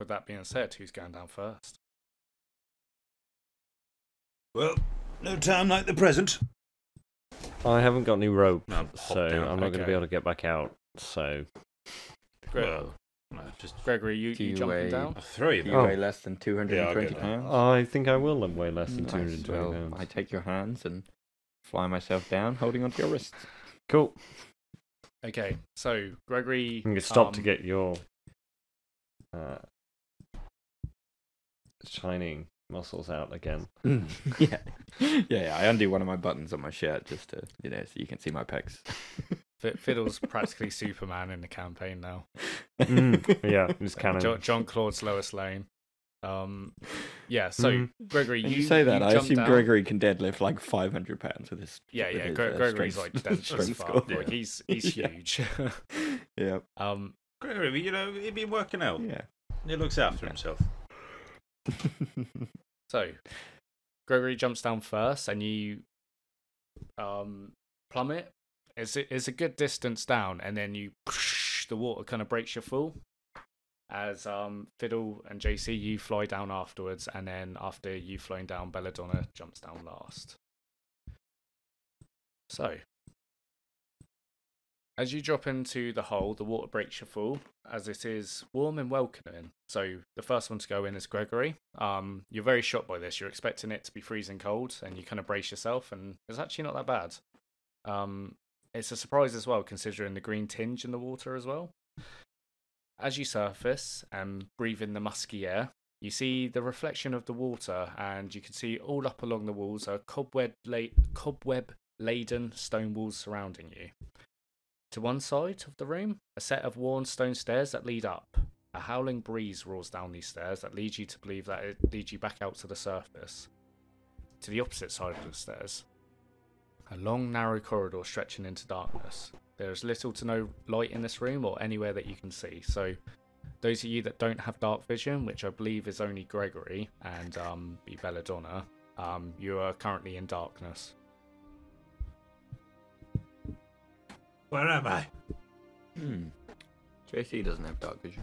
[SPEAKER 1] with that being said, who's going down first?
[SPEAKER 3] Well, no time like the present.
[SPEAKER 4] I haven't got any rope,
[SPEAKER 3] No, I'll
[SPEAKER 4] so
[SPEAKER 3] hop down.
[SPEAKER 4] I'm not going to be
[SPEAKER 1] Okay.
[SPEAKER 4] able to get back out. So
[SPEAKER 1] Gre-
[SPEAKER 3] Well, I just
[SPEAKER 1] Gregory, you,
[SPEAKER 2] Do
[SPEAKER 1] you
[SPEAKER 2] you
[SPEAKER 1] jumping
[SPEAKER 2] weigh-
[SPEAKER 1] down?
[SPEAKER 3] I throw you
[SPEAKER 2] You
[SPEAKER 4] Oh.
[SPEAKER 2] weigh less than
[SPEAKER 3] Yeah, I'll go
[SPEAKER 2] 220
[SPEAKER 3] down.
[SPEAKER 2] pounds.
[SPEAKER 4] I think I will then weigh less than
[SPEAKER 2] Nice.
[SPEAKER 4] 220
[SPEAKER 2] Well,
[SPEAKER 4] pounds.
[SPEAKER 2] I take your hands and fly myself down, holding onto your wrists.
[SPEAKER 4] Cool.
[SPEAKER 1] Okay, so Gregory.
[SPEAKER 4] You can stop to
[SPEAKER 1] um,
[SPEAKER 4] get your uh, shining muscles out again.
[SPEAKER 2] yeah. yeah, yeah. I undo one of my buttons on my shirt just to, you know, so you can see my pecs.
[SPEAKER 1] Fi- Fiddle's practically Superman in the campaign now. Mm.
[SPEAKER 4] Mm, yeah, it's canon.
[SPEAKER 1] Jo- John Claude's Lois Lane. Um, yeah, so
[SPEAKER 4] Mhm.
[SPEAKER 1] Gregory,
[SPEAKER 2] When
[SPEAKER 1] you,
[SPEAKER 2] you, say that, I
[SPEAKER 1] jumped
[SPEAKER 2] assume
[SPEAKER 1] down.
[SPEAKER 2] Gregory can deadlift like 500 pounds with his.
[SPEAKER 1] Yeah,
[SPEAKER 2] with
[SPEAKER 1] yeah,
[SPEAKER 2] his,
[SPEAKER 1] Gre-
[SPEAKER 2] uh,
[SPEAKER 1] Gregory's
[SPEAKER 2] strength-
[SPEAKER 1] like dense as
[SPEAKER 2] strength
[SPEAKER 1] fuck.
[SPEAKER 2] score.
[SPEAKER 1] Like, he's he's
[SPEAKER 2] Yeah.
[SPEAKER 1] huge.
[SPEAKER 2] Yeah,
[SPEAKER 1] um,
[SPEAKER 3] Gregory, you know, he'd been working out.
[SPEAKER 2] yeah.
[SPEAKER 3] He looks Oh, after himself.
[SPEAKER 1] so Gregory jumps down first, and you um plummet. It's a, it's a good distance down, and then you the water kind of breaks your fall. As um, Fiddle and JC, you fly down afterwards, and then after you've flown down, Belladonna jumps down last. So, As you drop into the hole, the water breaks your fall, as it is warm and welcoming. So the first one to go in is Gregory. Um, you're very shocked by this. You're expecting it to be freezing cold, and you kind of brace yourself, and it's actually not that bad. Um, it's a surprise as well, considering the green tinge in the water as well. As you surface and breathe in the musky air, you see the reflection of the water, and you can see all up along the walls are cobweb la- cobweb laden stone walls surrounding you. To one side of the room, a set of worn stone stairs that lead up. A howling breeze roars down these stairs that leads you to believe that it leads you back out to the surface. To the opposite side of the stairs, a long narrow corridor stretching into darkness. There is little to no light in this room or anywhere that you can see, so those of you that don't have dark vision, which I believe is only Gregory and um, be Belladonna, um, you are currently in darkness.
[SPEAKER 3] Where am I?
[SPEAKER 2] Hmm. JC doesn't have dark vision.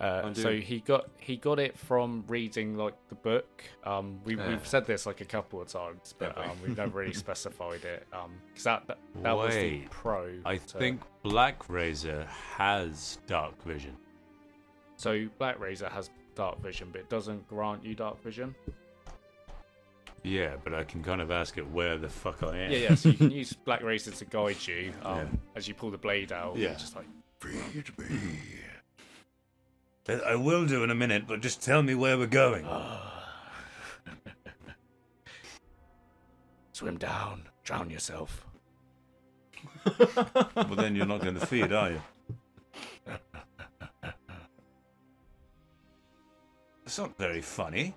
[SPEAKER 1] Uh,
[SPEAKER 3] I do.
[SPEAKER 1] so he got he got it from reading like the book. Um, we,
[SPEAKER 3] Yeah.
[SPEAKER 1] We've said this like a couple of times, but
[SPEAKER 3] Have we?
[SPEAKER 1] um, we've never really specified it. Um, because that that, that was the
[SPEAKER 3] Wait.
[SPEAKER 1] pro.
[SPEAKER 3] I
[SPEAKER 1] to-
[SPEAKER 3] think Black Razor has dark vision.
[SPEAKER 1] so. Black Razor has dark vision, but it doesn't grant you dark vision.
[SPEAKER 3] Yeah, but I can kind of ask it where the fuck I am.
[SPEAKER 1] Yeah, yeah. So you can use Black Razor to guide you um,
[SPEAKER 3] Yeah.
[SPEAKER 1] as you pull the blade out. Yeah,
[SPEAKER 3] Yeah.
[SPEAKER 1] just like
[SPEAKER 3] Feed me. That I will do in a minute, but just tell me where we're going.
[SPEAKER 1] swim down, drown yourself.
[SPEAKER 3] Well, then you're not going to feed, are you? It's not very funny.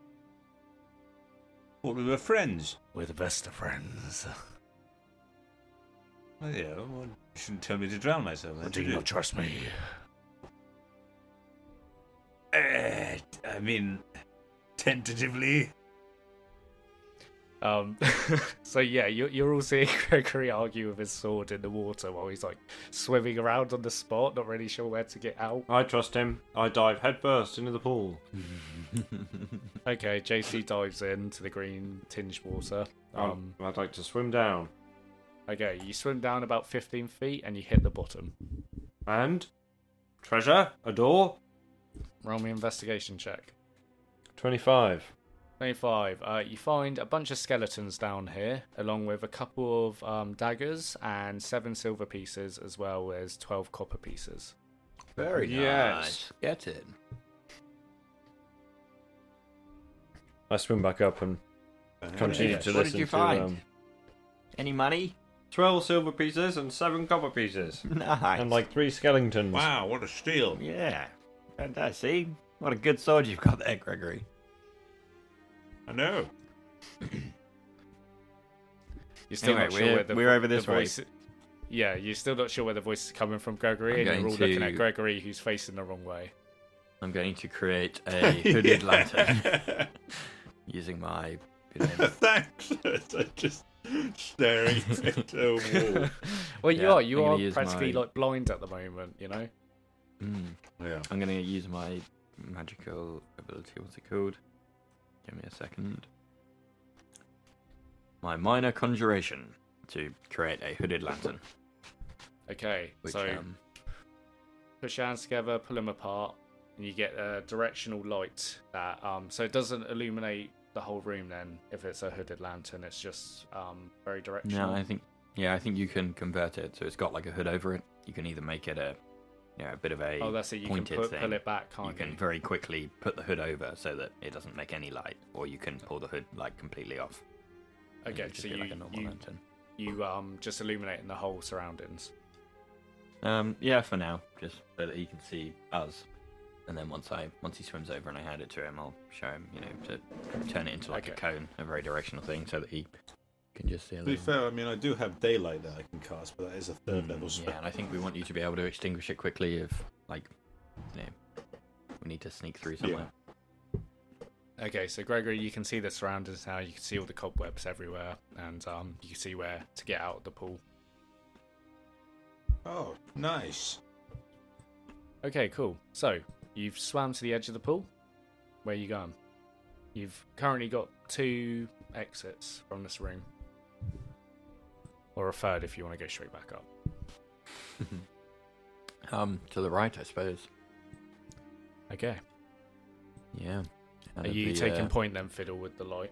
[SPEAKER 3] Thought we were friends.
[SPEAKER 1] We're the best of friends.
[SPEAKER 3] Well, Oh, yeah, well, you shouldn't tell me to drown myself. Then,
[SPEAKER 1] Do
[SPEAKER 3] should
[SPEAKER 1] you
[SPEAKER 3] you?
[SPEAKER 1] not trust me?
[SPEAKER 3] Eh, I mean, tentatively.
[SPEAKER 1] Um, so yeah, you're, you're all seeing Gregory argue with his sword in the water while he's like swimming around on the spot, not really sure where to get out.
[SPEAKER 4] I trust him. I dive headfirst into the pool.
[SPEAKER 1] Okay, JC dives into the green tinged water. Um,
[SPEAKER 4] I'd like to swim down.
[SPEAKER 1] okay, you swim down about 15 feet and you hit the bottom.
[SPEAKER 4] And? Treasure? A door?
[SPEAKER 1] Roll me investigation check.
[SPEAKER 4] 25.
[SPEAKER 1] 25. Uh, you find a bunch of skeletons down here, along with a couple of um, daggers and seven silver pieces, as well as 12 copper pieces.
[SPEAKER 2] Very
[SPEAKER 4] Yes.
[SPEAKER 2] Get it.
[SPEAKER 4] I swim back up and continue to
[SPEAKER 2] What did
[SPEAKER 4] listen
[SPEAKER 2] you
[SPEAKER 4] to,
[SPEAKER 2] find?
[SPEAKER 4] um,
[SPEAKER 2] Any money?
[SPEAKER 4] 12 silver pieces and 7 copper pieces.
[SPEAKER 2] Nice.
[SPEAKER 4] and like 3 skeletons.
[SPEAKER 3] Wow, what a steal.
[SPEAKER 2] yeah. And I see. What a good sword you've got there, Gregory.
[SPEAKER 3] I know.
[SPEAKER 1] You're still
[SPEAKER 2] Anyway,
[SPEAKER 1] not sure
[SPEAKER 2] we're-
[SPEAKER 1] where the,
[SPEAKER 2] we're over
[SPEAKER 1] the
[SPEAKER 2] this way.
[SPEAKER 1] voice. Yeah, you're still not sure where the voice is coming from, Gregory,
[SPEAKER 2] I'm
[SPEAKER 1] and you're
[SPEAKER 2] going
[SPEAKER 1] all looking at
[SPEAKER 2] to-
[SPEAKER 1] Gregory, who's facing the wrong way.
[SPEAKER 2] I'm going to create a hooded lantern using my. you know,
[SPEAKER 3] Thanks. I'm just staring at a
[SPEAKER 1] Well, you
[SPEAKER 2] Yeah,
[SPEAKER 1] are. You
[SPEAKER 2] I'm gonna
[SPEAKER 1] are
[SPEAKER 2] use
[SPEAKER 1] practically
[SPEAKER 2] my-
[SPEAKER 1] like blind at the moment. You know.
[SPEAKER 2] mm.
[SPEAKER 3] wall. Yeah.
[SPEAKER 2] I'm gonna use my magical ability. What's it called? Give me a second. My minor conjuration to create a hooded lantern.
[SPEAKER 1] Okay,
[SPEAKER 2] Which,
[SPEAKER 1] so
[SPEAKER 2] um,
[SPEAKER 1] push your hands together, pull them apart, and you get a directional light that. Um, so it doesn't illuminate the whole room. Then, if it's a hooded lantern, it's just um very directional.
[SPEAKER 2] no, I think yeah, I think you can convert it. So it's got like a hood over it. You can either make it a, you know, a bit of a.
[SPEAKER 1] oh, that's it. You can
[SPEAKER 2] pointed
[SPEAKER 1] put,
[SPEAKER 2] thing.
[SPEAKER 1] pull it back,
[SPEAKER 2] you
[SPEAKER 1] can't you?
[SPEAKER 2] can very quickly put the hood over so that it doesn't make any light, or you can pull the hood like completely off. and
[SPEAKER 1] Okay,
[SPEAKER 2] it'll just
[SPEAKER 1] so
[SPEAKER 2] be
[SPEAKER 1] you
[SPEAKER 2] like a normal
[SPEAKER 1] you,
[SPEAKER 2] lantern.
[SPEAKER 1] you um just illuminating the whole surroundings.
[SPEAKER 2] Um, yeah, for now, just so that he can see us. And then once I once he swims over and I hand it to him, I'll show him, you know, to turn it into like a cone, a very directional thing, so that he can just see. A
[SPEAKER 9] To be
[SPEAKER 2] little.
[SPEAKER 9] fair, I mean, I do have daylight that I can cast, but that is a third level
[SPEAKER 2] Mm,
[SPEAKER 9] spell.
[SPEAKER 2] yeah, and I think we want you to be able to extinguish it quickly if, like, you know, we need to sneak through somewhere.
[SPEAKER 1] Okay, so Gregory, you can see the surroundings now. You can see all the cobwebs everywhere, and um, you can see where to get out of the pool.
[SPEAKER 9] Oh, nice.
[SPEAKER 1] Okay, cool. So you've swam to the edge of the pool. Where are you going? You've currently got two exits from this room, or a third if you want to go straight back up.
[SPEAKER 2] Um, to the right, I suppose.
[SPEAKER 1] Okay.
[SPEAKER 2] Yeah. Out
[SPEAKER 1] Are
[SPEAKER 2] of
[SPEAKER 1] you
[SPEAKER 2] the,
[SPEAKER 1] taking
[SPEAKER 2] uh,
[SPEAKER 1] point then, Fiddle, with the light?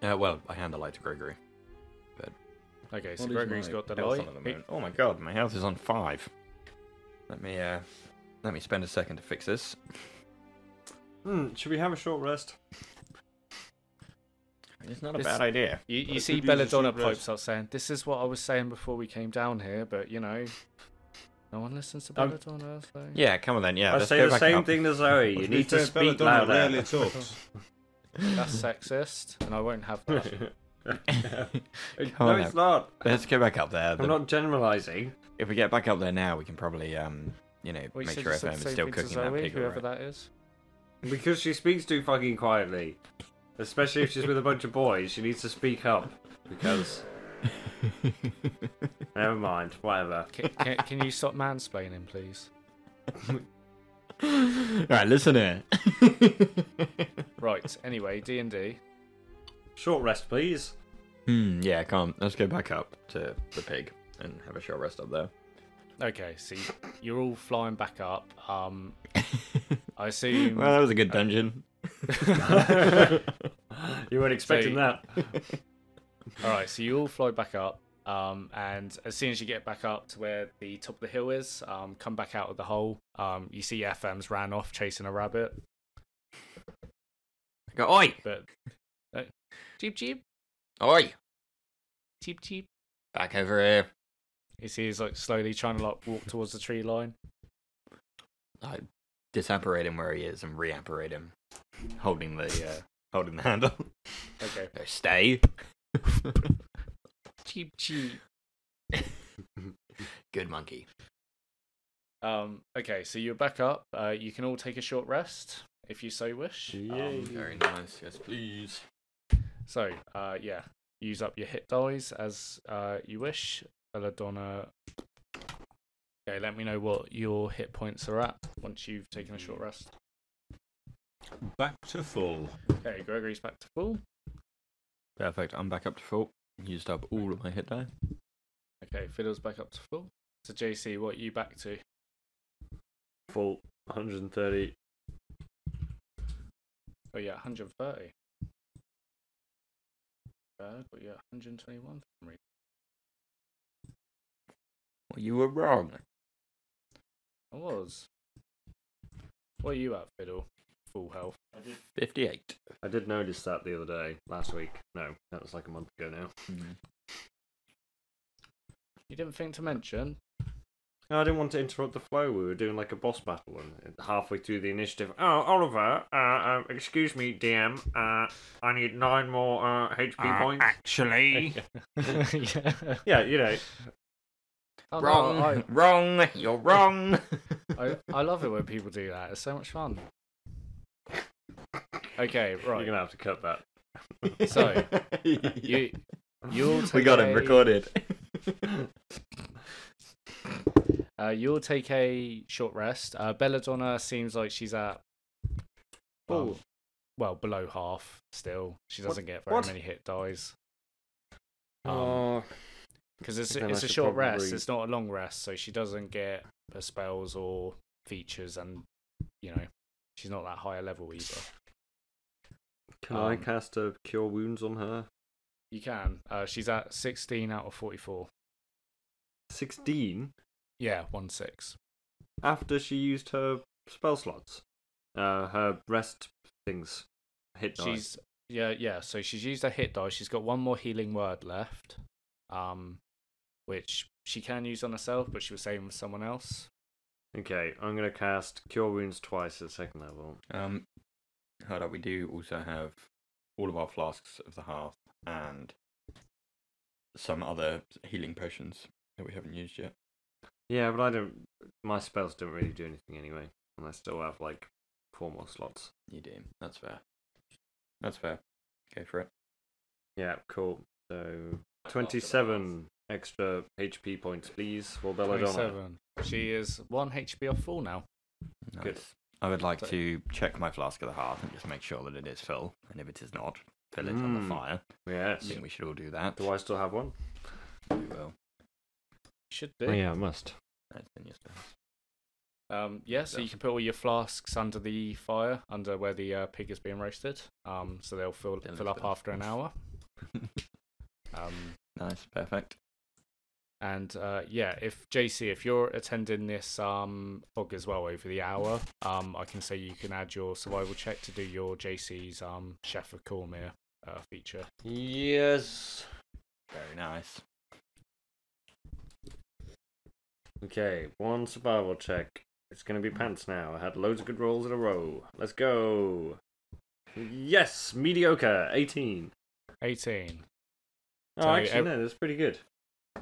[SPEAKER 2] Uh, well, I hand the light to Gregory.
[SPEAKER 1] Okay, so
[SPEAKER 2] What is
[SPEAKER 1] Gregory's
[SPEAKER 2] my
[SPEAKER 1] got the
[SPEAKER 2] health
[SPEAKER 1] light.
[SPEAKER 2] on at the
[SPEAKER 1] He-
[SPEAKER 2] moment? oh my god, my health is on five. Let me uh, let me spend a second to fix this.
[SPEAKER 4] Hmm, should we have a short rest?
[SPEAKER 2] It's not a
[SPEAKER 1] This-
[SPEAKER 2] bad idea.
[SPEAKER 1] You,
[SPEAKER 9] I
[SPEAKER 1] you see
[SPEAKER 9] could use a
[SPEAKER 1] Belladonna
[SPEAKER 9] short rest.
[SPEAKER 1] pipes up saying, "This is what I was saying before we came down here," but you know, no one listens to
[SPEAKER 4] Um,
[SPEAKER 1] Belladonna. so...
[SPEAKER 2] Yeah, come on then. Yeah,
[SPEAKER 4] I
[SPEAKER 2] let's
[SPEAKER 4] say
[SPEAKER 2] go
[SPEAKER 4] the
[SPEAKER 2] back
[SPEAKER 4] same
[SPEAKER 2] up.
[SPEAKER 4] thing to Zoe.
[SPEAKER 9] Well,
[SPEAKER 4] You
[SPEAKER 9] to be
[SPEAKER 4] need
[SPEAKER 9] fair,
[SPEAKER 4] to speak
[SPEAKER 9] Belladonna
[SPEAKER 4] louder.
[SPEAKER 9] rarely talks.
[SPEAKER 1] That's sexist, and I won't have that.
[SPEAKER 2] Come
[SPEAKER 4] Uh, no,
[SPEAKER 2] on
[SPEAKER 4] it's
[SPEAKER 2] now.
[SPEAKER 4] not.
[SPEAKER 2] Let's go back up there. The-
[SPEAKER 4] I'm not generalizing.
[SPEAKER 2] If we get back up there now, we can probably um, you know,
[SPEAKER 1] Well, you
[SPEAKER 2] make
[SPEAKER 1] said
[SPEAKER 2] sure
[SPEAKER 1] you said
[SPEAKER 2] FM
[SPEAKER 1] the
[SPEAKER 2] is
[SPEAKER 1] same
[SPEAKER 2] still
[SPEAKER 1] thing to
[SPEAKER 2] cooking that
[SPEAKER 1] Zoe,
[SPEAKER 2] pig. all
[SPEAKER 1] whoever
[SPEAKER 2] right.
[SPEAKER 1] that is.
[SPEAKER 4] Because she speaks too fucking quietly. Especially if she's with a bunch of boys, she needs to speak up. Because. Never mind, whatever.
[SPEAKER 1] Can, can, can you stop mansplaining, please?
[SPEAKER 2] All right, listen here.
[SPEAKER 1] Right. Anyway, D and D.
[SPEAKER 4] Short rest, please.
[SPEAKER 2] Hmm, yeah, come on. Let's go back up to the pig and have a short rest up there.
[SPEAKER 1] Okay, so you- you're all flying back up. Um, I assume.
[SPEAKER 2] Well, that was a good dungeon.
[SPEAKER 4] You weren't expecting
[SPEAKER 1] So-
[SPEAKER 4] that.
[SPEAKER 1] All right, so you all fly back up, um, and as soon as you get back up to where the top of the hill is, um, come back out of the hole. Um, you see FM's ran off chasing a rabbit,
[SPEAKER 2] I go, oi,
[SPEAKER 1] but uh, jeep jeep
[SPEAKER 2] oi,
[SPEAKER 1] jeep jeep.
[SPEAKER 2] back over here.
[SPEAKER 1] You see, he's like slowly trying to like walk towards the tree line.
[SPEAKER 2] I disapparate him where he is and reapparate him, holding the uh, holding the handle.
[SPEAKER 1] Okay.
[SPEAKER 2] No, stay. cheep cheep. Good monkey.
[SPEAKER 1] Um. Okay. So you're back up. Uh, you can all take a short rest if you so wish. Um,
[SPEAKER 2] very nice. Yes, please.
[SPEAKER 1] So, uh, yeah, use up your hit dice as uh, you wish. Belladonna. Okay, let me know what your hit points are at once you've taken a short rest.
[SPEAKER 3] Back to full.
[SPEAKER 1] Okay, Gregory's back to full.
[SPEAKER 2] Perfect. I'm back up to full. Used up all of my hit die.
[SPEAKER 1] Okay, Fiddle's back up to full. So, JC, what are you back to?
[SPEAKER 4] Full 130.
[SPEAKER 1] Oh, yeah, 130. Uh, got you at 121 for some reason.
[SPEAKER 2] Well, you were wrong.
[SPEAKER 1] I was. What are you at, Fiddle? Full health.
[SPEAKER 2] Fifty-eight.
[SPEAKER 4] I did notice that the other day, last week. No, that was like a month ago now.
[SPEAKER 1] You didn't think to mention?
[SPEAKER 4] No, I didn't want to interrupt the flow. We were doing like a boss battle, and halfway through the initiative, oh Oliver, uh, um, excuse me, DM, uh, I need nine more uh, HP points.
[SPEAKER 3] actually,
[SPEAKER 1] yeah.
[SPEAKER 4] Yeah, you know,
[SPEAKER 1] Oh, no,
[SPEAKER 2] Wrong.
[SPEAKER 1] I-
[SPEAKER 2] Wrong. You're wrong.
[SPEAKER 1] I, I love it when people do that. It's so much fun. Okay,
[SPEAKER 4] you're
[SPEAKER 1] right.
[SPEAKER 4] gonna have to cut that.
[SPEAKER 1] So you you'll take
[SPEAKER 2] we got him
[SPEAKER 1] a-
[SPEAKER 2] recorded.
[SPEAKER 1] Uh, you'll take a short rest. Uh, Belladonna seems like she's at
[SPEAKER 4] Oh.
[SPEAKER 1] um, well below half still. She doesn't get very
[SPEAKER 4] what?
[SPEAKER 1] many hit dies
[SPEAKER 4] oh,
[SPEAKER 1] because it's
[SPEAKER 4] Then I
[SPEAKER 1] it's a
[SPEAKER 4] should
[SPEAKER 1] short rest.
[SPEAKER 4] probably-
[SPEAKER 1] It's not a long rest, so she doesn't get her spells or features, and you know she's not that high a level either.
[SPEAKER 4] can I
[SPEAKER 1] um,
[SPEAKER 4] cast a cure wounds on her?
[SPEAKER 1] You can. Uh, she's at sixteen out of forty-four.
[SPEAKER 4] Sixteen
[SPEAKER 1] Yeah, one six.
[SPEAKER 4] after she used her spell slots, uh, her rest things, hit die.
[SPEAKER 1] She's yeah, yeah. So she's used her hit die. She's got one more healing word left, um, which she can use on herself, but she was saving for someone else.
[SPEAKER 4] Okay, I'm gonna cast cure wounds twice at second level.
[SPEAKER 2] Um, hold up. We do also have all of our flasks of the hearth and some other healing potions that we haven't used yet.
[SPEAKER 4] Yeah, but I don't. My spells don't really do anything anyway, and I still have like four more slots.
[SPEAKER 2] You do. That's fair. That's fair. Go for it.
[SPEAKER 4] Yeah, cool. So twenty-seven extra HP points, please, for Belladonna.
[SPEAKER 1] Twenty-seven. She is one HP off full now.
[SPEAKER 2] Nice.
[SPEAKER 4] Good.
[SPEAKER 2] I would like
[SPEAKER 1] So-
[SPEAKER 2] to check my flask of the hearth and just make sure that it is full, and if it is not, fill it on
[SPEAKER 4] Mm.
[SPEAKER 2] the fire. I
[SPEAKER 4] Yes.
[SPEAKER 2] think we should all Hmm. do that.
[SPEAKER 4] Do I still have one?
[SPEAKER 2] We will.
[SPEAKER 1] Should do.
[SPEAKER 4] I must.
[SPEAKER 2] That's in your space.
[SPEAKER 1] Um, yeah. So you can put all your flasks under the fire, under where the uh, pig is being roasted. Um, so they'll fill
[SPEAKER 2] Then
[SPEAKER 1] fill
[SPEAKER 2] it's
[SPEAKER 1] up
[SPEAKER 2] better.
[SPEAKER 1] after an hour. Um,
[SPEAKER 2] Nice, perfect.
[SPEAKER 1] And uh, yeah, if JC, if you're attending this um bog as well over the hour, um, I can say you can add your survival check to do your JC's um chef of Cormier uh, feature.
[SPEAKER 4] Yes.
[SPEAKER 2] Very nice.
[SPEAKER 4] Okay, one survival check. It's gonna be pants now. I had loads of good rolls in a row. Let's go. Yes, mediocre, eighteen.
[SPEAKER 1] Eighteen.
[SPEAKER 4] Oh,
[SPEAKER 1] So
[SPEAKER 4] actually,
[SPEAKER 1] ev-
[SPEAKER 4] no, that's pretty good.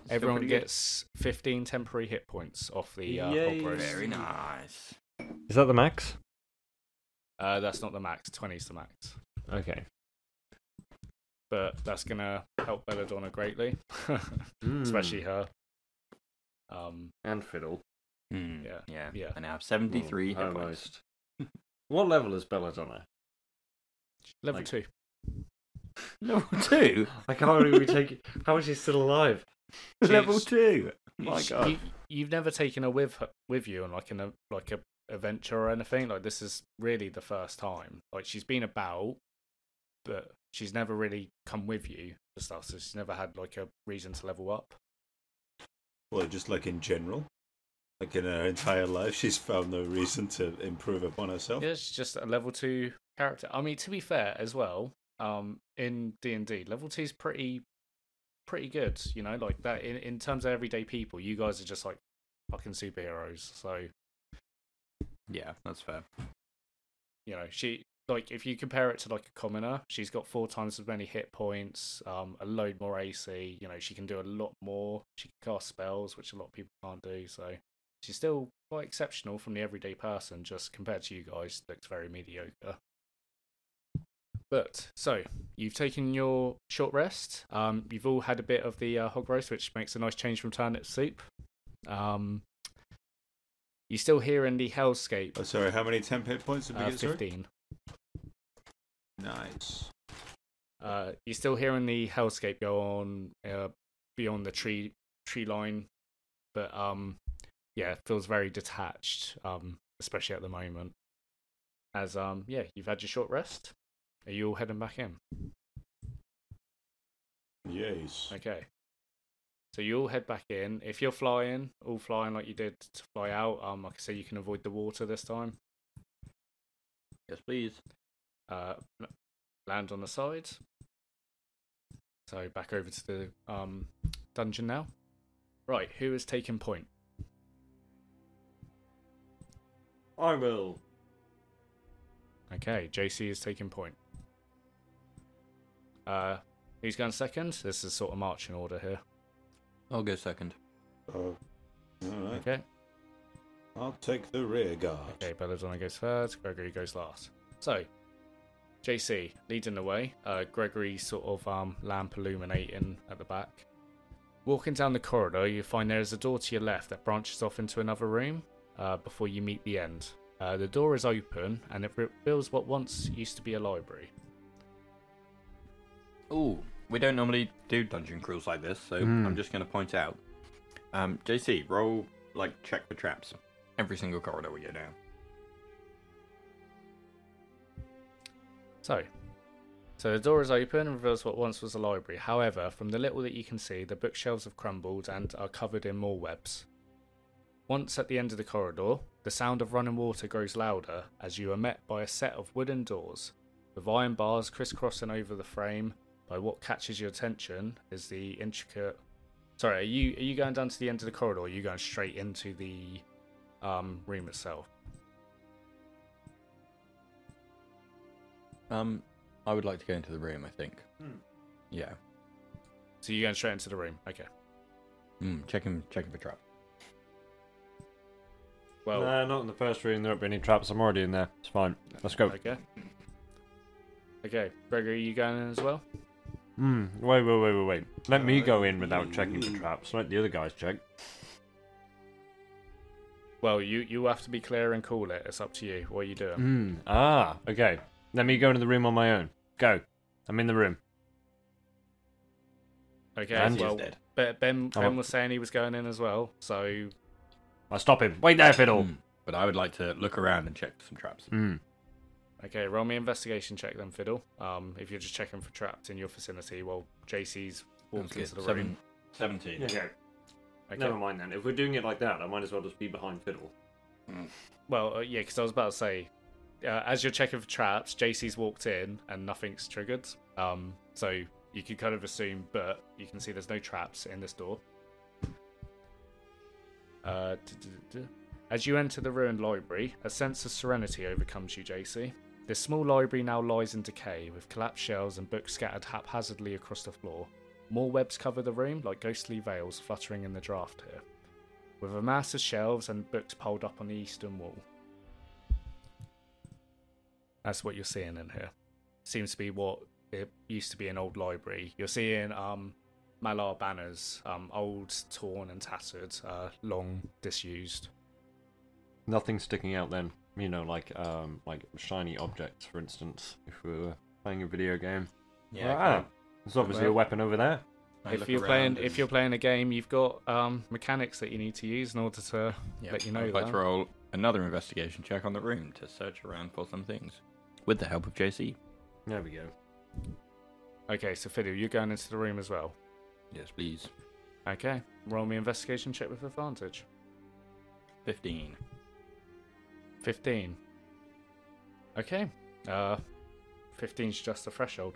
[SPEAKER 4] Still
[SPEAKER 1] Everyone
[SPEAKER 4] pretty good.
[SPEAKER 1] gets fifteen temporary hit points off the uh,
[SPEAKER 4] Yay.
[SPEAKER 1] hog roast.
[SPEAKER 2] Very nice.
[SPEAKER 4] Is that the max?
[SPEAKER 1] Uh, that's not the max. Twenty's the max.
[SPEAKER 4] Okay.
[SPEAKER 1] But that's gonna help Belladonna greatly, especially her. Um,
[SPEAKER 4] Hmm. and fiddle.
[SPEAKER 2] Hmm,
[SPEAKER 1] Yeah,
[SPEAKER 2] Yeah.
[SPEAKER 1] yeah.
[SPEAKER 2] I now have 73
[SPEAKER 4] Well,
[SPEAKER 2] hit points.
[SPEAKER 4] almost. Oh, what level is Belladonna?
[SPEAKER 1] level
[SPEAKER 4] Like-
[SPEAKER 1] two.
[SPEAKER 2] Level 2?
[SPEAKER 4] I can't really take. How is she still alive?
[SPEAKER 2] Level
[SPEAKER 1] Jeez.
[SPEAKER 2] 2? My
[SPEAKER 1] sh-
[SPEAKER 2] god.
[SPEAKER 1] You, you've never taken her with her- with you on like an a- like a adventure or anything. Like this is really the first time. Like she's been about, but she's never really come with you for stuff. So she's never had like a reason to level up.
[SPEAKER 10] Well, just like in general, like in her entire life, she's found no reason to improve upon herself.
[SPEAKER 1] Yeah, she's just a level two character. I mean, to be fair as well, um, in D and D, level two is pretty pretty good. You know, like that in, in terms of everyday people, you guys are just like fucking superheroes. So
[SPEAKER 2] Yeah, that's fair.
[SPEAKER 1] you know she like if you compare it to like a commoner she's got four times as many hit points um a load more ac you know she can do a lot more she can cast spells which a lot of people can't do so she's still quite exceptional from the everyday person just compared to you guys looks very mediocre but so you've taken your short rest um you've all had a bit of the uh, hog roast which makes a nice change from turnip soup um you still hear in the hellscape
[SPEAKER 10] Oh, sorry, how many temp hit points did we
[SPEAKER 1] uh,
[SPEAKER 10] get? Sorry?
[SPEAKER 1] 15
[SPEAKER 10] Nice.
[SPEAKER 1] Uh, you're still hearing the hellscape go on uh, beyond the tree tree line, but um, yeah, it feels very detached, um, especially at the moment. As um, yeah, you've had your short rest. Are you all heading back in?
[SPEAKER 10] Yes.
[SPEAKER 1] Okay. So you all head back in. If you're flying, all flying like you did to fly out, um, like I said, you can avoid the water this time.
[SPEAKER 2] Yes, please.
[SPEAKER 1] uh, l- land on the side. So back over to the um, dungeon now. Right, who has taken point?
[SPEAKER 4] I will.
[SPEAKER 1] Okay, JC is taking point. Uh, who's going second? This is sort of marching order here.
[SPEAKER 2] I'll go second.
[SPEAKER 10] Oh. all right.
[SPEAKER 1] Okay.
[SPEAKER 10] I'll take the rear guard.
[SPEAKER 1] Okay, Belladonna goes first, Gregory goes last. So, JC leading the way, uh, Gregory sort of um, lamp illuminating at the back. Walking down the corridor, you find there is a door to your left that branches off into another room uh, before you meet the end. Uh, the door is open and it reveals what once used to be a library.
[SPEAKER 2] Ooh, we don't normally do dungeon crawls like this, so
[SPEAKER 3] Hmm.
[SPEAKER 2] I'm just going to point out. Um, JC, roll, like, check for traps. Every single corridor we go down.
[SPEAKER 1] So, so the door is open and reveals what once was a library. However, from the little that you can see, the bookshelves have crumbled and are covered in more webs. Once at the end of the corridor, the sound of running water grows louder as you are met by a set of wooden doors, with iron bars crisscrossing over the frame. By what catches your attention is the intricate. Sorry, are you are you going down to the end of the corridor? Or are you going straight into the um, room itself?
[SPEAKER 2] Um, I would like to go into the room, I think.
[SPEAKER 4] Hmm.
[SPEAKER 2] Yeah.
[SPEAKER 1] So you're going straight into the room. Okay.
[SPEAKER 2] Mm, checking, checking for traps.
[SPEAKER 1] Well,
[SPEAKER 4] Nah, not in the first room. There won't be any traps. I'm already in there. It's fine. Let's go.
[SPEAKER 1] Okay. Okay, Gregory, you going in as well?
[SPEAKER 4] Hmm. Wait, wait, wait, wait, wait. Let me go in without checking for traps. Let the other guys check.
[SPEAKER 1] Well, you you have to be clear and call it. It's up to you. What are you doing?
[SPEAKER 4] Hmm. Ah. Okay. Let me go into the room on my own. Go. I'm in the room.
[SPEAKER 1] Okay.
[SPEAKER 4] Andy's
[SPEAKER 1] well,
[SPEAKER 2] dead.
[SPEAKER 1] Ben Ben,
[SPEAKER 4] I'm
[SPEAKER 1] ben
[SPEAKER 4] up.
[SPEAKER 1] was saying he was going in as well. So
[SPEAKER 4] I stop him. Wait there, fiddle.
[SPEAKER 2] Mm, But I would like to look around and check for some traps.
[SPEAKER 4] Hmm.
[SPEAKER 1] okay, roll me investigation check then, Fiddle. Um, if you're just checking for traps in your vicinity, while JC's walked into the room.
[SPEAKER 2] 17.
[SPEAKER 1] Okay.
[SPEAKER 4] Never mind then. If we're doing it like that, I might as well just be behind fiddle.
[SPEAKER 1] Well, uh, yeah, because I was about to say, uh, as you're checking for traps, JC's walked in and nothing's triggered. Um, so you could kind of assume, but you can see there's no traps in this door. Uh, duh, duh, duh, duh. As you enter the ruined library, a sense of serenity overcomes you, JC. This small library now lies in decay, with collapsed shelves and books scattered haphazardly across the floor. More webs cover the room, like ghostly veils fluttering in the draft here with a mass of shelves and books piled up on the eastern wall. That's what you're seeing in here. Seems to be what it used to be an old library. You're seeing um, Malar banners, um, old, torn, and tattered, uh, long disused.
[SPEAKER 4] Nothing sticking out then. You know, like um, like shiny objects, for instance. If we were playing a video game.
[SPEAKER 2] Yeah,
[SPEAKER 4] Ah,
[SPEAKER 2] can
[SPEAKER 4] There's obviously a weapon over there.
[SPEAKER 2] I- I
[SPEAKER 1] If
[SPEAKER 2] look
[SPEAKER 1] you're
[SPEAKER 2] around
[SPEAKER 1] playing,
[SPEAKER 2] and-
[SPEAKER 1] if you're playing a game, you've got um, mechanics that you need to use in order to
[SPEAKER 2] Yeah,
[SPEAKER 1] let you know
[SPEAKER 2] I'd like
[SPEAKER 1] that.
[SPEAKER 2] to roll another investigation check on the room to search around for some things. With the help of JC.
[SPEAKER 4] There we go.
[SPEAKER 1] Okay, so Fiddle, you're going into the room as well.
[SPEAKER 2] Yes, please.
[SPEAKER 1] Okay, roll me investigation check with advantage.
[SPEAKER 2] 15.
[SPEAKER 1] 15. Okay. Uh, 15's just the threshold.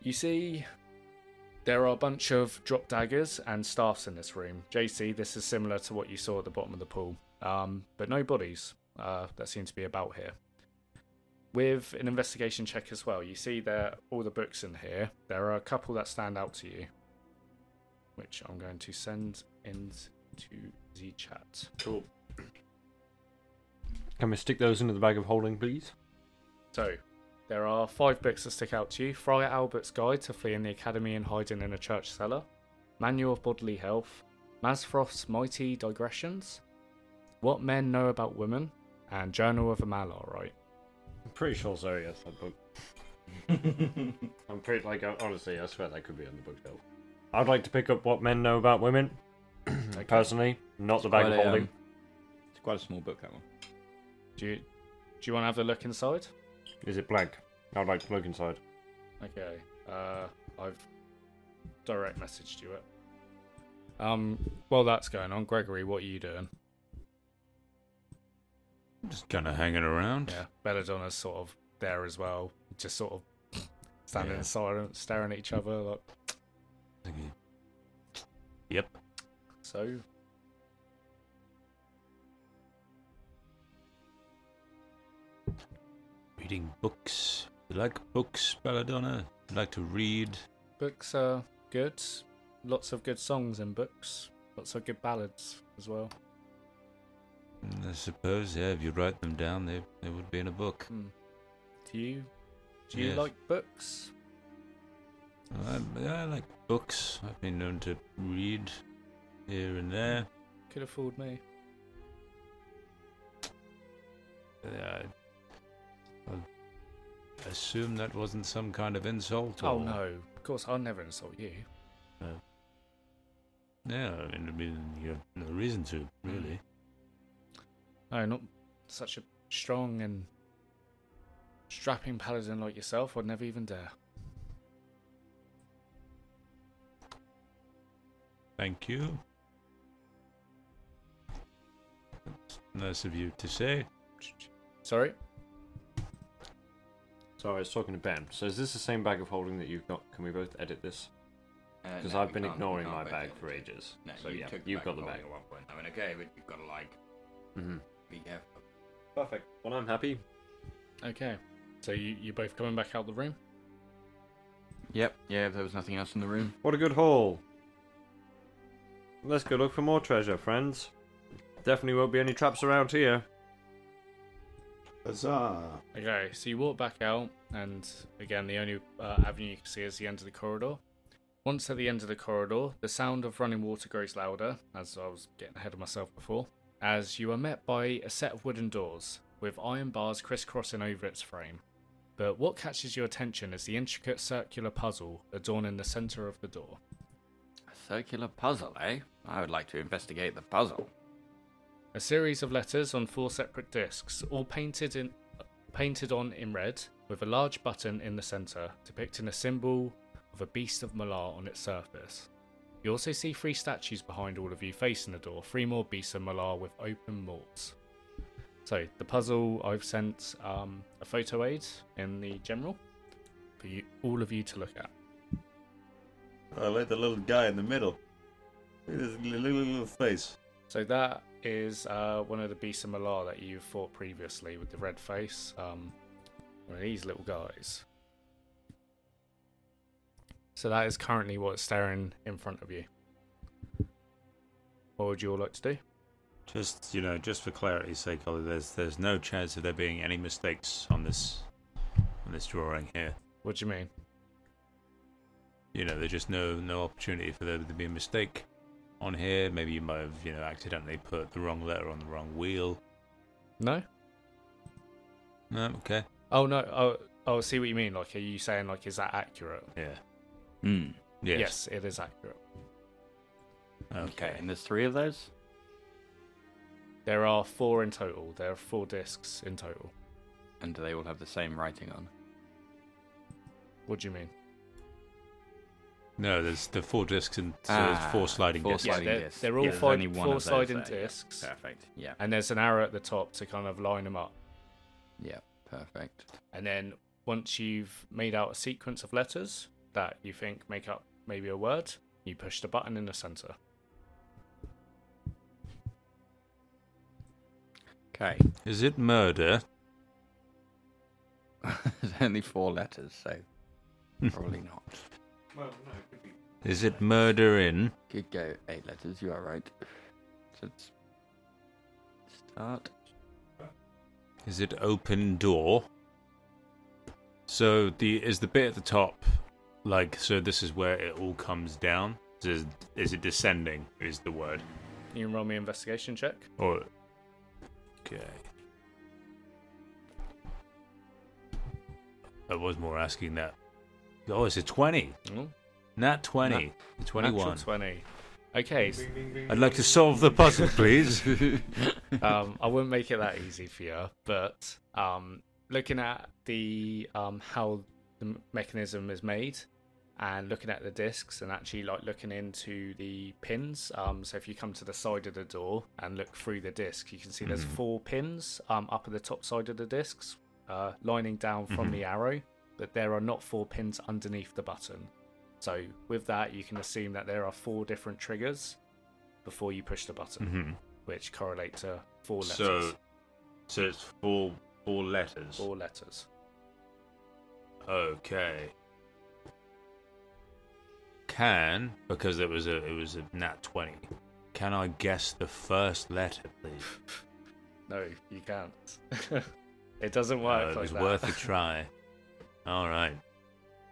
[SPEAKER 1] You see There are a bunch of drop daggers and staffs in this room. JC, this is similar to what you saw at the bottom of the pool, um, but no bodies uh, that seem to be about here. With an investigation check as well, you see there all the books in here. There are a couple that stand out to you, which I'm going to send into the chat.
[SPEAKER 10] Cool.
[SPEAKER 4] Can we stick those into the bag of holding, please?
[SPEAKER 1] So, there are five books that stick out to you Friar Albert's Guide to Fleeing the Academy and Hiding in a Church Cellar, Manual of Bodily Health, Masfroth's Mighty Digressions, What Men Know About Women, and Journal of a Malarite.
[SPEAKER 4] I'm pretty sure Zoe has that book. I'm pretty like I- honestly, I swear that could be on the bookshelf. I'd like to pick up what men know about women. Personally, not the bag of
[SPEAKER 2] Quite a, um,
[SPEAKER 4] holding.
[SPEAKER 2] it's quite a small book, that one.
[SPEAKER 1] Do you, do you want to have a look inside?
[SPEAKER 4] Is it blank? I'd like to look inside.
[SPEAKER 1] Okay. Uh, I've direct messaged you it. Um, while that's going on, Gregory, what are you doing?
[SPEAKER 3] Just kind of hanging around.
[SPEAKER 1] Yeah, Belladonna's sort of there as well, just sort of standing
[SPEAKER 3] Yeah.
[SPEAKER 1] in silence, staring at each other. Like,
[SPEAKER 3] Thinking, Yep.
[SPEAKER 1] so
[SPEAKER 3] Reading books. You like books, Belladonna? You like to read?
[SPEAKER 1] books are good. Lots of good songs in books. Lots of good ballads as well.
[SPEAKER 3] Mm, I suppose, yeah, if you write them down, they, they would be in a book.
[SPEAKER 1] Hmm. Do you? Do you
[SPEAKER 3] Yes.
[SPEAKER 1] like books?
[SPEAKER 3] I, I like books. I've been known to read here and there.
[SPEAKER 1] Could have fooled me.
[SPEAKER 3] Yeah, I, I assume that wasn't some kind of insult.
[SPEAKER 1] Oh
[SPEAKER 3] or-
[SPEAKER 1] no! Of course, I'll never insult you.
[SPEAKER 3] Yeah, I mean, I mean, you have no reason to,
[SPEAKER 1] Mm.
[SPEAKER 3] really.
[SPEAKER 1] No, not such a strong and strapping paladin like yourself. I'd never even dare.
[SPEAKER 3] Thank you. That's nice of you to say.
[SPEAKER 1] Sorry.
[SPEAKER 4] So I was talking to Ben. So is this the same bag of holding that you've got? Can we both edit this?
[SPEAKER 2] Uh,
[SPEAKER 4] Because I've been ignoring my bag for ages.
[SPEAKER 11] No,
[SPEAKER 4] so
[SPEAKER 11] you
[SPEAKER 4] yeah,
[SPEAKER 11] took the
[SPEAKER 4] you've
[SPEAKER 11] bag
[SPEAKER 4] got the
[SPEAKER 11] of
[SPEAKER 4] bag.
[SPEAKER 11] holding at one point. I mean, okay, but you've got to like
[SPEAKER 4] hmm
[SPEAKER 11] be careful.
[SPEAKER 4] Perfect. Well, I'm happy.
[SPEAKER 1] Okay. So you you both coming back out the room?
[SPEAKER 2] Yep. Yeah, there was nothing else in the room.
[SPEAKER 4] What a good haul. Let's go look for more treasure, friends. Definitely won't be any traps around here.
[SPEAKER 10] Huzzah!
[SPEAKER 1] Okay. So you walk back out, and again, the only uh, avenue you can see is the end of the corridor. Once at the end of the corridor, the sound of running water grows louder, as I was getting ahead of myself before, as you are met by a set of wooden doors, with iron bars crisscrossing over its frame. But what catches your attention is the intricate circular puzzle adorning the centre of the door.
[SPEAKER 11] A circular puzzle, eh? I would like to investigate the puzzle.
[SPEAKER 1] A series of letters on four separate discs, all painted in painted on in red, with a large button in the center depicting a symbol of a beast of Malar on its surface. You also see three statues behind all of you facing the door, three more beasts of Malar with open mouths. So the puzzle I've sent um, a photo aid in the general for you, all of you to look at.
[SPEAKER 10] I like the little guy in the middle. Look at his little, little, little face.
[SPEAKER 1] So that is uh, one of the beasts of Malar that you fought previously with the red face. Um, one of these little guys. So that is currently what's staring in front of you. What would you all like to do?
[SPEAKER 3] Just you know, just for clarity's sake, Ollie, there's there's no chance of there being any mistakes on this on this drawing here.
[SPEAKER 1] What do you mean?
[SPEAKER 3] You know, there's just no no opportunity for there to be a mistake on here. Maybe you might have you know accidentally put the wrong letter on the wrong wheel.
[SPEAKER 1] No?
[SPEAKER 3] No, okay.
[SPEAKER 1] Oh no. Oh, oh. I See what you mean. Like, are you saying like, is that accurate?
[SPEAKER 3] Yeah.
[SPEAKER 2] Hmm.
[SPEAKER 3] Yes.
[SPEAKER 1] it is accurate.
[SPEAKER 2] Okay.
[SPEAKER 3] Okay.
[SPEAKER 2] And there's three of those.
[SPEAKER 1] There are four in total. There are four discs in total.
[SPEAKER 2] And do they all have the same writing on?
[SPEAKER 1] What do you mean?
[SPEAKER 3] No, there's the four discs and so
[SPEAKER 2] Ah,
[SPEAKER 3] there's four sliding
[SPEAKER 2] four
[SPEAKER 3] discs.
[SPEAKER 1] Yeah,
[SPEAKER 2] sliding
[SPEAKER 1] they're-
[SPEAKER 2] discs.
[SPEAKER 1] they're all
[SPEAKER 2] Yeah, there's
[SPEAKER 1] fi-
[SPEAKER 2] only one
[SPEAKER 1] four
[SPEAKER 2] of those
[SPEAKER 1] sliding
[SPEAKER 2] there, yeah.
[SPEAKER 1] discs.
[SPEAKER 2] Perfect. Yeah.
[SPEAKER 1] And there's an arrow at the top to kind of line them up.
[SPEAKER 2] Yeah. Perfect.
[SPEAKER 1] And then once you've made out a sequence of letters that you think make up maybe a word. You push the button in the center.
[SPEAKER 2] Okay.
[SPEAKER 3] Is it murder?
[SPEAKER 2] There's only four letters, so probably not.
[SPEAKER 4] Well, no, it could be.
[SPEAKER 3] Is it murder in?
[SPEAKER 2] Could go eight letters. You are right. So it's start.
[SPEAKER 3] Is it open door? So the is the bit at the top like so this is where it all comes down? Is, is it descending is the word.
[SPEAKER 1] You can roll me an investigation check.
[SPEAKER 3] Or Okay. I was more asking that. Oh, it's a twenty.
[SPEAKER 1] Mm.
[SPEAKER 3] Not twenty.
[SPEAKER 1] Natural
[SPEAKER 3] Twenty-one.
[SPEAKER 1] 20. Okay, s-
[SPEAKER 3] I'd like to solve the puzzle, please.
[SPEAKER 1] um, I wouldn't make it that easy for you, but um, looking at the um, how the m- mechanism is made and looking at the discs and actually like looking into the pins. Um, so if you come to the side of the door and look through the disc, you can see there's four pins um, up at the top side of the discs, uh, lining down from the arrow, but there are not four pins underneath the button. So with that, you can assume that there are four different triggers before you push the button
[SPEAKER 3] Mhm.
[SPEAKER 1] which correlate to four letters.
[SPEAKER 3] So, so it's four four letters.
[SPEAKER 1] Four letters.
[SPEAKER 3] Okay. Can because it was a it was a nat twenty. Can I guess the first letter, please?
[SPEAKER 1] No, you can't. it doesn't
[SPEAKER 3] Uh,
[SPEAKER 1] work
[SPEAKER 3] it
[SPEAKER 1] like
[SPEAKER 3] was
[SPEAKER 1] that.
[SPEAKER 3] worth a try. All right,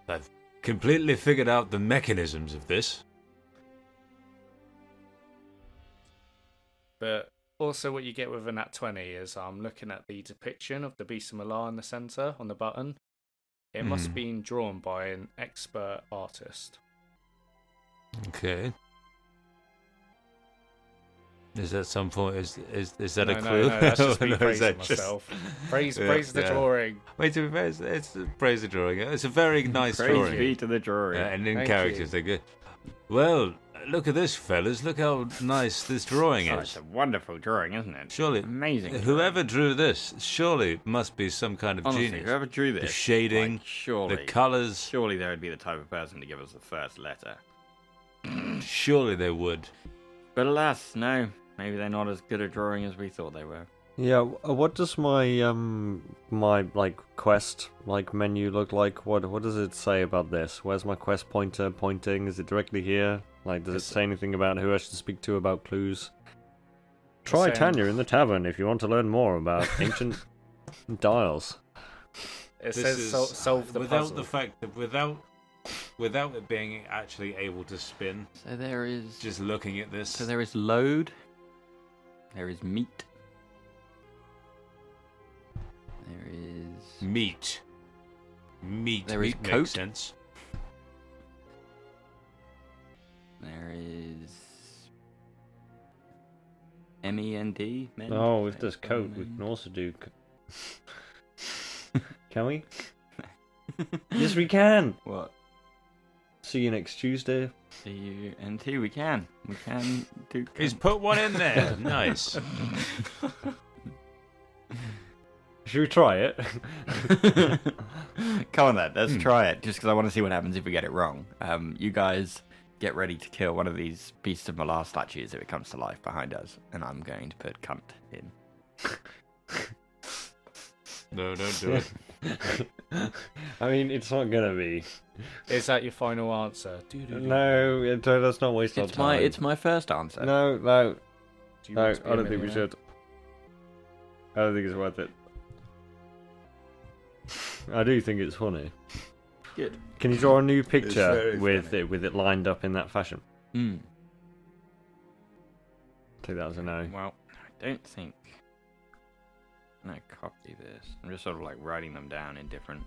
[SPEAKER 3] I've completely figured out the mechanisms of this.
[SPEAKER 1] but also, what you get with a nat twenty is I'm looking at the depiction of the Beast of Milan in the center on the button. It must have
[SPEAKER 3] Hmm.
[SPEAKER 1] been drawn by an expert artist.
[SPEAKER 3] Okay. Is that some point? Is is is that
[SPEAKER 1] no,
[SPEAKER 3] a
[SPEAKER 1] no, No,
[SPEAKER 3] clue?
[SPEAKER 1] that's just
[SPEAKER 3] Or
[SPEAKER 1] me
[SPEAKER 3] is
[SPEAKER 1] praising
[SPEAKER 3] that just-
[SPEAKER 1] myself. Praise,
[SPEAKER 3] Yeah,
[SPEAKER 1] praise the
[SPEAKER 3] yeah.
[SPEAKER 1] drawing.
[SPEAKER 3] Wait, to be fair, it's, it's praise the drawing. It's a very nice
[SPEAKER 12] Praise
[SPEAKER 3] drawing.
[SPEAKER 12] be to the jury.
[SPEAKER 3] Yeah, and in
[SPEAKER 1] Thank
[SPEAKER 3] characters,
[SPEAKER 1] you.
[SPEAKER 3] they're good. Well, look at this, fellas. Look how nice this drawing
[SPEAKER 2] Oh,
[SPEAKER 3] is.
[SPEAKER 2] it's a wonderful drawing, isn't it?
[SPEAKER 3] Surely,
[SPEAKER 2] Amazing.
[SPEAKER 3] Whoever drew this surely must be some kind of
[SPEAKER 2] Honestly,
[SPEAKER 3] genius.
[SPEAKER 2] whoever drew this,
[SPEAKER 3] The shading,
[SPEAKER 2] like, surely,
[SPEAKER 3] the colours,
[SPEAKER 2] surely they would be the type of person to give us the first letter.
[SPEAKER 3] surely they would.
[SPEAKER 2] But alas, no. Maybe they're not as good at drawing as we thought they were.
[SPEAKER 4] Yeah. wh- What does my um my like quest like menu look like? What what does it say about this? Where's my quest pointer pointing? Is it directly here? Like, does it say anything about who I should speak to about clues? Try
[SPEAKER 1] saying-
[SPEAKER 4] Tanya in the tavern if you want to learn more about ancient dials.
[SPEAKER 1] It says sol- solve the
[SPEAKER 3] without
[SPEAKER 1] puzzle.
[SPEAKER 3] the fact that without without it being actually able to spin.
[SPEAKER 2] So there is.
[SPEAKER 3] Just looking at this,
[SPEAKER 2] So there is load. There is meat. There is.
[SPEAKER 3] meat, meat.
[SPEAKER 2] There is
[SPEAKER 3] meat
[SPEAKER 2] coat.
[SPEAKER 3] makes sense.
[SPEAKER 2] There is. M E N D. men?
[SPEAKER 4] Oh, with this
[SPEAKER 2] Like,
[SPEAKER 4] coat, we
[SPEAKER 2] men.
[SPEAKER 4] can also do. c- Can we? yes, we can.
[SPEAKER 2] What?
[SPEAKER 4] See you next Tuesday.
[SPEAKER 2] C U N T. We can. We can do.
[SPEAKER 3] He's
[SPEAKER 2] cunt.
[SPEAKER 3] put one in there. nice.
[SPEAKER 4] Should we try it?
[SPEAKER 2] Come on, then. Let's try it. Just because I want to see what happens if we get it wrong. Um, you guys get ready to kill one of these beasts of Malar statues if it comes to life behind us, and I'm going to put cunt in.
[SPEAKER 3] No, don't do it.
[SPEAKER 4] I mean, it's not gonna be.
[SPEAKER 1] Is that your final answer? Do, do, do.
[SPEAKER 4] No, it- uh, let's not waste our
[SPEAKER 2] It's
[SPEAKER 4] time.
[SPEAKER 2] my it's my first answer.
[SPEAKER 4] No, no,
[SPEAKER 1] Do you
[SPEAKER 4] no. I
[SPEAKER 1] want to be a
[SPEAKER 4] don't think we
[SPEAKER 1] millionaire?
[SPEAKER 4] should. I don't think it's worth it. I do think it's funny.
[SPEAKER 2] Good.
[SPEAKER 4] Can you draw a new
[SPEAKER 13] very
[SPEAKER 4] picture with
[SPEAKER 13] funny.
[SPEAKER 4] it with it lined up in that fashion?
[SPEAKER 2] Hmm.
[SPEAKER 4] Take that as a no.
[SPEAKER 2] Well, I don't think. No, copy this. I'm just sort of like writing them down in different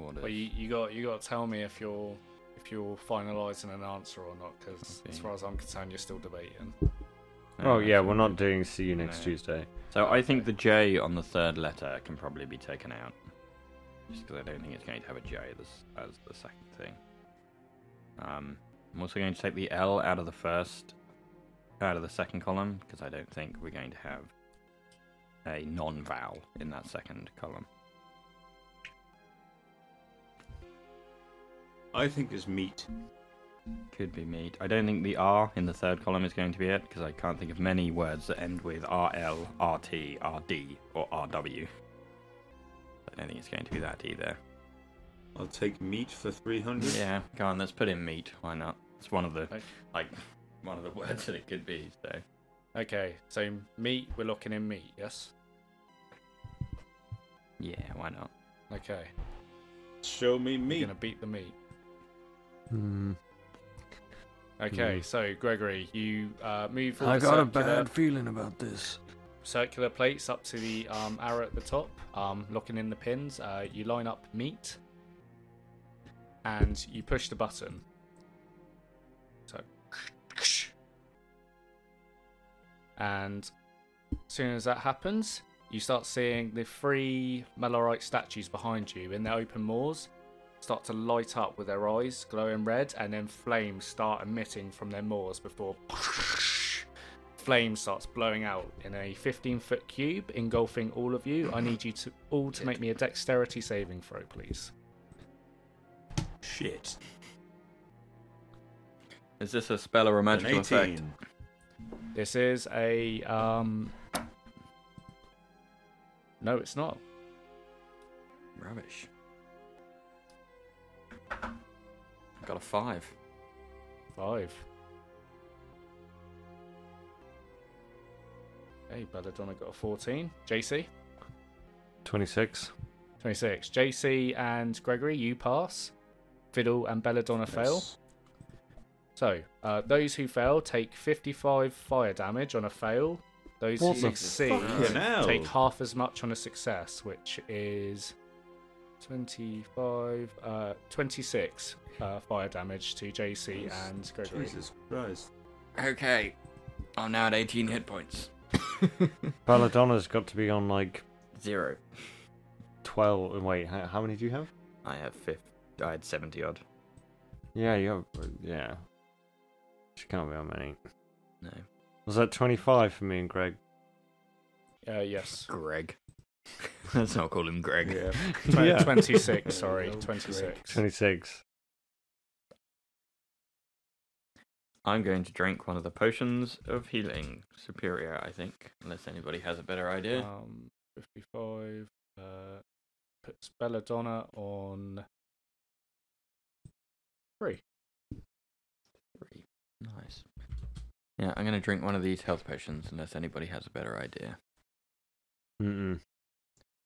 [SPEAKER 2] order.
[SPEAKER 1] Well, you, you got you got to tell me if you're if you're finalising an answer or not, because as
[SPEAKER 2] Okay.
[SPEAKER 1] far as I'm concerned, you're still debating.
[SPEAKER 2] No,
[SPEAKER 4] Oh yeah,
[SPEAKER 2] actually,
[SPEAKER 4] we're not doing see you next
[SPEAKER 2] No.
[SPEAKER 4] Tuesday.
[SPEAKER 2] So I think the J on the third letter can probably be taken out, just because I don't think it's going to have a J as, as the second thing. Um, I'm also going to take the L out of the first, out of the second column, because I don't think we're going to have a non-vowel in that second column.
[SPEAKER 13] I think it's meat.
[SPEAKER 2] Could be meat. I don't think the R in the third column is going to be it because I can't think of many words that end with RL, RT, RD, or RW. I don't think it's going to be that either.
[SPEAKER 3] I'll take meat for 300.
[SPEAKER 2] Yeah, go on. Let's put in meat. Why not? It's one of the
[SPEAKER 1] Okay.
[SPEAKER 2] like one of the words that it could be. So
[SPEAKER 1] Okay, so meat, we're locking in meat, yes?
[SPEAKER 2] yeah, why not?
[SPEAKER 1] Okay.
[SPEAKER 3] Show me
[SPEAKER 1] We're
[SPEAKER 3] meat.
[SPEAKER 1] gonna beat the meat.
[SPEAKER 4] Hmm.
[SPEAKER 1] Okay, so Gregory, you uh, move all
[SPEAKER 4] I
[SPEAKER 1] the
[SPEAKER 4] got a
[SPEAKER 1] circular,
[SPEAKER 4] bad feeling about this.
[SPEAKER 1] circular plates up to the um, arrow at the top, um, locking in the pins. Uh, you line up meat, and you push the button. So, and as soon as that happens, you start seeing the three Melorite statues behind you in their open moors start to light up with their eyes glowing red, and then flames start emitting from their maws before flame starts blowing out in a 15 foot cube, engulfing all of you. I need you to all to make me a dexterity saving throw, please.
[SPEAKER 3] Shit.
[SPEAKER 2] Is this a spell or a
[SPEAKER 3] An
[SPEAKER 2] magical effect?
[SPEAKER 3] 18.
[SPEAKER 1] This is a um. No, it's not.
[SPEAKER 2] Rubbish. I got a five.
[SPEAKER 1] Five. Hey, Belladonna got a 14. JC?
[SPEAKER 4] 26.
[SPEAKER 1] 26. JC and Gregory, you pass. Fiddle and Belladonna fail.
[SPEAKER 3] Yes.
[SPEAKER 1] So, uh, those who fail take 55 fire damage on a fail. Those
[SPEAKER 4] What
[SPEAKER 1] who
[SPEAKER 4] the
[SPEAKER 1] succeed
[SPEAKER 3] fucking hell?
[SPEAKER 1] take half as much on a success, which is 25, uh, 26 uh, fire damage to JC and Gregory.
[SPEAKER 3] Jesus Christ.
[SPEAKER 2] Okay. I'm now at 18 hit points.
[SPEAKER 4] Belladonna's got to be on like
[SPEAKER 2] Zero.
[SPEAKER 4] 12. Wait, how, how many do you have?
[SPEAKER 2] I have fifth. I had 70 odd.
[SPEAKER 4] Yeah, you have. uh, Yeah. She can't be on many.
[SPEAKER 2] No.
[SPEAKER 4] Was that 25 for me and Greg?
[SPEAKER 1] Uh, yes.
[SPEAKER 2] Greg. Let's not call him Greg.
[SPEAKER 3] Yeah.
[SPEAKER 1] Tw-
[SPEAKER 4] Yeah.
[SPEAKER 1] 26, sorry.
[SPEAKER 3] Oh, Greg.
[SPEAKER 1] 26.
[SPEAKER 4] 26.
[SPEAKER 2] I'm going to drink one of the potions of healing. Superior, I think. Unless anybody has a better idea.
[SPEAKER 1] Um, 55. Uh, puts Belladonna on three.
[SPEAKER 2] Three. Nice. Yeah, I'm going to drink one of these health potions unless anybody has a better idea.
[SPEAKER 4] Mm-mm.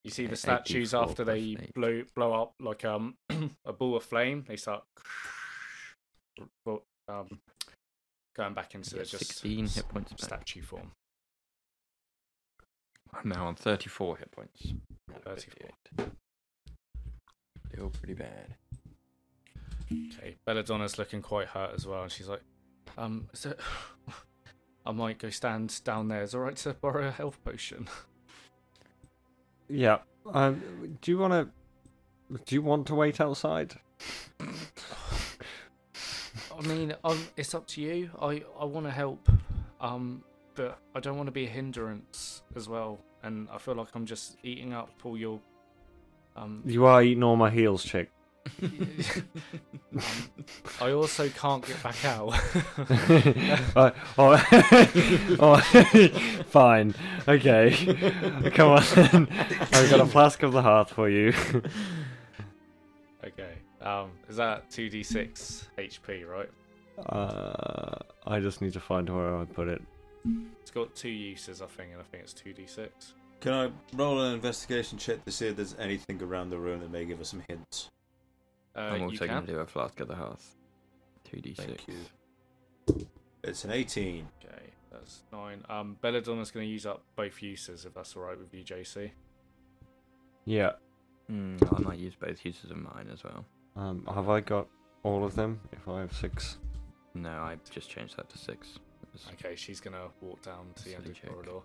[SPEAKER 1] You see the
[SPEAKER 2] Okay,
[SPEAKER 1] statues
[SPEAKER 2] 84
[SPEAKER 1] after
[SPEAKER 2] plus
[SPEAKER 1] they
[SPEAKER 2] eight.
[SPEAKER 1] blow blow up like um a ball of flame. They start well, um, going back into
[SPEAKER 2] Yeah,
[SPEAKER 1] their just
[SPEAKER 2] 16 hit points back. Oh,
[SPEAKER 1] statue form.
[SPEAKER 2] I'm now on 34 hit points. out of
[SPEAKER 1] 34.
[SPEAKER 2] 58. Still pretty bad.
[SPEAKER 1] Okay, Belladonna's looking quite hurt as well, and she's like, um, is it? I might go stand down there. Is it all right to borrow a health potion?
[SPEAKER 4] Yeah. Um, do you want to. Do you want to wait outside?
[SPEAKER 1] I mean, um, it's up to you. I I want to help, um, but I don't want to be a hindrance as well. And I feel like I'm just eating up all your um
[SPEAKER 4] You are eating all my heels, chick.
[SPEAKER 1] I also can't get back out.
[SPEAKER 4] Uh, oh, oh, fine. Okay. Come on. then. I've got a flask of the hearth for you.
[SPEAKER 1] okay. Um, is that 2d6 HP, right?
[SPEAKER 4] Uh, I just need to find where I put it.
[SPEAKER 1] It's got two uses, I think, and I think it's 2d6.
[SPEAKER 3] Can I roll an investigation check to see if there's anything around the room that may give us some hints?
[SPEAKER 1] Uh,
[SPEAKER 2] I'm
[SPEAKER 1] you
[SPEAKER 2] also going
[SPEAKER 1] can.
[SPEAKER 2] to do a flask of the hearth. 2d6.
[SPEAKER 3] Thank you. It's an 18.
[SPEAKER 1] Okay, that's nine. Um, Belladonna's going to use up both uses, if that's all right with you, JC.
[SPEAKER 4] Yeah.
[SPEAKER 2] Mm, I might use both uses of mine as well.
[SPEAKER 4] Um, have I got all of them? If I have six.
[SPEAKER 2] No, I just changed that to six. It was-
[SPEAKER 1] Okay, she's going to walk down to the end of the
[SPEAKER 2] Silly joke.
[SPEAKER 1] corridor.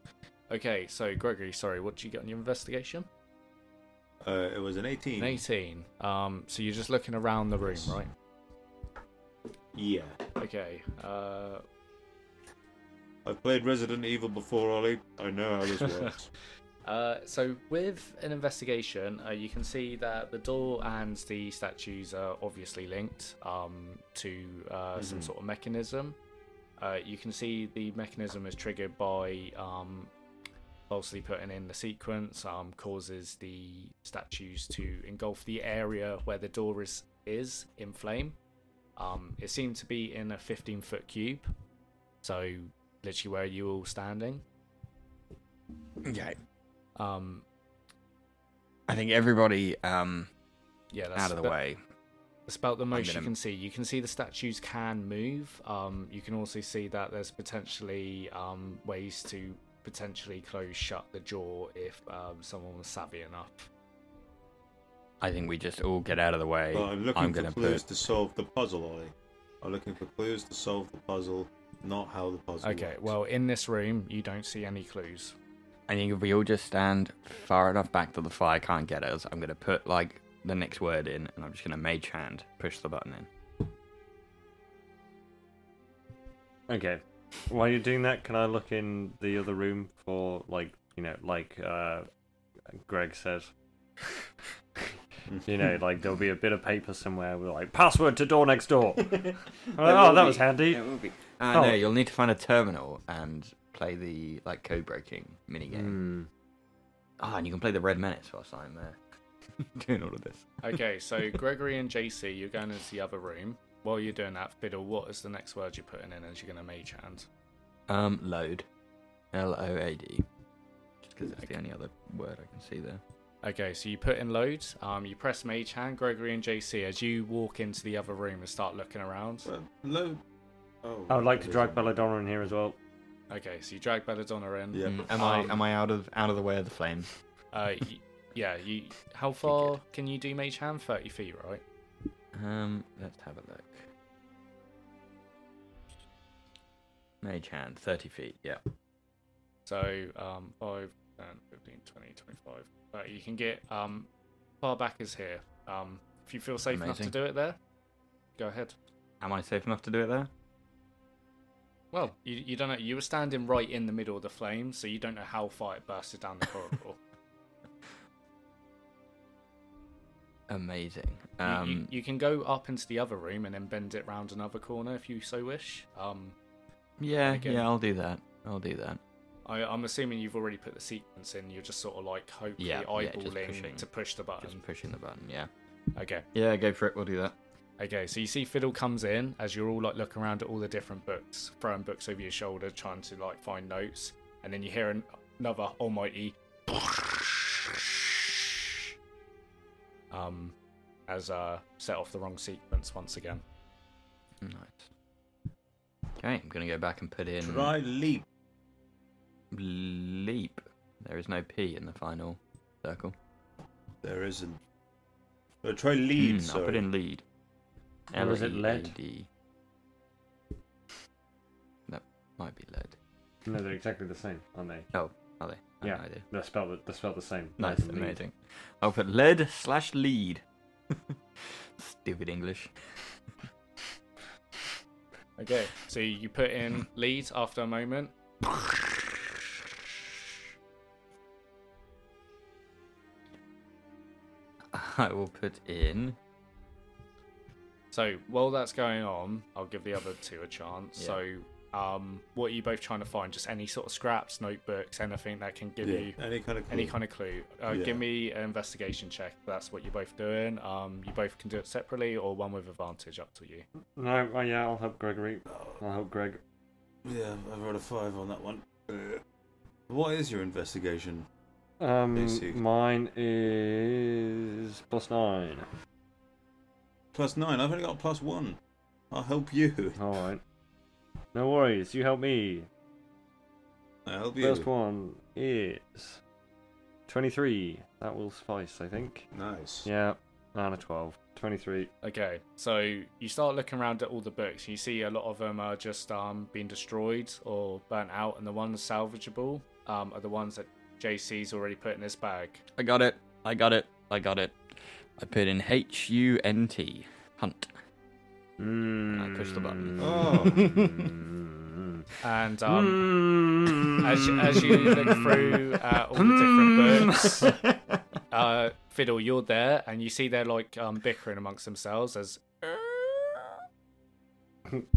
[SPEAKER 1] Okay, so Gregory, sorry, what did you get on your investigation?
[SPEAKER 3] Uh, it was an 18.
[SPEAKER 1] An 18. Um, so you're just looking around the room, right?
[SPEAKER 3] Yeah.
[SPEAKER 1] Okay. Uh,
[SPEAKER 3] I've played Resident Evil before, Ollie. I know how this works.
[SPEAKER 1] Uh, so, with an investigation, uh, you can see that the door and the statues are obviously linked um, to uh, some
[SPEAKER 2] Mm-hmm.
[SPEAKER 1] sort of mechanism. Uh, you can see the mechanism is triggered by um, falsely putting in the sequence, um, causes the statues to engulf the area where the door is, is in flame. Um, it seemed to be in a 15 foot cube, so literally where you all standing.
[SPEAKER 2] Okay.
[SPEAKER 1] Um,
[SPEAKER 2] I think everybody um,
[SPEAKER 1] yeah, that's
[SPEAKER 2] out of the
[SPEAKER 1] that-
[SPEAKER 2] way.
[SPEAKER 1] That's about the most you
[SPEAKER 2] gonna-
[SPEAKER 1] can see. You can see the statues can move. Um, you can also see that there's potentially um, ways to potentially close shut the jaw if um, someone was savvy enough.
[SPEAKER 2] I think we just all get out of the way.
[SPEAKER 3] Well, I'm looking
[SPEAKER 2] I'm
[SPEAKER 3] for
[SPEAKER 2] gonna
[SPEAKER 3] clues
[SPEAKER 2] put-
[SPEAKER 3] to solve the puzzle, Ollie. I'm looking for clues to solve the puzzle, not how the puzzle
[SPEAKER 1] Okay,
[SPEAKER 3] works.
[SPEAKER 1] well, in this room, you don't see any clues.
[SPEAKER 2] I think if we all just stand far enough back that the fire can't get us, I'm gonna put like the next word in, and I'm just gonna mage hand push the button in.
[SPEAKER 4] Okay. While you're doing that, can I look in the other room for like you know, like uh, Greg said. you know, like there'll be a bit of paper somewhere with like password to door next door. oh, that was handy.
[SPEAKER 2] Uh,
[SPEAKER 4] Oh.
[SPEAKER 2] No, you'll need to find a terminal and play the like code breaking mini game.
[SPEAKER 4] Hmm.
[SPEAKER 2] Ah, and you can play the Red Menace whilst I'm uh, doing all of this.
[SPEAKER 1] Okay, so Gregory and JC, you're going into the other room. While you're doing that, Fiddle, what is the next word you're putting in as you're going to mage hand?
[SPEAKER 2] Um, load, L O A D, just because that's the only other word I can see there.
[SPEAKER 1] Okay, so you put in load, um, you press mage hand, Gregory and JC, as you walk into the other room and start looking around.
[SPEAKER 3] Well, hello. Oh,
[SPEAKER 4] I would like
[SPEAKER 3] that
[SPEAKER 4] to
[SPEAKER 3] is
[SPEAKER 4] drag
[SPEAKER 3] on.
[SPEAKER 4] Belladonna in here as well.
[SPEAKER 1] Okay, so you drag Belladonna in.
[SPEAKER 3] Yeah.
[SPEAKER 2] Mm, am I am I out of out of the way of the flames?
[SPEAKER 1] Uh, y- yeah, you. How far can you do mage hand? Thirty feet, right?
[SPEAKER 2] Um, let's have a look. Mage hand, 30 feet, yeah.
[SPEAKER 1] So um, 5, 10, 15, 20, 25. But you can get um, far back as here. Um, if you feel safe enough to
[SPEAKER 2] Amazing.
[SPEAKER 1] do it there, go ahead.
[SPEAKER 2] Am I safe enough to do it there?
[SPEAKER 1] Well, you, you don't know. You were standing right in the middle of the flame, so you don't know how far it bursted down the corridor. You-
[SPEAKER 2] Amazing.
[SPEAKER 1] you,
[SPEAKER 2] Um,
[SPEAKER 1] you can go up into the other room and then bend it round another corner if you so wish. Um,
[SPEAKER 2] yeah,
[SPEAKER 1] again.
[SPEAKER 2] yeah, I'll do that. I'll do that.
[SPEAKER 1] I, I'm assuming you've already put the sequence in. You're just sort of like hopefully
[SPEAKER 2] Yeah, yeah, just
[SPEAKER 1] eyeballing
[SPEAKER 2] pushing-
[SPEAKER 1] to push the button.
[SPEAKER 2] Just pushing the button, yeah.
[SPEAKER 1] Okay.
[SPEAKER 2] Yeah, go for it. We'll do that.
[SPEAKER 1] Okay, so you see Fiddle comes in as you're all like looking around at all the different books, throwing books over your shoulder, trying to like find notes, and then you hear an- another almighty um as uh set off the wrong sequence once again.
[SPEAKER 2] Nice. Okay, I'm going to go back and put in
[SPEAKER 3] Try leap.
[SPEAKER 2] leap. There is no P in the final circle.
[SPEAKER 3] There isn't. No, try lead.
[SPEAKER 2] Mm, I'll put
[SPEAKER 3] sorry.
[SPEAKER 2] in lead.
[SPEAKER 4] Or is it lead?
[SPEAKER 2] L-E-A-D. That might be lead.
[SPEAKER 4] No, they're exactly the same, aren't they?
[SPEAKER 2] Are they? I
[SPEAKER 4] Yeah.
[SPEAKER 2] have no idea.
[SPEAKER 4] They're spelled they're spelled the same.
[SPEAKER 2] Nice,
[SPEAKER 4] Lead.
[SPEAKER 2] amazing. I'll put lead slash lead. Stupid English.
[SPEAKER 1] Okay, so you put in lead after a moment.
[SPEAKER 2] I will put in.
[SPEAKER 1] So while that's going on, I'll give the other two a chance.
[SPEAKER 2] Yeah.
[SPEAKER 1] So um what are you both trying to find? Just any sort of scraps, notebooks, anything that can give you
[SPEAKER 3] Yeah, any kind of clue.
[SPEAKER 1] Any kind of clue. Uh,
[SPEAKER 3] Yeah.
[SPEAKER 1] Give me an investigation check. if That's what you're both doing. Um, you both can do it separately or one with advantage. Up to you.
[SPEAKER 4] No, well, yeah, I'll help Gregory. I'll help Greg.
[SPEAKER 3] Yeah, I've rolled a five on that one. Uh, What is your investigation? see.
[SPEAKER 4] Um, mine is plus nine.
[SPEAKER 3] Plus nine. I've only got plus one. I'll help you.
[SPEAKER 4] All right. No worries. You help me.
[SPEAKER 3] I'll help you.
[SPEAKER 4] First one is twenty-three. That will suffice, I think.
[SPEAKER 3] Nice.
[SPEAKER 4] Yeah, nine or twelve. Twenty-three.
[SPEAKER 1] Okay, so you start looking around at all the books. You see a lot of them are just um, being destroyed or burnt out, and the ones salvageable um, are the ones that JC's already put in his bag.
[SPEAKER 2] I got it. I got it. I got it. I put in H U N T. Hunt.
[SPEAKER 4] Mm.
[SPEAKER 2] I push the button.
[SPEAKER 3] Oh.
[SPEAKER 4] Mm.
[SPEAKER 1] and um, as, you- as you
[SPEAKER 4] Hmm.
[SPEAKER 1] look through uh, all the different books, uh, Fiddle, you're there, and you see they're like um, bickering amongst themselves as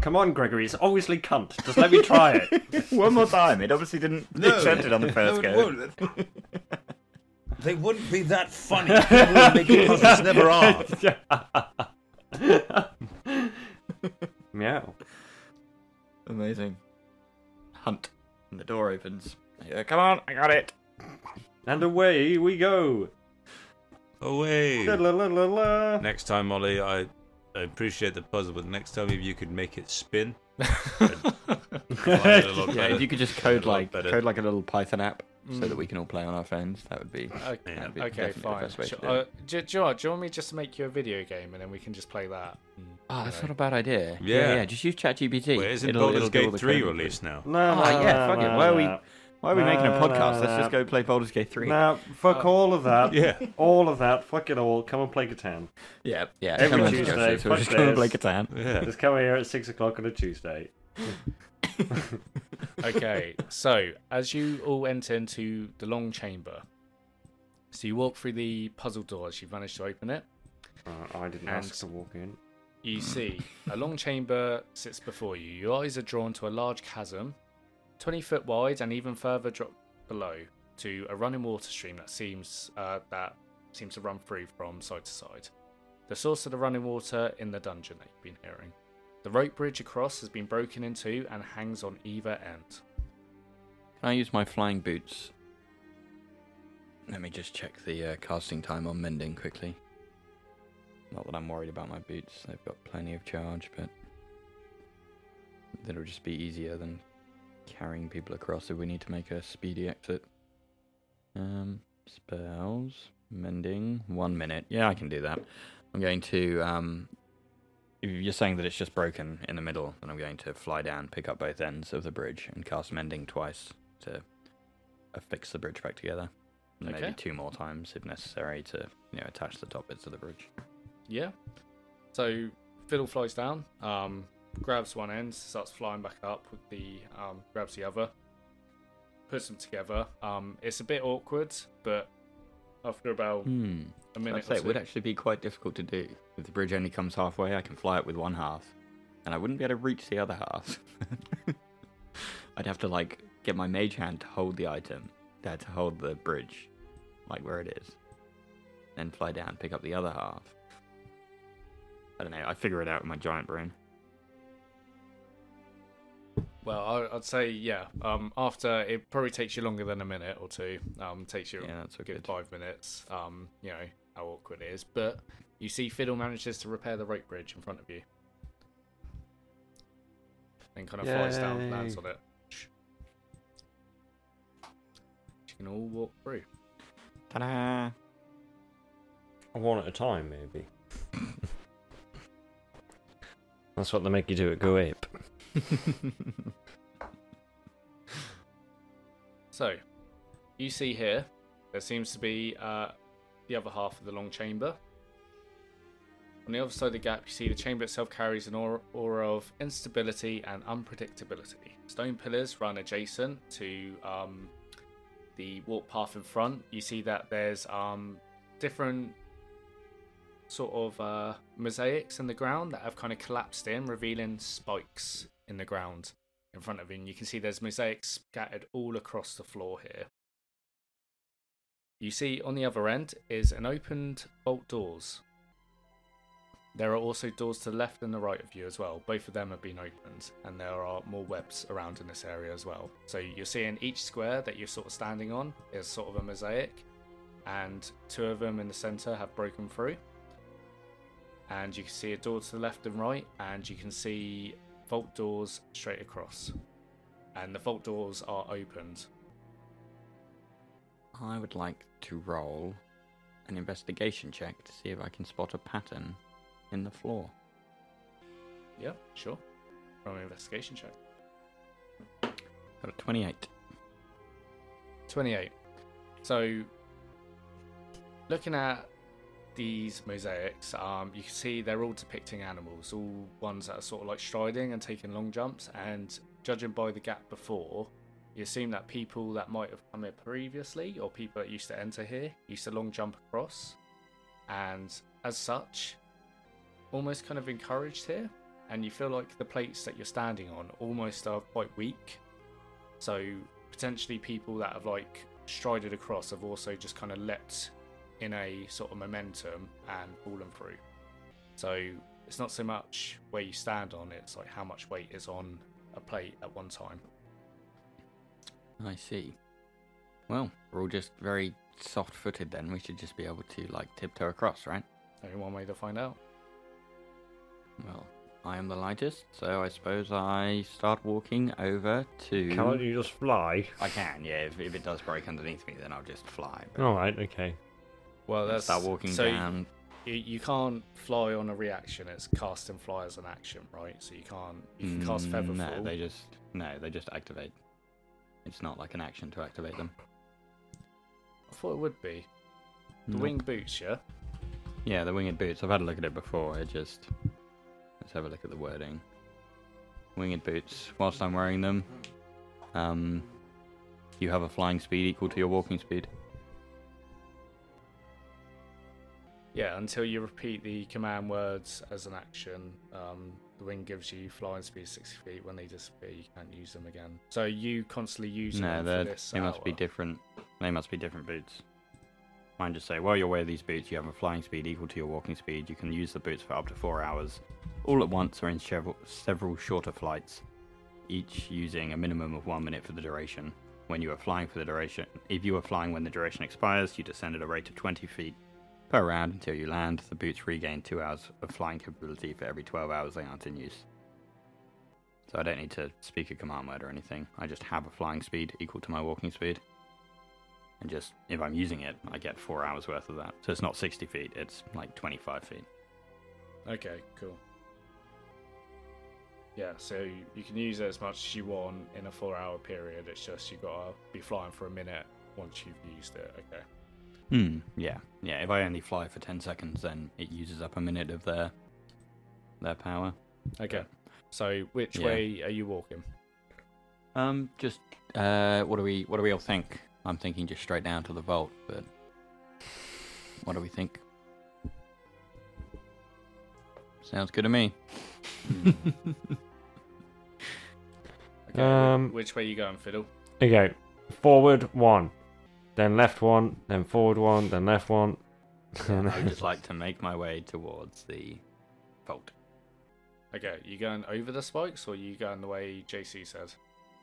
[SPEAKER 4] Come on, Gregory, it's obviously cunt. Just let me try it.
[SPEAKER 2] One more time. It obviously didn't accept it on the first
[SPEAKER 14] no, it
[SPEAKER 2] go.
[SPEAKER 14] won't. They wouldn't be that funny. They wouldn't make it puzzles never are.
[SPEAKER 4] Meow.
[SPEAKER 2] Amazing. Hunt. And the door opens. Yeah, come on, I got it.
[SPEAKER 4] And away we go.
[SPEAKER 3] Away.
[SPEAKER 4] La la la la la.
[SPEAKER 3] Oh, Next time, Ollie, I, I appreciate the puzzle, but next time if you could make it spin. I'd find it a lot
[SPEAKER 2] Yeah,
[SPEAKER 3] better.
[SPEAKER 2] if you could just code
[SPEAKER 3] A lot
[SPEAKER 2] like
[SPEAKER 3] better.
[SPEAKER 2] code like a little Python app so
[SPEAKER 1] Mm.
[SPEAKER 2] that we can all play on our phones, that would be.
[SPEAKER 1] okay,
[SPEAKER 2] that'd be
[SPEAKER 1] okay
[SPEAKER 2] definitely the
[SPEAKER 1] fine.
[SPEAKER 2] best way to
[SPEAKER 1] Sure.
[SPEAKER 2] do
[SPEAKER 1] Uh,
[SPEAKER 2] it.
[SPEAKER 1] do, do you know what, do you want me just to make you a video game and then we can just play that? Mm,
[SPEAKER 2] Ah, that's not a bad idea.
[SPEAKER 3] Yeah.
[SPEAKER 2] yeah, just use ChatGPT.
[SPEAKER 3] Wait, isn't
[SPEAKER 2] It'll-
[SPEAKER 3] Baldur's
[SPEAKER 2] it'll do all
[SPEAKER 3] Gate
[SPEAKER 2] the
[SPEAKER 3] 3
[SPEAKER 2] coding for you.
[SPEAKER 3] released now?
[SPEAKER 4] No,
[SPEAKER 2] Ah,
[SPEAKER 4] no,
[SPEAKER 2] yeah,
[SPEAKER 4] no,
[SPEAKER 2] fuck it.
[SPEAKER 4] no,
[SPEAKER 2] Why are we-
[SPEAKER 4] no.
[SPEAKER 2] Why are we making a
[SPEAKER 4] Nah,
[SPEAKER 2] podcast?
[SPEAKER 4] nah,
[SPEAKER 2] Let's just
[SPEAKER 4] nah.
[SPEAKER 2] go play Baldur's Gate 3.
[SPEAKER 4] Nah, fuck all of that.
[SPEAKER 3] Yeah.
[SPEAKER 4] All of that. Fuck it all. Come and play Catan.
[SPEAKER 2] Yeah, yeah.
[SPEAKER 4] Every
[SPEAKER 2] someone's gonna go
[SPEAKER 4] Tuesday,
[SPEAKER 2] first, so we're
[SPEAKER 4] fuck
[SPEAKER 2] just going to
[SPEAKER 4] this.
[SPEAKER 2] play Catan.
[SPEAKER 3] Yeah.
[SPEAKER 4] Just come here at six o'clock on a Tuesday.
[SPEAKER 1] okay, so as you all enter into the long chamber, so you walk through the puzzle doors, you've managed to open it.
[SPEAKER 4] Uh, I didn't
[SPEAKER 1] And-
[SPEAKER 4] ask to walk in.
[SPEAKER 1] You see, a long chamber sits before you. Your eyes are drawn to a large chasm, 20 foot wide and even further drop below, to a running water stream that seems uh, that seems to run through from side to side. The source of the running water in the dungeon that you've been hearing. The rope bridge across has been broken in two and hangs on either end.
[SPEAKER 2] Can I use my flying boots? Let me just check the uh, casting time on mending quickly. Not that I'm worried about my boots, they've got plenty of charge, but it'll just be easier than carrying people across if we need to make a speedy exit. Um, spells, mending, one minute. Yeah, I can do that. I'm going to, um, if you're saying that it's just broken in the middle, then I'm going to fly down, pick up both ends of the bridge, and cast mending twice to affix the bridge back together. And
[SPEAKER 1] Okay.
[SPEAKER 2] Maybe two more times if necessary to, you know, attach the top bits of the bridge.
[SPEAKER 1] Yeah. So Fiddle flies down, um, grabs one end, starts flying back up with the um, grabs the other, puts them together. Um, it's a bit awkward, but after about
[SPEAKER 2] Hmm.
[SPEAKER 1] a
[SPEAKER 2] I'd
[SPEAKER 1] minute
[SPEAKER 2] say
[SPEAKER 1] or
[SPEAKER 2] it would
[SPEAKER 1] two,
[SPEAKER 2] actually be quite difficult to do. If the bridge only comes halfway, I can fly it with one half, and I wouldn't be able to reach the other half. I'd have to like get my mage hand to hold the item, there to hold the bridge, like where it is, then fly down, pick up the other half. I don't know. I figure it out with my giant brain.
[SPEAKER 1] well, I, I'd say yeah. Um, after it probably takes you longer than a minute or two. Um, takes you
[SPEAKER 2] Yeah, that's
[SPEAKER 1] a good
[SPEAKER 2] good.
[SPEAKER 1] five minutes. Um, you know how awkward it is, but you see Fiddle manages to repair the rope bridge in front of you, and kind of flies down, and lands on it. You can all walk through.
[SPEAKER 2] Ta-da!
[SPEAKER 4] One at a time, maybe. That's what they make you do at Go Ape.
[SPEAKER 1] So, you see here, there seems to be uh, the other half of the long chamber. On the other side of the gap, you see the chamber itself carries an aura, aura of instability and unpredictability. Stone pillars run adjacent to um, the walk path in front. You see that there's um, different sort of uh, mosaics in the ground that have kind of collapsed in, revealing spikes in the ground in front of you. And you can see there's mosaics scattered all across the floor here. You see on the other end is an opened bolt doors. There are also doors to the left and the right of you as well. Both of them have been opened, and there are more webs around in this area as well. So you're seeing each square that you're sort of standing on is sort of a mosaic, and two of them in the center have broken through. And you can see a door to the left and right, and you can see vault doors straight across. And the vault doors are opened.
[SPEAKER 2] I would like to roll an investigation check to see if I can spot a pattern in the floor.
[SPEAKER 1] Yeah, sure. From an investigation check.
[SPEAKER 2] Got a twenty-eight.
[SPEAKER 1] 28. So, looking at these mosaics, um, you can see they're all depicting animals, all ones that are sort of like striding and taking long jumps, and judging by the gap before, you assume that people that might have come here previously or people that used to enter here used to long jump across, and as such, almost kind of encouraged here. And you feel like the plates that you're standing on almost are quite weak. So potentially people that have like strided across have also just kind of leapt in a sort of momentum and fallen through. So it's not so much where you stand on, it's like how much weight is on a plate at one time.
[SPEAKER 2] I see. Well, we're all just very soft footed then. We should just be able to, like, tiptoe across, right?
[SPEAKER 1] Only one way to find out.
[SPEAKER 2] Well, I am the lightest, so I suppose I start walking over to.
[SPEAKER 4] Can't you just fly?
[SPEAKER 2] I can, yeah. If, if it does break underneath me, then I'll just fly. but
[SPEAKER 4] All right, okay.
[SPEAKER 1] Well, Oh, that's
[SPEAKER 2] start walking
[SPEAKER 1] so
[SPEAKER 2] down.
[SPEAKER 1] You, you can't fly on a reaction. It's cast and fly as an action, right? So you can't you can cast
[SPEAKER 2] Mm,
[SPEAKER 1] feather
[SPEAKER 2] No,
[SPEAKER 1] fall.
[SPEAKER 2] they just no, they just activate. It's not like an action to activate them.
[SPEAKER 1] I thought it would be the wing boots, yeah.
[SPEAKER 2] Yeah, the winged boots. I've had a look at it before. It just let's have a look at the wording. Winged boots. Whilst I'm wearing them, um, you have a flying speed equal to your walking speed.
[SPEAKER 1] Yeah, until you repeat the command words as an action, um, the wing gives you flying speed of 60 feet. When they disappear, you can't use them again. So you constantly use
[SPEAKER 2] no,
[SPEAKER 1] them
[SPEAKER 2] they're-
[SPEAKER 1] for
[SPEAKER 2] they
[SPEAKER 1] this
[SPEAKER 2] must be
[SPEAKER 1] hour.
[SPEAKER 2] different. They must be different boots. Mine just say, while you're wearing these boots, you have a flying speed equal to your walking speed. You can use the boots for up to four hours, all at once or in several, several shorter flights, each using a minimum of one minute for the duration. When you are flying for the duration, if you are flying when the duration expires, you descend at a rate of 20 feet per round until you land. The boots regain two hours of flying capability for every 12 hours they aren't in use. So I don't need to speak a command word or anything. I just have a flying speed equal to my walking speed. And just, if I'm using it, I get four hours worth of that. So it's not 60 feet, it's like 25 feet.
[SPEAKER 1] Okay, cool. Yeah, so you can use it as much as you want in a four hour period. It's just you gotta be flying for a minute once you've used it. Okay.
[SPEAKER 2] Hmm. Yeah. Yeah. If I only fly for 10 seconds, then it uses up a minute of their their power.
[SPEAKER 1] Okay. So which
[SPEAKER 2] Yeah.
[SPEAKER 1] way are you walking?
[SPEAKER 2] Um. Just. Uh. What do we What do we all think? I'm thinking just straight down to the vault, but what do we think? Sounds good to me. Hmm.
[SPEAKER 1] Okay.
[SPEAKER 4] Um,
[SPEAKER 1] which way you going, Fiddle?
[SPEAKER 4] Okay, forward one, then left one, then forward one, then left one.
[SPEAKER 2] I would just like to make my way towards the vault.
[SPEAKER 1] Okay, you going over the spikes or you going the way JC says?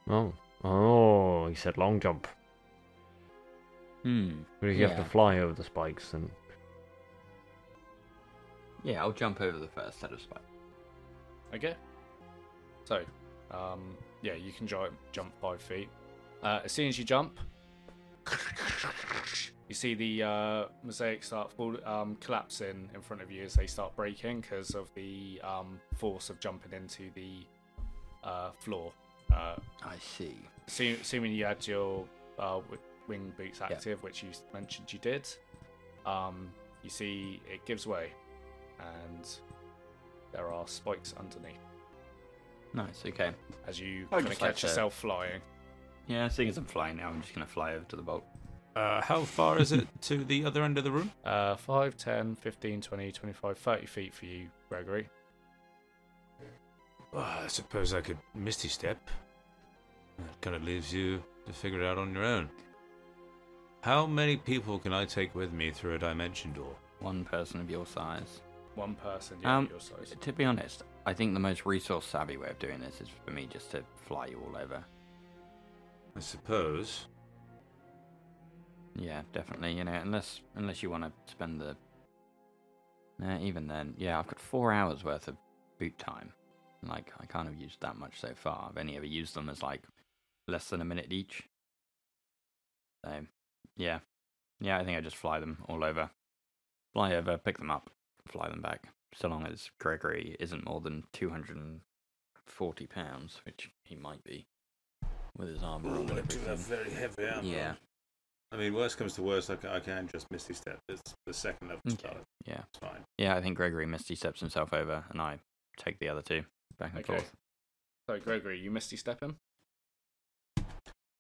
[SPEAKER 4] oh, oh, he said long jump.
[SPEAKER 2] Hmm.
[SPEAKER 4] You have to
[SPEAKER 2] Yeah.
[SPEAKER 4] fly over the spikes and.
[SPEAKER 2] Yeah, I'll jump over the first set of spikes.
[SPEAKER 1] Okay. So, um, yeah, you can jump jump five feet. Uh, as soon as you jump, you see the uh, mosaics start fall, um, collapsing in front of you as they start breaking because of the um, force of jumping into the uh, floor. Uh,
[SPEAKER 2] I see.
[SPEAKER 1] assu- assuming you had your uh, w- wing boots active, which you mentioned you did, um, you see it gives way, and there are spikes underneath
[SPEAKER 2] Nice. Okay.
[SPEAKER 1] as you
[SPEAKER 2] I
[SPEAKER 1] kind of
[SPEAKER 2] would Oh, just like
[SPEAKER 1] catch
[SPEAKER 2] to-
[SPEAKER 1] yourself flying.
[SPEAKER 2] Yeah, seeing as I'm flying now, I'm just gonna fly over to the vault.
[SPEAKER 3] Uh, how far is it to the other end of the room?
[SPEAKER 1] Uh, 5, 10, 15, 20, 25, 30 feet for you, Gregory.
[SPEAKER 3] Well, I suppose I could Misty Step. That kind of leaves you to figure it out on your own. How many people can I take with me through a dimension door?
[SPEAKER 2] One person of your size.
[SPEAKER 1] One person, yeah,
[SPEAKER 2] Um,
[SPEAKER 1] your size.
[SPEAKER 2] To be honest, I think the most resource savvy way of doing this is for me just to fly you all over.
[SPEAKER 3] I suppose.
[SPEAKER 2] Yeah, definitely. You know, unless unless you want to spend the. Nah, even then, yeah, I've got four hours worth of boot time. Like, I can't have used that much so far. I've only ever used them as like less than a minute each. So, yeah, yeah, I think I just fly them all over, fly over, pick them up, fly them back. So long as Gregory isn't more than two hundred and forty pounds, which he might be, with his armor on and everything.
[SPEAKER 15] very heavy
[SPEAKER 2] Yeah.
[SPEAKER 15] I mean, worst comes to worst, I can, I can just misty step. It's the second level
[SPEAKER 2] Okay.
[SPEAKER 15] start.
[SPEAKER 2] Yeah.
[SPEAKER 15] It's fine.
[SPEAKER 2] Yeah, I think Gregory misty steps himself over, and I take the other two back and
[SPEAKER 1] Okay.
[SPEAKER 2] forth.
[SPEAKER 1] So, Gregory, you misty stepping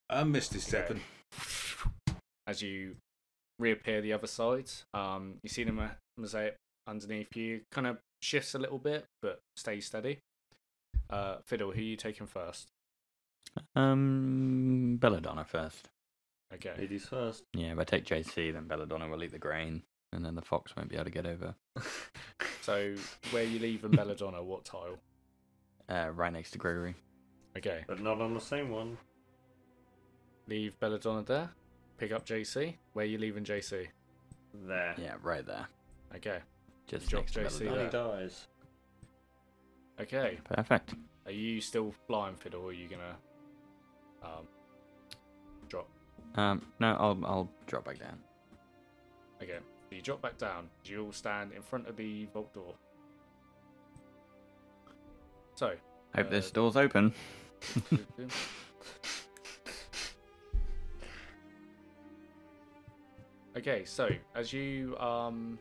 [SPEAKER 10] I'm Misty Stepping.
[SPEAKER 1] as you reappear the other side. Um, you see the ma- mosaic underneath you kind of shifts a little bit, but stays steady. Uh, Fiddle, who you taking first?
[SPEAKER 2] Um, Belladonna first.
[SPEAKER 1] Okay.
[SPEAKER 4] Ladies first.
[SPEAKER 2] Yeah, if I take JC, then Belladonna will eat the grain, and then the fox won't be able to get over.
[SPEAKER 1] So, where you leaving Belladonna? What tile?
[SPEAKER 2] Uh, right next to Gregory.
[SPEAKER 1] Okay.
[SPEAKER 4] But not on the same one.
[SPEAKER 1] Leave Belladonna there. Pick up JC. Where you leaving JC?
[SPEAKER 4] There.
[SPEAKER 2] Yeah, right there.
[SPEAKER 1] Okay.
[SPEAKER 2] Just
[SPEAKER 1] Drop
[SPEAKER 2] next to
[SPEAKER 1] JC
[SPEAKER 2] Belladonna.
[SPEAKER 1] there.
[SPEAKER 4] He dies.
[SPEAKER 1] Okay.
[SPEAKER 2] Perfect.
[SPEAKER 1] Are you still flying, Fiddle, or are you gonna um, drop?
[SPEAKER 2] Um, no, I'll I'll drop back down.
[SPEAKER 1] Okay. So you drop back down. You all stand in front of the vault door. So,
[SPEAKER 2] Hope
[SPEAKER 1] Uh,
[SPEAKER 2] this door's open.
[SPEAKER 1] okay, so as you um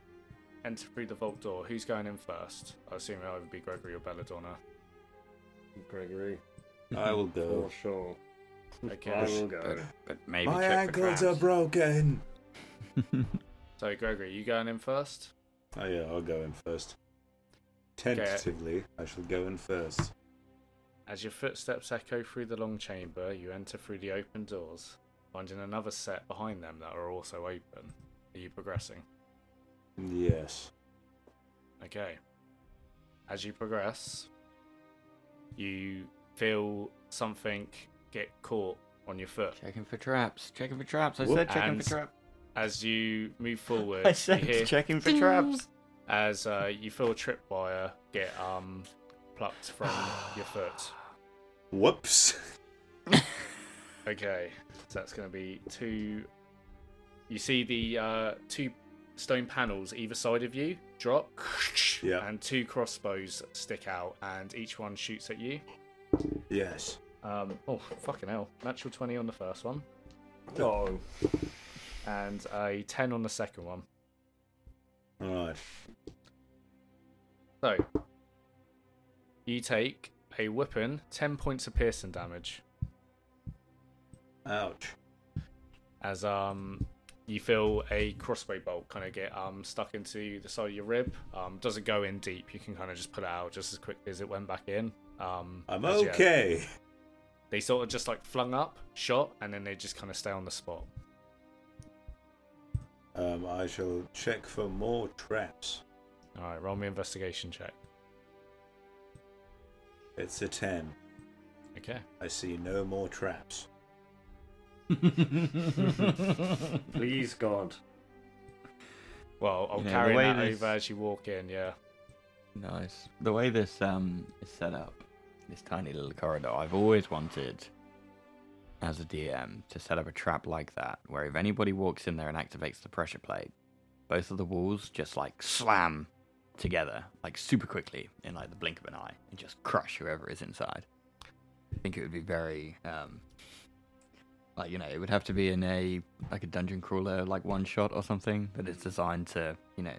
[SPEAKER 1] enter through the vault door, who's going in first? I assume it would either be Gregory or Belladonna.
[SPEAKER 4] Gregory.
[SPEAKER 10] I will go.
[SPEAKER 4] For sure. I
[SPEAKER 1] Okay.
[SPEAKER 4] will go.
[SPEAKER 2] But maybe
[SPEAKER 10] My
[SPEAKER 2] check for
[SPEAKER 10] ankles are
[SPEAKER 2] crabs.
[SPEAKER 10] broken.
[SPEAKER 1] so Gregory, you going in first?
[SPEAKER 10] Oh yeah, I'll go in first. Tentatively, I shall go in first.
[SPEAKER 1] As your footsteps echo through the long chamber, you enter through the open doors, finding another set behind them that are also open. Are you progressing?
[SPEAKER 10] Yes.
[SPEAKER 1] Okay. As you progress, you feel something get caught on your foot.
[SPEAKER 2] Checking for traps. Checking for traps. I
[SPEAKER 10] Whoop.
[SPEAKER 2] said checking
[SPEAKER 1] And-
[SPEAKER 2] for traps.
[SPEAKER 1] As you move forward,
[SPEAKER 2] I
[SPEAKER 1] you
[SPEAKER 2] said
[SPEAKER 1] hear
[SPEAKER 2] checking for
[SPEAKER 10] Mm.
[SPEAKER 2] traps.
[SPEAKER 1] as uh, you feel a tripwire get um plucked from your foot.
[SPEAKER 10] Whoops.
[SPEAKER 1] Okay, so that's going to be two. You see the uh, two stone panels either side of you drop,
[SPEAKER 10] Yeah.
[SPEAKER 1] and two crossbows stick out, and each one shoots at you.
[SPEAKER 10] Yes.
[SPEAKER 1] Um, oh, fucking hell. Natural 20 on the first one,
[SPEAKER 4] No.
[SPEAKER 1] and a 10 on the second one.
[SPEAKER 10] All right.
[SPEAKER 1] So, you take a whipping, 10 points of piercing damage,
[SPEAKER 10] Ouch.
[SPEAKER 1] as um you feel a crossbow bolt kind of get um stuck into the side of your rib. Um, doesn't go in deep. You can kind of just put it out just as quickly as it went back in. Um,
[SPEAKER 10] I'm
[SPEAKER 1] as you-
[SPEAKER 10] okay.
[SPEAKER 1] they sort of just like flung up, shot, and then they just kind of stay on the spot.
[SPEAKER 10] Um, I shall check for more traps.
[SPEAKER 1] All right, roll me investigation check.
[SPEAKER 10] It's a ten.
[SPEAKER 1] Okay.
[SPEAKER 10] I see no more traps.
[SPEAKER 4] Please, God.
[SPEAKER 1] Well, I'll
[SPEAKER 2] Yeah, the
[SPEAKER 1] carry
[SPEAKER 2] way
[SPEAKER 1] that
[SPEAKER 2] this-
[SPEAKER 1] over as you walk in. Yeah.
[SPEAKER 2] Nice. The way this um is set up, this tiny little corridor, I've always wanted as a DM to set up a trap like that, where if anybody walks in there and activates the pressure plate, both of the walls just like slam together, like super quickly in like the blink of an eye, and just crush whoever is inside. I think it would be very um like you know, it would have to be in a like a dungeon crawler like one shot or something, but it's designed to, you know,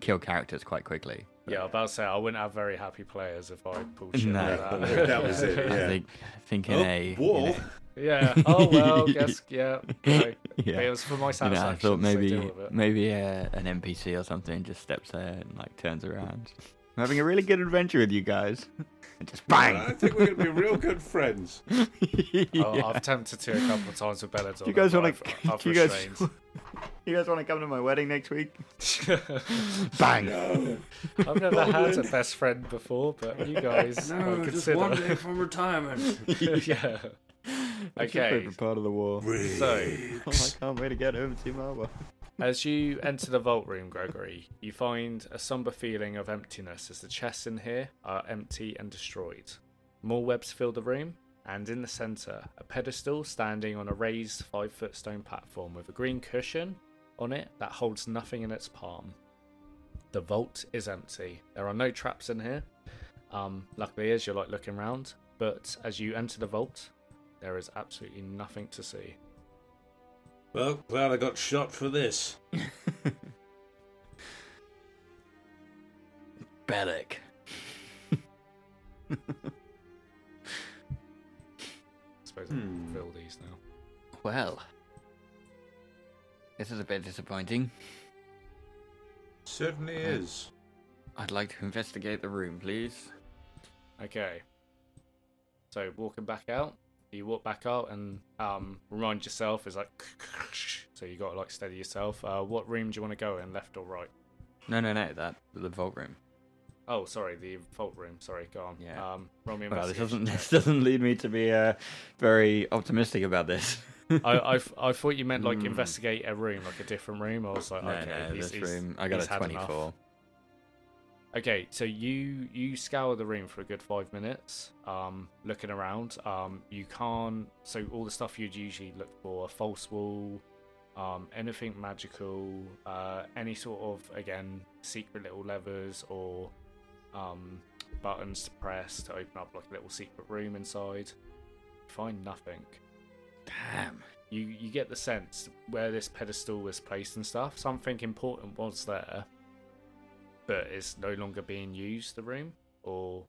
[SPEAKER 2] kill characters quite quickly.
[SPEAKER 1] Yeah, I was about to say I wouldn't have very happy players if I pulled shit
[SPEAKER 2] No.
[SPEAKER 1] like
[SPEAKER 10] Yeah,
[SPEAKER 1] that.
[SPEAKER 10] that was it,
[SPEAKER 2] I
[SPEAKER 10] yeah.
[SPEAKER 2] think, I think in
[SPEAKER 10] Oh,
[SPEAKER 2] a you
[SPEAKER 10] wall?
[SPEAKER 2] know-
[SPEAKER 1] yeah. Oh well, guess yeah. Okay.
[SPEAKER 2] Yeah.
[SPEAKER 1] But it was for my
[SPEAKER 2] you know, I
[SPEAKER 1] satisfaction. so
[SPEAKER 2] thought maybe
[SPEAKER 1] deal with it.
[SPEAKER 2] maybe uh, an NPC or something just steps there and like turns around. I'm having a really good adventure with you guys, and just bang.
[SPEAKER 10] I think we're gonna be real good friends.
[SPEAKER 1] Oh,
[SPEAKER 2] Yeah.
[SPEAKER 1] I've tempted to a couple of times with Belladonna.
[SPEAKER 2] Do you guys
[SPEAKER 1] but
[SPEAKER 2] want
[SPEAKER 1] I've-
[SPEAKER 2] to?
[SPEAKER 1] I've
[SPEAKER 2] Do you guys?
[SPEAKER 1] restrained.
[SPEAKER 2] You guys want to come to my wedding next week? Bang!
[SPEAKER 1] I've never had a best friend before, but you guys I'll consider.
[SPEAKER 3] from retirement.
[SPEAKER 1] yeah.
[SPEAKER 2] That's your
[SPEAKER 1] Okay.
[SPEAKER 2] favorite part of the war.
[SPEAKER 1] So,
[SPEAKER 2] Oh, I can't wait to get home to Team Arbor.
[SPEAKER 1] as you enter the vault room, Gregory, you find a somber feeling of emptiness as the chests in here are empty and destroyed. More webs fill the room, and in the center, a pedestal standing on a raised five foot stone platform with a green cushion on it that holds nothing in its palm. The vault is empty. There are no traps in here. Um, luckily, as you're like looking around, but as you enter the vault, there is absolutely nothing to see.
[SPEAKER 10] Well, glad I got shot for this.
[SPEAKER 2] Bellic.
[SPEAKER 3] Hmm.
[SPEAKER 1] fill these now.
[SPEAKER 2] Well, this is a bit disappointing.
[SPEAKER 3] Certainly is.
[SPEAKER 2] I'd like to investigate the room, please.
[SPEAKER 1] Okay. So walking back out, you walk back out and um, remind yourself is like so you got to like steady yourself. Uh, what room do you want to go in, left or right?
[SPEAKER 2] No, no, no, that the vault room.
[SPEAKER 1] Oh, sorry, the vault room. Sorry, go on.
[SPEAKER 2] Yeah.
[SPEAKER 1] Um, roll me
[SPEAKER 2] Well, this
[SPEAKER 1] investigation
[SPEAKER 2] doesn't
[SPEAKER 1] check.
[SPEAKER 2] this doesn't lead me to be uh, very optimistic about this.
[SPEAKER 1] I, I, f- I thought you meant like
[SPEAKER 2] Hmm.
[SPEAKER 1] investigate a room, like a different room. I was like,
[SPEAKER 2] no,
[SPEAKER 1] okay,
[SPEAKER 2] no,
[SPEAKER 1] he's-
[SPEAKER 2] this
[SPEAKER 1] he's-
[SPEAKER 2] room. I got
[SPEAKER 1] he's
[SPEAKER 2] a
[SPEAKER 1] had enough.
[SPEAKER 2] twenty-four.
[SPEAKER 1] Okay, so you you scour the room for a good five minutes, um, looking around. Um, you can't. So all the stuff you'd usually look for: a false wall, um, anything magical, uh, any sort of again secret little levers or um, buttons to press to open up like a little secret room inside. Find nothing.
[SPEAKER 2] Damn.
[SPEAKER 1] you you get the sense where this pedestal was placed and stuff something important was there but it's no longer being used the room or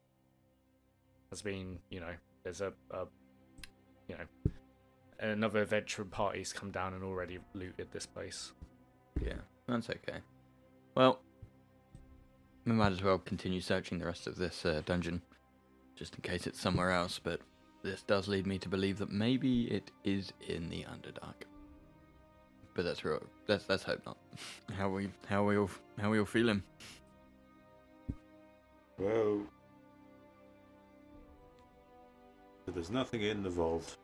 [SPEAKER 1] has been you know there's a, a you know another adventuring party's come down and already looted this place
[SPEAKER 2] Yeah, that's okay. Well, we might as well continue searching the rest of this uh, dungeon, just in case it's somewhere else. But this does lead me to believe that maybe it is in the Underdark. But that's real. Let's let's hope not. How we how we all how we all feeling?
[SPEAKER 3] Well, but there's nothing in the vault.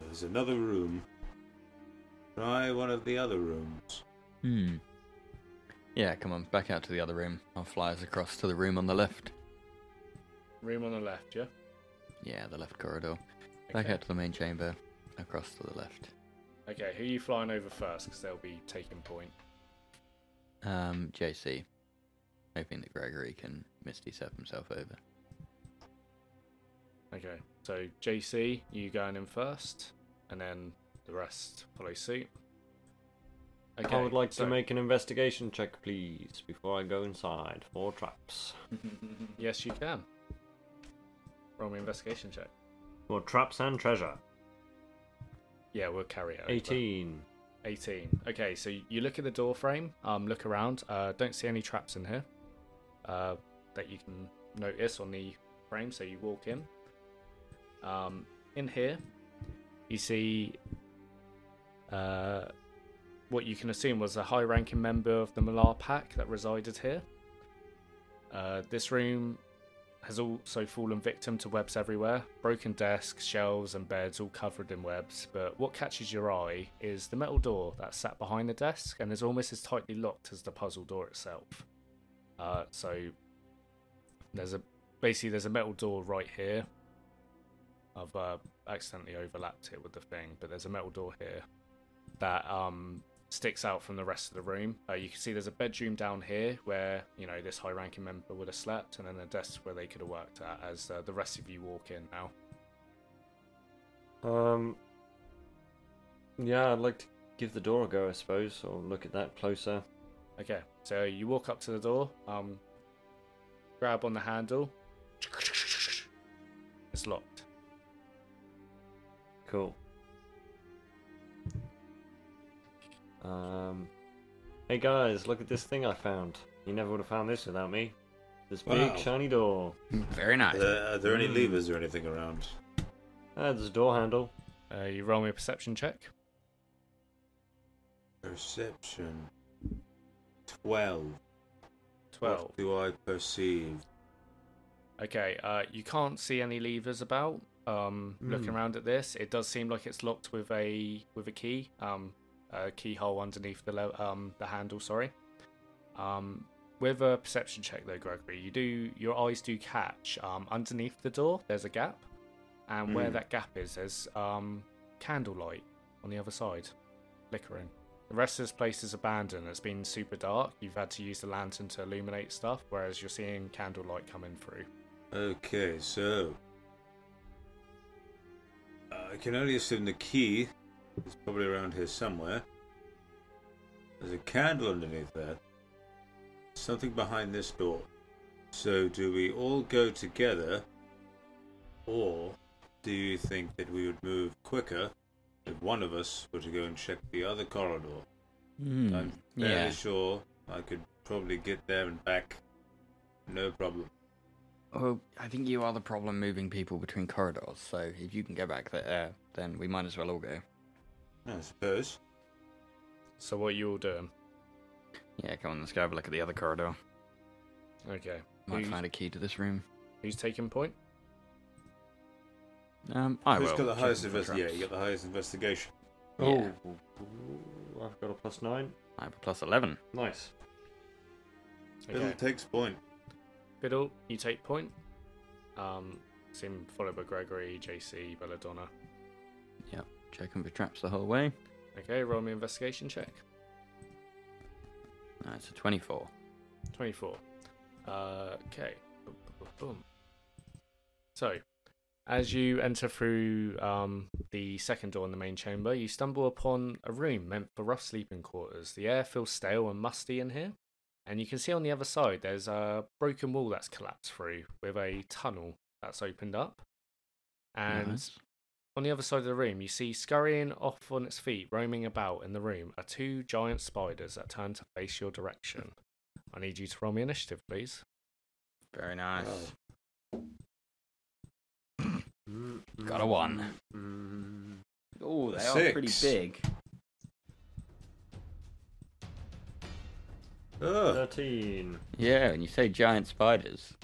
[SPEAKER 3] There's another room. Try one of the other rooms.
[SPEAKER 2] Hmm. Yeah, come on, back out to the other room. I'll fly us across to the room on the left.
[SPEAKER 1] room on the left yeah
[SPEAKER 2] Yeah, the left corridor. Back
[SPEAKER 1] okay,
[SPEAKER 2] out to the main chamber, across to the left.
[SPEAKER 1] okay who you flying over first because they'll be taking point
[SPEAKER 2] Um, JC. Hoping that Gregory can misty step himself over.
[SPEAKER 1] okay so jc you going in first and then the rest follow suit okay,
[SPEAKER 4] I would like
[SPEAKER 1] so-
[SPEAKER 4] to make an investigation check, please, before I go inside. Four traps.
[SPEAKER 1] Yes, you can. Roll me investigation check.
[SPEAKER 4] Four traps and treasure.
[SPEAKER 1] Yeah, we'll carry it. over.
[SPEAKER 4] 18.
[SPEAKER 1] 18. Okay, so you look at the door frame, um, look around. Uh, don't see any traps in here uh, that you can notice on the frame, so you walk in. Um, in here, you see uh, what you can assume was a high ranking member of the Malar Pack that resided here. Uh, this room has also fallen victim to webs everywhere. Broken desks, shelves, and beds all covered in webs. But what catches your eye is the metal door that's sat behind the desk and is almost as tightly locked as the puzzle door itself. Uh, so there's a basically there's a metal door right here. I've uh, accidentally overlapped it with the thing, but there's a metal door here that um, sticks out from the rest of the room. Uh, you can see there's a bedroom down here where you know this high-ranking member would have slept, and then a desk where they could have worked at. As uh, the rest of you walk in now,
[SPEAKER 4] Um. Yeah, I'd like to give the door a go, I suppose, or look at that closer.
[SPEAKER 1] okay. So you walk up to the door, um, grab on the handle. It's locked.
[SPEAKER 4] Cool. Um. Hey guys, look at this thing I found. You never would have found this without me. This
[SPEAKER 3] Wow.
[SPEAKER 4] big shiny door.
[SPEAKER 2] Very nice.
[SPEAKER 3] Uh, are there any levers or anything around?
[SPEAKER 4] Ah, there's a door handle.
[SPEAKER 1] Uh, you roll me a perception check.
[SPEAKER 3] Perception. Twelve.
[SPEAKER 1] Twelve.
[SPEAKER 3] What do I perceive?
[SPEAKER 1] Okay, uh, you can't see any levers about. Um, Looking
[SPEAKER 4] Mm.
[SPEAKER 1] around at this, it does seem like it's locked with a with a key, um, a keyhole underneath the le- um, the handle. Sorry. Um, with a perception check though, Gregory, you do your eyes do catch um, underneath the door. There's a gap, and where that gap is, there's um, candlelight on the other side, flickering. The rest of this place is abandoned. It's been super dark. You've had to use the lantern to illuminate stuff, whereas you're seeing candlelight coming through.
[SPEAKER 3] Okay, so uh, I can only assume the key is probably around here somewhere. There's a candle underneath that. Something behind this door. So do we all go together, or
[SPEAKER 10] do you think that we would move quicker if one of us were to go and check the other corridor? I'm fairly
[SPEAKER 2] yeah.
[SPEAKER 10] sure I could probably get there and back, no problem.
[SPEAKER 2] Well, I think you are the problem moving people between corridors. So if you can go back there, then we might as well all go.
[SPEAKER 10] I suppose.
[SPEAKER 1] So what are you all doing?
[SPEAKER 2] Yeah, come on, let's go have a look at the other corridor.
[SPEAKER 1] Okay.
[SPEAKER 2] Might
[SPEAKER 1] Who's,
[SPEAKER 2] find a key to this room.
[SPEAKER 1] who's taking point?
[SPEAKER 2] Um, I
[SPEAKER 10] Who's
[SPEAKER 2] will.
[SPEAKER 10] got the
[SPEAKER 2] check
[SPEAKER 10] highest
[SPEAKER 2] them for
[SPEAKER 10] investigation? Yeah,
[SPEAKER 2] traps.
[SPEAKER 10] you got the highest investigation.
[SPEAKER 2] Oh.
[SPEAKER 4] Oh, I've got a plus nine.
[SPEAKER 2] I have a plus eleven.
[SPEAKER 4] Nice.
[SPEAKER 1] Okay.
[SPEAKER 10] Biddle takes point.
[SPEAKER 1] Biddle, you take point. Um, Sim followed by Gregory, JC, Belladonna.
[SPEAKER 2] Checking for traps the whole way.
[SPEAKER 1] Okay, roll me investigation check.
[SPEAKER 2] Uh, it's a twenty-four.
[SPEAKER 1] 24. Uh, okay. Boom, boom, boom, boom. So, as you enter through um, the second door in the main chamber, you stumble upon a room meant for rough sleeping quarters. The air feels stale and musty in here. And you can see on the other side there's a broken wall that's collapsed through with a tunnel that's opened up. And
[SPEAKER 2] Nice.
[SPEAKER 1] on the other side of the room, you see scurrying off on its feet, roaming about in the room, are two giant spiders that turn to face your direction. I need you to roll me initiative, please.
[SPEAKER 2] very nice.
[SPEAKER 4] Got
[SPEAKER 2] Got a one. Oh,
[SPEAKER 10] they are pretty Six.
[SPEAKER 2] big.
[SPEAKER 10] Ugh.
[SPEAKER 4] Thirteen.
[SPEAKER 2] Yeah, and you say giant spiders.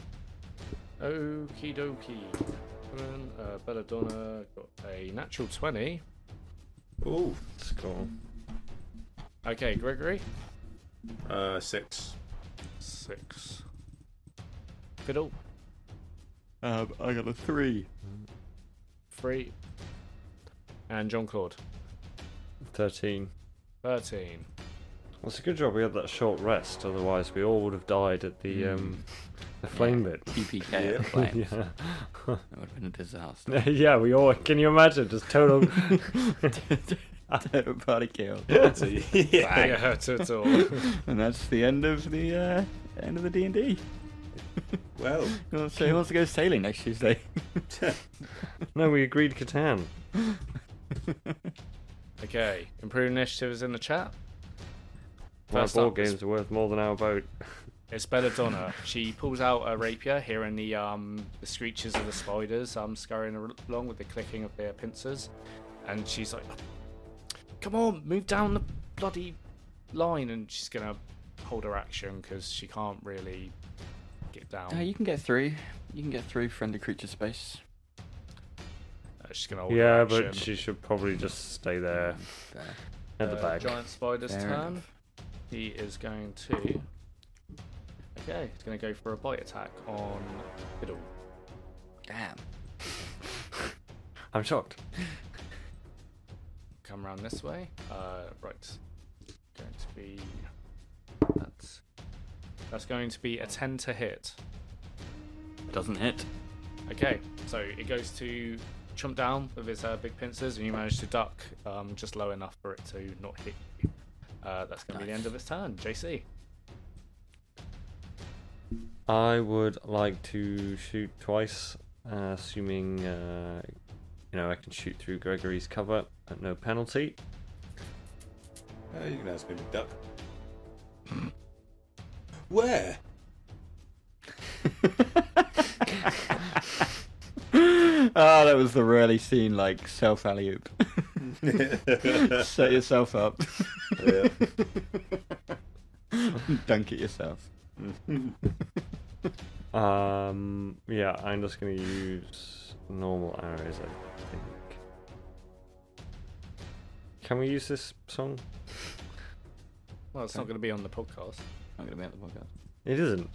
[SPEAKER 1] Okie dokie. Cameron, Uh, Belladonna got a natural 20.
[SPEAKER 10] Ooh.
[SPEAKER 1] Okay, Gregory.
[SPEAKER 10] Uh, six.
[SPEAKER 1] Six. Fiddle.
[SPEAKER 2] Um, I got a three.
[SPEAKER 1] Three. And John Claude.
[SPEAKER 4] Thirteen.
[SPEAKER 1] 13.
[SPEAKER 4] Well, it's a good job we had that short rest. Otherwise, we all would have died at the um, the flame bit.
[SPEAKER 2] TPK
[SPEAKER 10] Yeah.
[SPEAKER 2] at the flames.
[SPEAKER 4] Yeah.
[SPEAKER 2] That would have been a disaster.
[SPEAKER 4] yeah, we all. Can you imagine? Just total.
[SPEAKER 2] Everybody killed.
[SPEAKER 1] Yeah, hurt at all.
[SPEAKER 2] and that's the end of the uh, end of the D and D.
[SPEAKER 10] Well,
[SPEAKER 2] So who wants to go sailing next Tuesday?
[SPEAKER 4] no, we agreed Catan.
[SPEAKER 1] okay, improved initiative is in the chat.
[SPEAKER 4] My
[SPEAKER 1] First
[SPEAKER 4] board
[SPEAKER 1] up is-
[SPEAKER 4] games are worth more than our boat.
[SPEAKER 1] It's Belladonna. she pulls out a rapier, hearing the um the screeches of the spiders um scurrying ar- along with the clicking of their pincers, and she's like, "Come on, move down the bloody line!" And she's gonna hold her action because she can't really get down.
[SPEAKER 2] Uh, you can get through. You can get through friendly creature space.
[SPEAKER 1] Uh, she's gonna hold her
[SPEAKER 4] Yeah,
[SPEAKER 1] action.
[SPEAKER 4] but she should probably just stay
[SPEAKER 2] Uh.
[SPEAKER 4] there
[SPEAKER 2] Fair.
[SPEAKER 4] at the
[SPEAKER 1] Uh,
[SPEAKER 4] back.
[SPEAKER 1] Giant spider's
[SPEAKER 2] Fair
[SPEAKER 1] turn.
[SPEAKER 2] enough.
[SPEAKER 1] He is going to. Okay, he's gonna go for a bite attack on Fiddle.
[SPEAKER 2] Damn.
[SPEAKER 4] I'm shocked.
[SPEAKER 1] come around this way. Uh, right. Going to be that's that's going to be a ten to hit.
[SPEAKER 2] Doesn't hit.
[SPEAKER 1] Okay, so it goes to chomp down with his uh, big pincers, and you manage to duck um, just low enough for it to not hit you. Uh, that's going to be the end of its turn. JC,
[SPEAKER 4] I would like to shoot twice, uh, assuming uh, you know I can shoot through Gregory's cover at no penalty.
[SPEAKER 10] uh, you can ask me to duck.
[SPEAKER 2] Hmm.
[SPEAKER 10] Where?
[SPEAKER 2] oh, that was the rarely seen like self alley oop. Set yourself up.
[SPEAKER 10] Yeah.
[SPEAKER 2] Dunk it yourself.
[SPEAKER 4] Um, yeah, I'm just gonna use normal arrows. I think. Can we use this song?
[SPEAKER 1] well, it's not
[SPEAKER 2] Okay.
[SPEAKER 1] going to be on the podcast.
[SPEAKER 2] I'm gonna be at the podcast.
[SPEAKER 4] It isn't.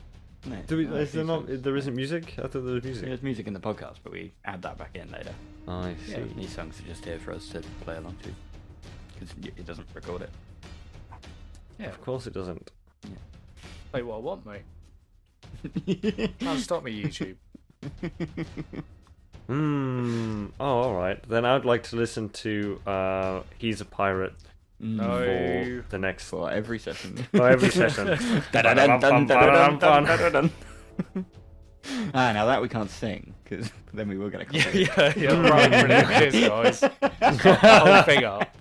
[SPEAKER 2] No,
[SPEAKER 4] Do we,
[SPEAKER 2] no,
[SPEAKER 4] is
[SPEAKER 2] it's
[SPEAKER 4] there not?
[SPEAKER 2] useless.
[SPEAKER 4] There isn't music. I thought there was music.
[SPEAKER 2] There's music in the podcast, but we add that back in later.
[SPEAKER 4] I see.
[SPEAKER 2] Yeah, these songs are just here for us to play along to, because it doesn't record it.
[SPEAKER 1] Yeah,
[SPEAKER 4] Of course it doesn't.
[SPEAKER 1] play what I want, mate. Can't stop me, YouTube.
[SPEAKER 4] Hmm. Oh, all right. Then I'd like to listen to uh, "He's a Pirate"
[SPEAKER 1] No.
[SPEAKER 4] for the next
[SPEAKER 2] Mm. For every session.
[SPEAKER 4] for every session.
[SPEAKER 2] Dun, dun, dun, dun, dun, dun, dun, dun, dun, dun.
[SPEAKER 16] ah, now that we can't sing because then we were going to.
[SPEAKER 1] yeah, yeah, yeah. Right, brilliant. Cheers, guys. Whole thing up.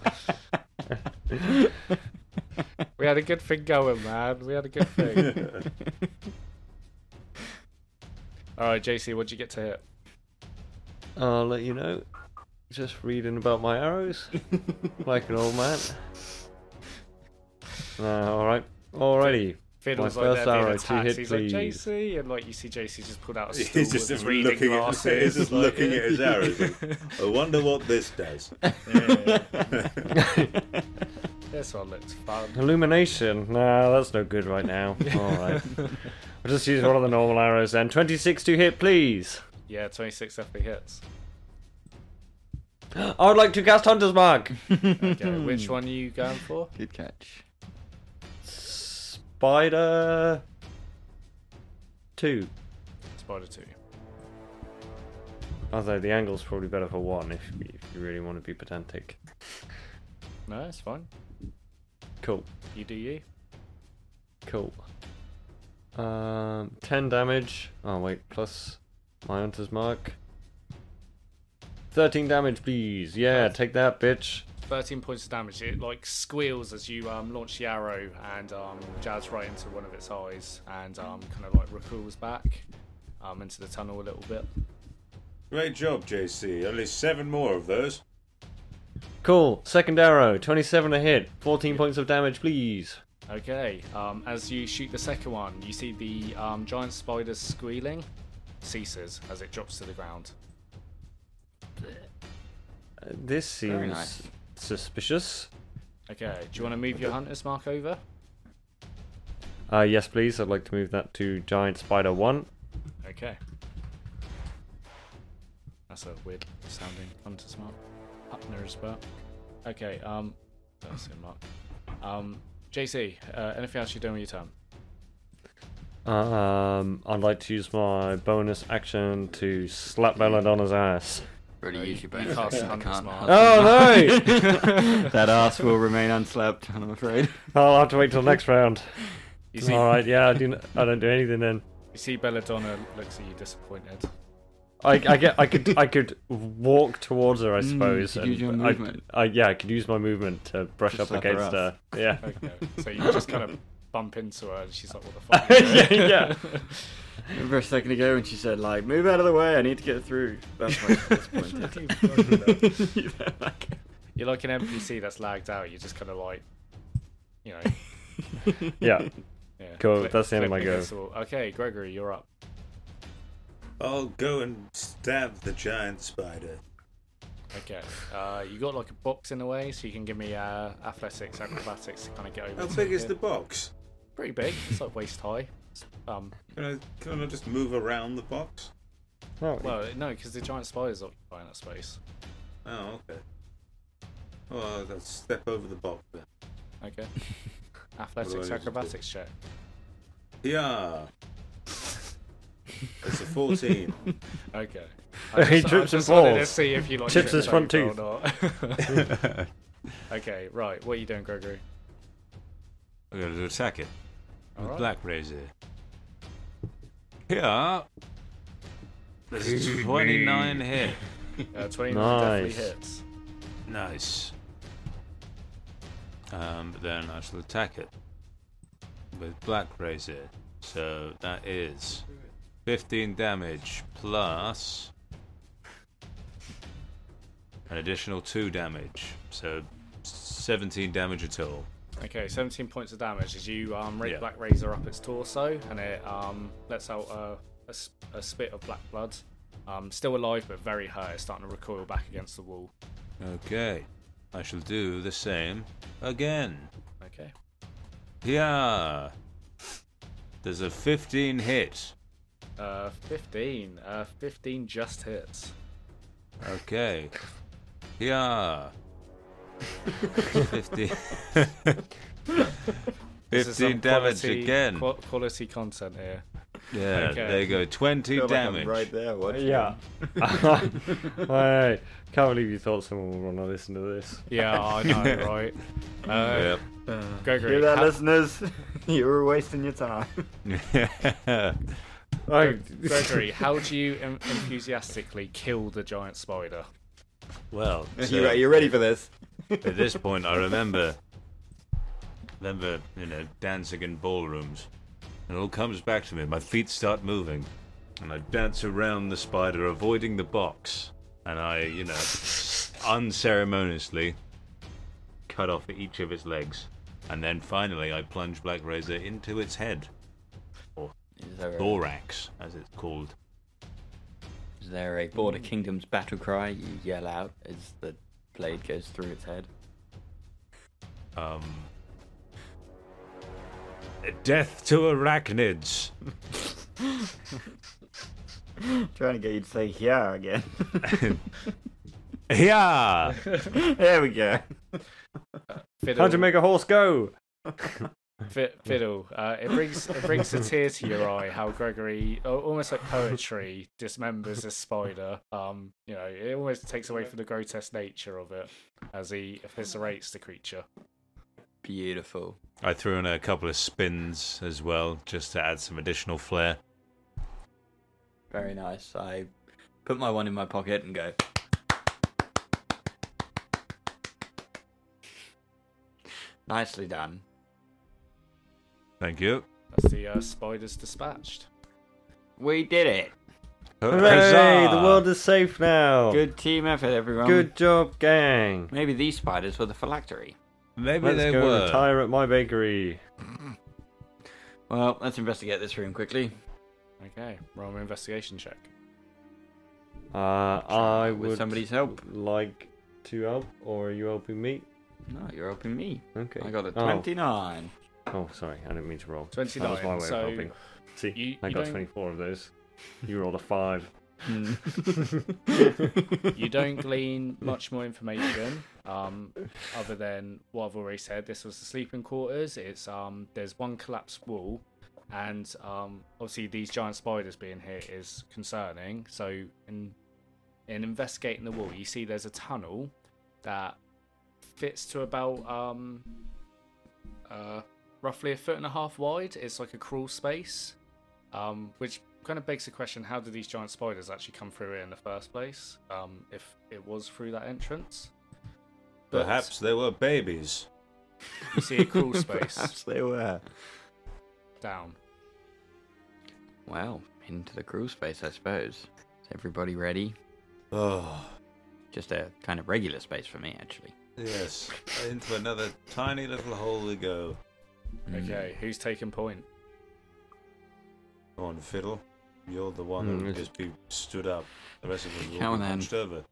[SPEAKER 1] We had a good thing going, man. We had a good thing. All right, JC, what'd you get to hit?
[SPEAKER 4] I'll let you know. Just reading about my arrows, like an old man. Uh, all right, alrighty.
[SPEAKER 1] Fiddles
[SPEAKER 4] My
[SPEAKER 1] like
[SPEAKER 4] first
[SPEAKER 1] they're being
[SPEAKER 4] arrow, two
[SPEAKER 1] attacked.
[SPEAKER 4] hit,
[SPEAKER 1] He's like
[SPEAKER 4] please.
[SPEAKER 1] JC, and like you see JC just pulled out a stool
[SPEAKER 10] He's just
[SPEAKER 1] with his
[SPEAKER 10] looking
[SPEAKER 1] reading
[SPEAKER 10] at-
[SPEAKER 1] glasses.
[SPEAKER 10] he's just
[SPEAKER 1] like,
[SPEAKER 10] looking at his arrows. I wonder what this does. Yeah.
[SPEAKER 1] This one looks fun.
[SPEAKER 4] Illumination. Nah, that's no good right now. All right. I'll just use one of the normal arrows then. 26 to hit, please.
[SPEAKER 1] Yeah, 26 FP hits.
[SPEAKER 4] I would like to cast Hunter's Mark.
[SPEAKER 1] Okay, which one are you going for?
[SPEAKER 16] Good catch.
[SPEAKER 4] Spider. Two.
[SPEAKER 1] Spider 2.
[SPEAKER 4] Although the angle's probably better for one if, if you really want to be pedantic.
[SPEAKER 1] No, it's fine.
[SPEAKER 4] Cool.
[SPEAKER 1] You do you.
[SPEAKER 4] Cool. Um, 10 damage. Oh, wait, plus my Hunter's Mark. 13 damage, please. Yeah, take that, bitch.
[SPEAKER 1] 13 points of damage. It like squeals as you um, launch the arrow and um, jazz right into one of its eyes and um, kind of like recalls back um, into the tunnel a little bit.
[SPEAKER 10] Great job, JC. Only seven more of those.
[SPEAKER 4] Cool. Second arrow, 27 to hit. 14 points of damage, please.
[SPEAKER 1] Okay, um, as you shoot the second one, you see the um, giant spider's squealing ceases as it drops to the ground.
[SPEAKER 4] Uh, This
[SPEAKER 16] Very
[SPEAKER 4] seems
[SPEAKER 16] nice.
[SPEAKER 4] suspicious.
[SPEAKER 1] Okay, do you want to move your hunter's mark over?
[SPEAKER 4] Uh, yes, please. I'd like to move that to Giant Spider 1.
[SPEAKER 1] Okay. That's a weird sounding hunter's mark. Hunter's mark. Okay, um, that's it, mark. Um, JC, uh, anything else you're doing with your turn?
[SPEAKER 4] Um, I'd like to use my bonus action to slap Belladonna's ass.
[SPEAKER 11] Really use your bonus
[SPEAKER 1] You cast
[SPEAKER 11] action. I
[SPEAKER 1] Hunter's
[SPEAKER 11] can't.
[SPEAKER 1] Mark.
[SPEAKER 11] hunt.
[SPEAKER 4] Oh, no!
[SPEAKER 16] That ass will remain unslapped. I'm afraid.
[SPEAKER 4] I'll have to wait till next round.
[SPEAKER 1] You see,
[SPEAKER 4] All right, yeah, I, do, I don't do anything then.
[SPEAKER 1] you see Belladonna looks at you disappointed.
[SPEAKER 4] I, I get I could I could walk towards her I suppose
[SPEAKER 16] could use your
[SPEAKER 4] and I-
[SPEAKER 16] movement.
[SPEAKER 4] I, yeah I could use my movement to brush
[SPEAKER 16] To
[SPEAKER 4] up
[SPEAKER 16] slap her
[SPEAKER 4] against her,
[SPEAKER 16] ass.
[SPEAKER 4] yeah
[SPEAKER 1] Okay, so you just kind of bump into her and she's like, what the fuck? are you doing?"
[SPEAKER 4] yeah yeah
[SPEAKER 16] Remember a second ago when she said, like, move out of the way, I need to get through. That's why she was pointed.
[SPEAKER 1] You're like an NPC that's lagged out. You're just kind of like, you know.
[SPEAKER 4] yeah
[SPEAKER 1] Yeah.
[SPEAKER 4] Cool,
[SPEAKER 1] Flip-
[SPEAKER 4] that's the end of my
[SPEAKER 1] flipping
[SPEAKER 4] go.
[SPEAKER 1] us all. Okay, Gregory, you're up.
[SPEAKER 10] I'll go and stab the giant spider.
[SPEAKER 1] Okay. Uh, you got like a box in the way, so you can give me uh, athletics, acrobatics to kind of get over.
[SPEAKER 10] How
[SPEAKER 1] to
[SPEAKER 10] big is
[SPEAKER 1] it.
[SPEAKER 10] the box?
[SPEAKER 1] Pretty big. It's like waist high. It's, Um,
[SPEAKER 10] Can I can I just move around the box?
[SPEAKER 1] well, no, because the giant spider's occupying that space.
[SPEAKER 10] Oh, okay. Well, I'll step over the box then.
[SPEAKER 1] Okay.
[SPEAKER 10] What
[SPEAKER 1] Athletics,
[SPEAKER 10] do I need to do?
[SPEAKER 1] acrobatics check.
[SPEAKER 10] Yeah. It's a 14.
[SPEAKER 1] Okay.
[SPEAKER 4] He
[SPEAKER 1] just-
[SPEAKER 4] trips
[SPEAKER 1] just
[SPEAKER 4] and
[SPEAKER 1] wanted To
[SPEAKER 4] falls.
[SPEAKER 1] see if you like
[SPEAKER 4] Chips his
[SPEAKER 1] tripped
[SPEAKER 4] front
[SPEAKER 1] over or not. okay, right. What are you doing, Gregory?
[SPEAKER 3] I gotta attack it with
[SPEAKER 1] Alright.
[SPEAKER 3] Black Razor. Here. That's a 29 hit.
[SPEAKER 1] Uh, 29 definitely
[SPEAKER 4] Nice.
[SPEAKER 1] hits.
[SPEAKER 3] Nice. Um, but then I shall attack it with Black Razor. So that is 15 damage plus an additional 2 damage. So 17 damage at all.
[SPEAKER 1] Okay, 17 points of damage as you um, rake
[SPEAKER 3] Yeah.
[SPEAKER 1] Black Razor up its torso and it um, lets out a, a s- a spit of black blood. Um, still alive, but very hurt. It's starting to recoil back against the wall.
[SPEAKER 3] Okay. I shall do the same again.
[SPEAKER 1] Okay.
[SPEAKER 3] Yeah. There's a 15 hit.
[SPEAKER 1] Uh, 15. Uh, 15 just hits.
[SPEAKER 3] Okay. Yeah. 15.
[SPEAKER 1] This is
[SPEAKER 3] 15
[SPEAKER 1] some
[SPEAKER 3] damage
[SPEAKER 1] quality-
[SPEAKER 3] again.
[SPEAKER 1] qua- quality content here.
[SPEAKER 3] yeah,
[SPEAKER 1] okay.
[SPEAKER 3] there you go. 20 damage.
[SPEAKER 16] there,
[SPEAKER 4] yeah I can't believe you thought someone would want to listen to this
[SPEAKER 1] Yeah, I know, right? Uh,
[SPEAKER 3] Yep.
[SPEAKER 1] Gregory,
[SPEAKER 16] Hear that,
[SPEAKER 1] ha-
[SPEAKER 16] listeners? you were wasting your time.
[SPEAKER 3] yeah.
[SPEAKER 4] I,
[SPEAKER 1] Gregory, how do you en- enthusiastically kill the giant spider?
[SPEAKER 3] Well,
[SPEAKER 16] you,
[SPEAKER 3] so
[SPEAKER 16] are you ready for this?
[SPEAKER 3] at this point, I remember, remember, you know, dancing in ballrooms, and it all comes back to me. My feet start moving, and I dance around the spider, avoiding the box, and I, you know, unceremoniously cut off each of its legs, and then finally I plunge Black Razor into its head,
[SPEAKER 2] Is there, a,
[SPEAKER 3] thorax, as it's called.
[SPEAKER 2] is there a Border Kingdoms battle cry you yell out as the blade goes through its head?
[SPEAKER 3] Um, death to arachnids.
[SPEAKER 16] trying to get you to say yeah again.
[SPEAKER 3] Yeah.
[SPEAKER 16] there we go.
[SPEAKER 1] Fiddle,
[SPEAKER 4] how'd you make a horse go?
[SPEAKER 1] fi- fiddle. Uh, it brings it brings a tear to your eye how Gregory, al- almost like poetry, dismembers this spider. Um, you know, it almost takes away from the grotesque nature of it as he eviscerates the creature.
[SPEAKER 2] Beautiful.
[SPEAKER 3] I threw in a couple of spins as well, just to add some additional flair.
[SPEAKER 2] Very nice. I put my one in my pocket and go. Nicely done.
[SPEAKER 3] Thank you.
[SPEAKER 1] That's the uh, spider's dispatched.
[SPEAKER 2] We did it.
[SPEAKER 4] Hooray! The world is safe
[SPEAKER 16] Oh.
[SPEAKER 4] now.
[SPEAKER 2] Good team effort, everyone.
[SPEAKER 4] Good job, gang.
[SPEAKER 2] Maybe these spiders were the phylactery.
[SPEAKER 3] Maybe
[SPEAKER 4] Let's
[SPEAKER 3] they
[SPEAKER 4] go
[SPEAKER 3] were.
[SPEAKER 4] retire at my bakery.
[SPEAKER 2] Well, let's investigate this room quickly.
[SPEAKER 1] Okay, roll an investigation check.
[SPEAKER 4] Uh, I would
[SPEAKER 2] With somebody's help.
[SPEAKER 4] like to help, or are you helping me?
[SPEAKER 2] No, you're helping me.
[SPEAKER 4] Okay.
[SPEAKER 2] I got a
[SPEAKER 4] Oh.
[SPEAKER 2] 29.
[SPEAKER 4] Oh, sorry, I didn't mean to roll.
[SPEAKER 1] Twenty
[SPEAKER 4] That was my
[SPEAKER 1] nine.
[SPEAKER 4] way of
[SPEAKER 1] So
[SPEAKER 4] helping. See,
[SPEAKER 1] you-
[SPEAKER 4] I
[SPEAKER 1] you
[SPEAKER 4] got
[SPEAKER 1] don't-
[SPEAKER 4] 24 of those. You rolled a 5.
[SPEAKER 1] you don't glean much more information um, other than what I've already said. This was the sleeping quarters. It's um, there's one collapsed wall, and um, obviously these giant spiders being here is concerning. So in in investigating the wall, you see there's a tunnel that fits to about um, uh, roughly a foot and a half wide. It's like a crawl space, um, which kind of begs the question: How did these giant spiders actually come through it in the first place? Um, if it was through that entrance, But
[SPEAKER 10] Perhaps they were babies.
[SPEAKER 1] you see a crawl space
[SPEAKER 16] Perhaps they were.
[SPEAKER 1] down.
[SPEAKER 2] Well, into the crawl space, I suppose. Is everybody ready?
[SPEAKER 10] Oh,
[SPEAKER 2] Just a kind of regular space for me, actually.
[SPEAKER 10] yes. Into another tiny little hole we go.
[SPEAKER 2] Hmm.
[SPEAKER 1] Okay, who's taking point?
[SPEAKER 10] Come on, Fiddle. You're the one
[SPEAKER 4] Hmm,
[SPEAKER 10] that will
[SPEAKER 4] it's-
[SPEAKER 10] just be stood up. The rest of us will be
[SPEAKER 2] Come on then.
[SPEAKER 10] hunched over.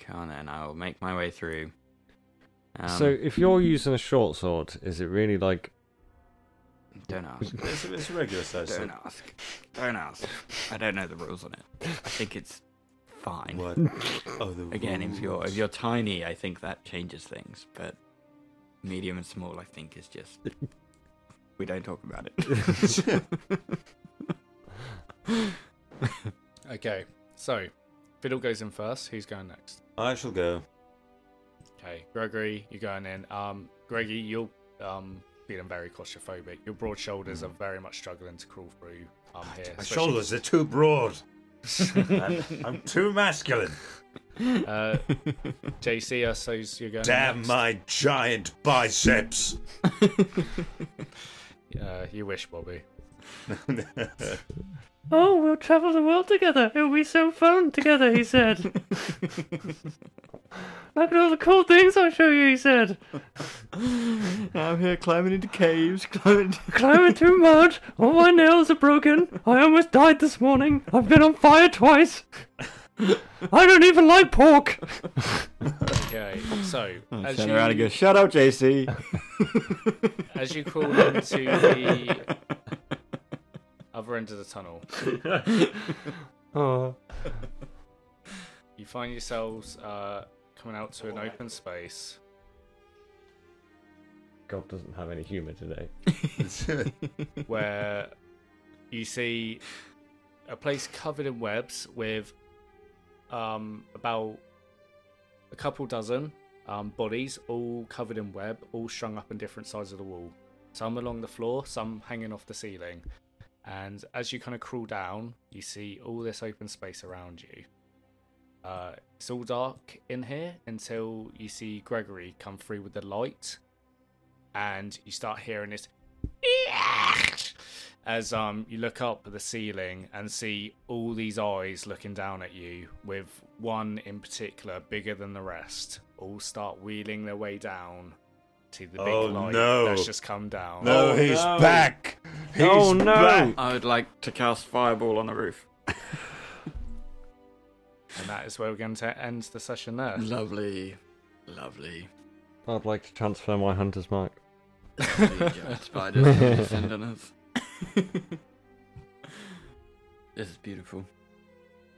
[SPEAKER 2] Come on then, I'll make my way through. Um,
[SPEAKER 4] so, if you're using a short sword, is it really like.
[SPEAKER 2] don't ask.
[SPEAKER 10] It's, it's a regular size.
[SPEAKER 2] Don't
[SPEAKER 10] thing.
[SPEAKER 2] ask. Don't ask. I don't know the rules on it. I think it's fine.
[SPEAKER 10] What? Oh, the
[SPEAKER 2] Again, if you're if
[SPEAKER 10] rules.
[SPEAKER 2] you're tiny, I think that changes things. But medium and small, I think, is just we don't talk about it.
[SPEAKER 1] Okay, so Fiddle goes in first. Who's going next?
[SPEAKER 10] I shall go.
[SPEAKER 1] Okay, Gregory, you're going in. Um, Greggy, you're um feeling very claustrophobic. Your broad shoulders are very much struggling to crawl through. Um,
[SPEAKER 10] Mm.
[SPEAKER 1] here,
[SPEAKER 10] My
[SPEAKER 1] especially-
[SPEAKER 10] shoulders are too broad. I'm, I'm too masculine.
[SPEAKER 1] Uh, JC, I suppose you're going.
[SPEAKER 10] Damn
[SPEAKER 1] next.
[SPEAKER 10] my giant biceps.
[SPEAKER 1] Uh, you wish, Bobby.
[SPEAKER 17] Oh, we'll travel the world together. It'll be so fun together, he said. Look at all the cool things I'll show you, he said.
[SPEAKER 16] I'm here climbing into caves, climbing.
[SPEAKER 17] Climbing through mud, all my nails are broken. I almost died this morning. I've been on fire twice. I don't even like pork.
[SPEAKER 1] Okay, so
[SPEAKER 2] Oh,
[SPEAKER 10] Oh,
[SPEAKER 1] as
[SPEAKER 16] Turn
[SPEAKER 1] you,
[SPEAKER 16] around and go. Shut up, JC.
[SPEAKER 1] as you crawl into the other end of the tunnel,
[SPEAKER 4] Oh.
[SPEAKER 1] you find yourselves uh, coming out to an open space.
[SPEAKER 4] God doesn't have any humour today.
[SPEAKER 1] where you see a place covered in webs with um, about a couple dozen um, bodies, all covered in web, all strung up in different sides of the wall. Some along the floor, some hanging off the ceiling. And as you kind of crawl down, you see all this open space around you. Uh, it's all dark in here until you see Gregory come through with the light, and you start hearing this. As um, you look up at the ceiling and see all these eyes looking down at you, with one in particular bigger than the rest, all start wheeling their way down to the big
[SPEAKER 3] Oh,
[SPEAKER 1] light
[SPEAKER 3] no.
[SPEAKER 1] that's just come down.
[SPEAKER 3] Oh, No, he's back. He's oh no! Back.
[SPEAKER 2] I would like to cast fireball on the roof.
[SPEAKER 1] And that is where we're going to end the session there.
[SPEAKER 2] Lovely, lovely.
[SPEAKER 4] I'd like to transfer my hunter's mark.
[SPEAKER 2] lovely giant spiders that descend on us. this is beautiful.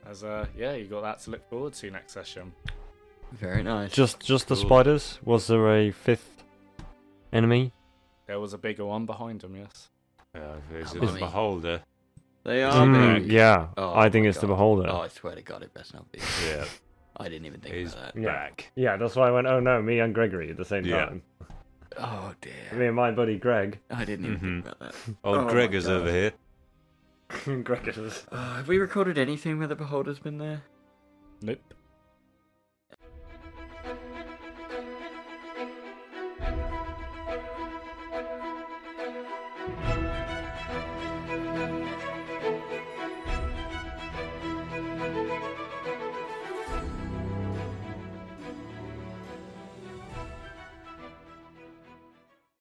[SPEAKER 1] As uh, yeah, you got that to look forward to next session.
[SPEAKER 2] Very nice.
[SPEAKER 4] Just, just the
[SPEAKER 1] Cool.
[SPEAKER 4] spiders. Was there a fifth enemy?
[SPEAKER 1] There was a bigger one behind him, yes.
[SPEAKER 3] Yeah, it's,
[SPEAKER 2] Oh,
[SPEAKER 3] it's
[SPEAKER 2] mummy.
[SPEAKER 3] beholder.
[SPEAKER 2] They are.
[SPEAKER 4] Mm,
[SPEAKER 2] big.
[SPEAKER 4] yeah,
[SPEAKER 2] Oh
[SPEAKER 4] I think
[SPEAKER 2] my
[SPEAKER 4] it's the
[SPEAKER 2] God.
[SPEAKER 4] beholder.
[SPEAKER 2] Oh, I swear to God, it best not be.
[SPEAKER 3] Yeah,
[SPEAKER 2] I didn't even think
[SPEAKER 3] he's
[SPEAKER 2] about that.
[SPEAKER 3] back.
[SPEAKER 4] Yeah, that's why I went. Oh no, me and Gregory at the same
[SPEAKER 3] Yeah.
[SPEAKER 4] time.
[SPEAKER 2] Oh
[SPEAKER 4] Me
[SPEAKER 2] dear.
[SPEAKER 4] and my buddy Greg.
[SPEAKER 2] I didn't even
[SPEAKER 3] Mhm.
[SPEAKER 2] think about that.
[SPEAKER 3] Old
[SPEAKER 2] Oh my
[SPEAKER 3] Gregor's
[SPEAKER 2] God.
[SPEAKER 3] over here.
[SPEAKER 4] Gregor's.
[SPEAKER 2] Uh, have we recorded anything where the beholder's been there?
[SPEAKER 1] Nope.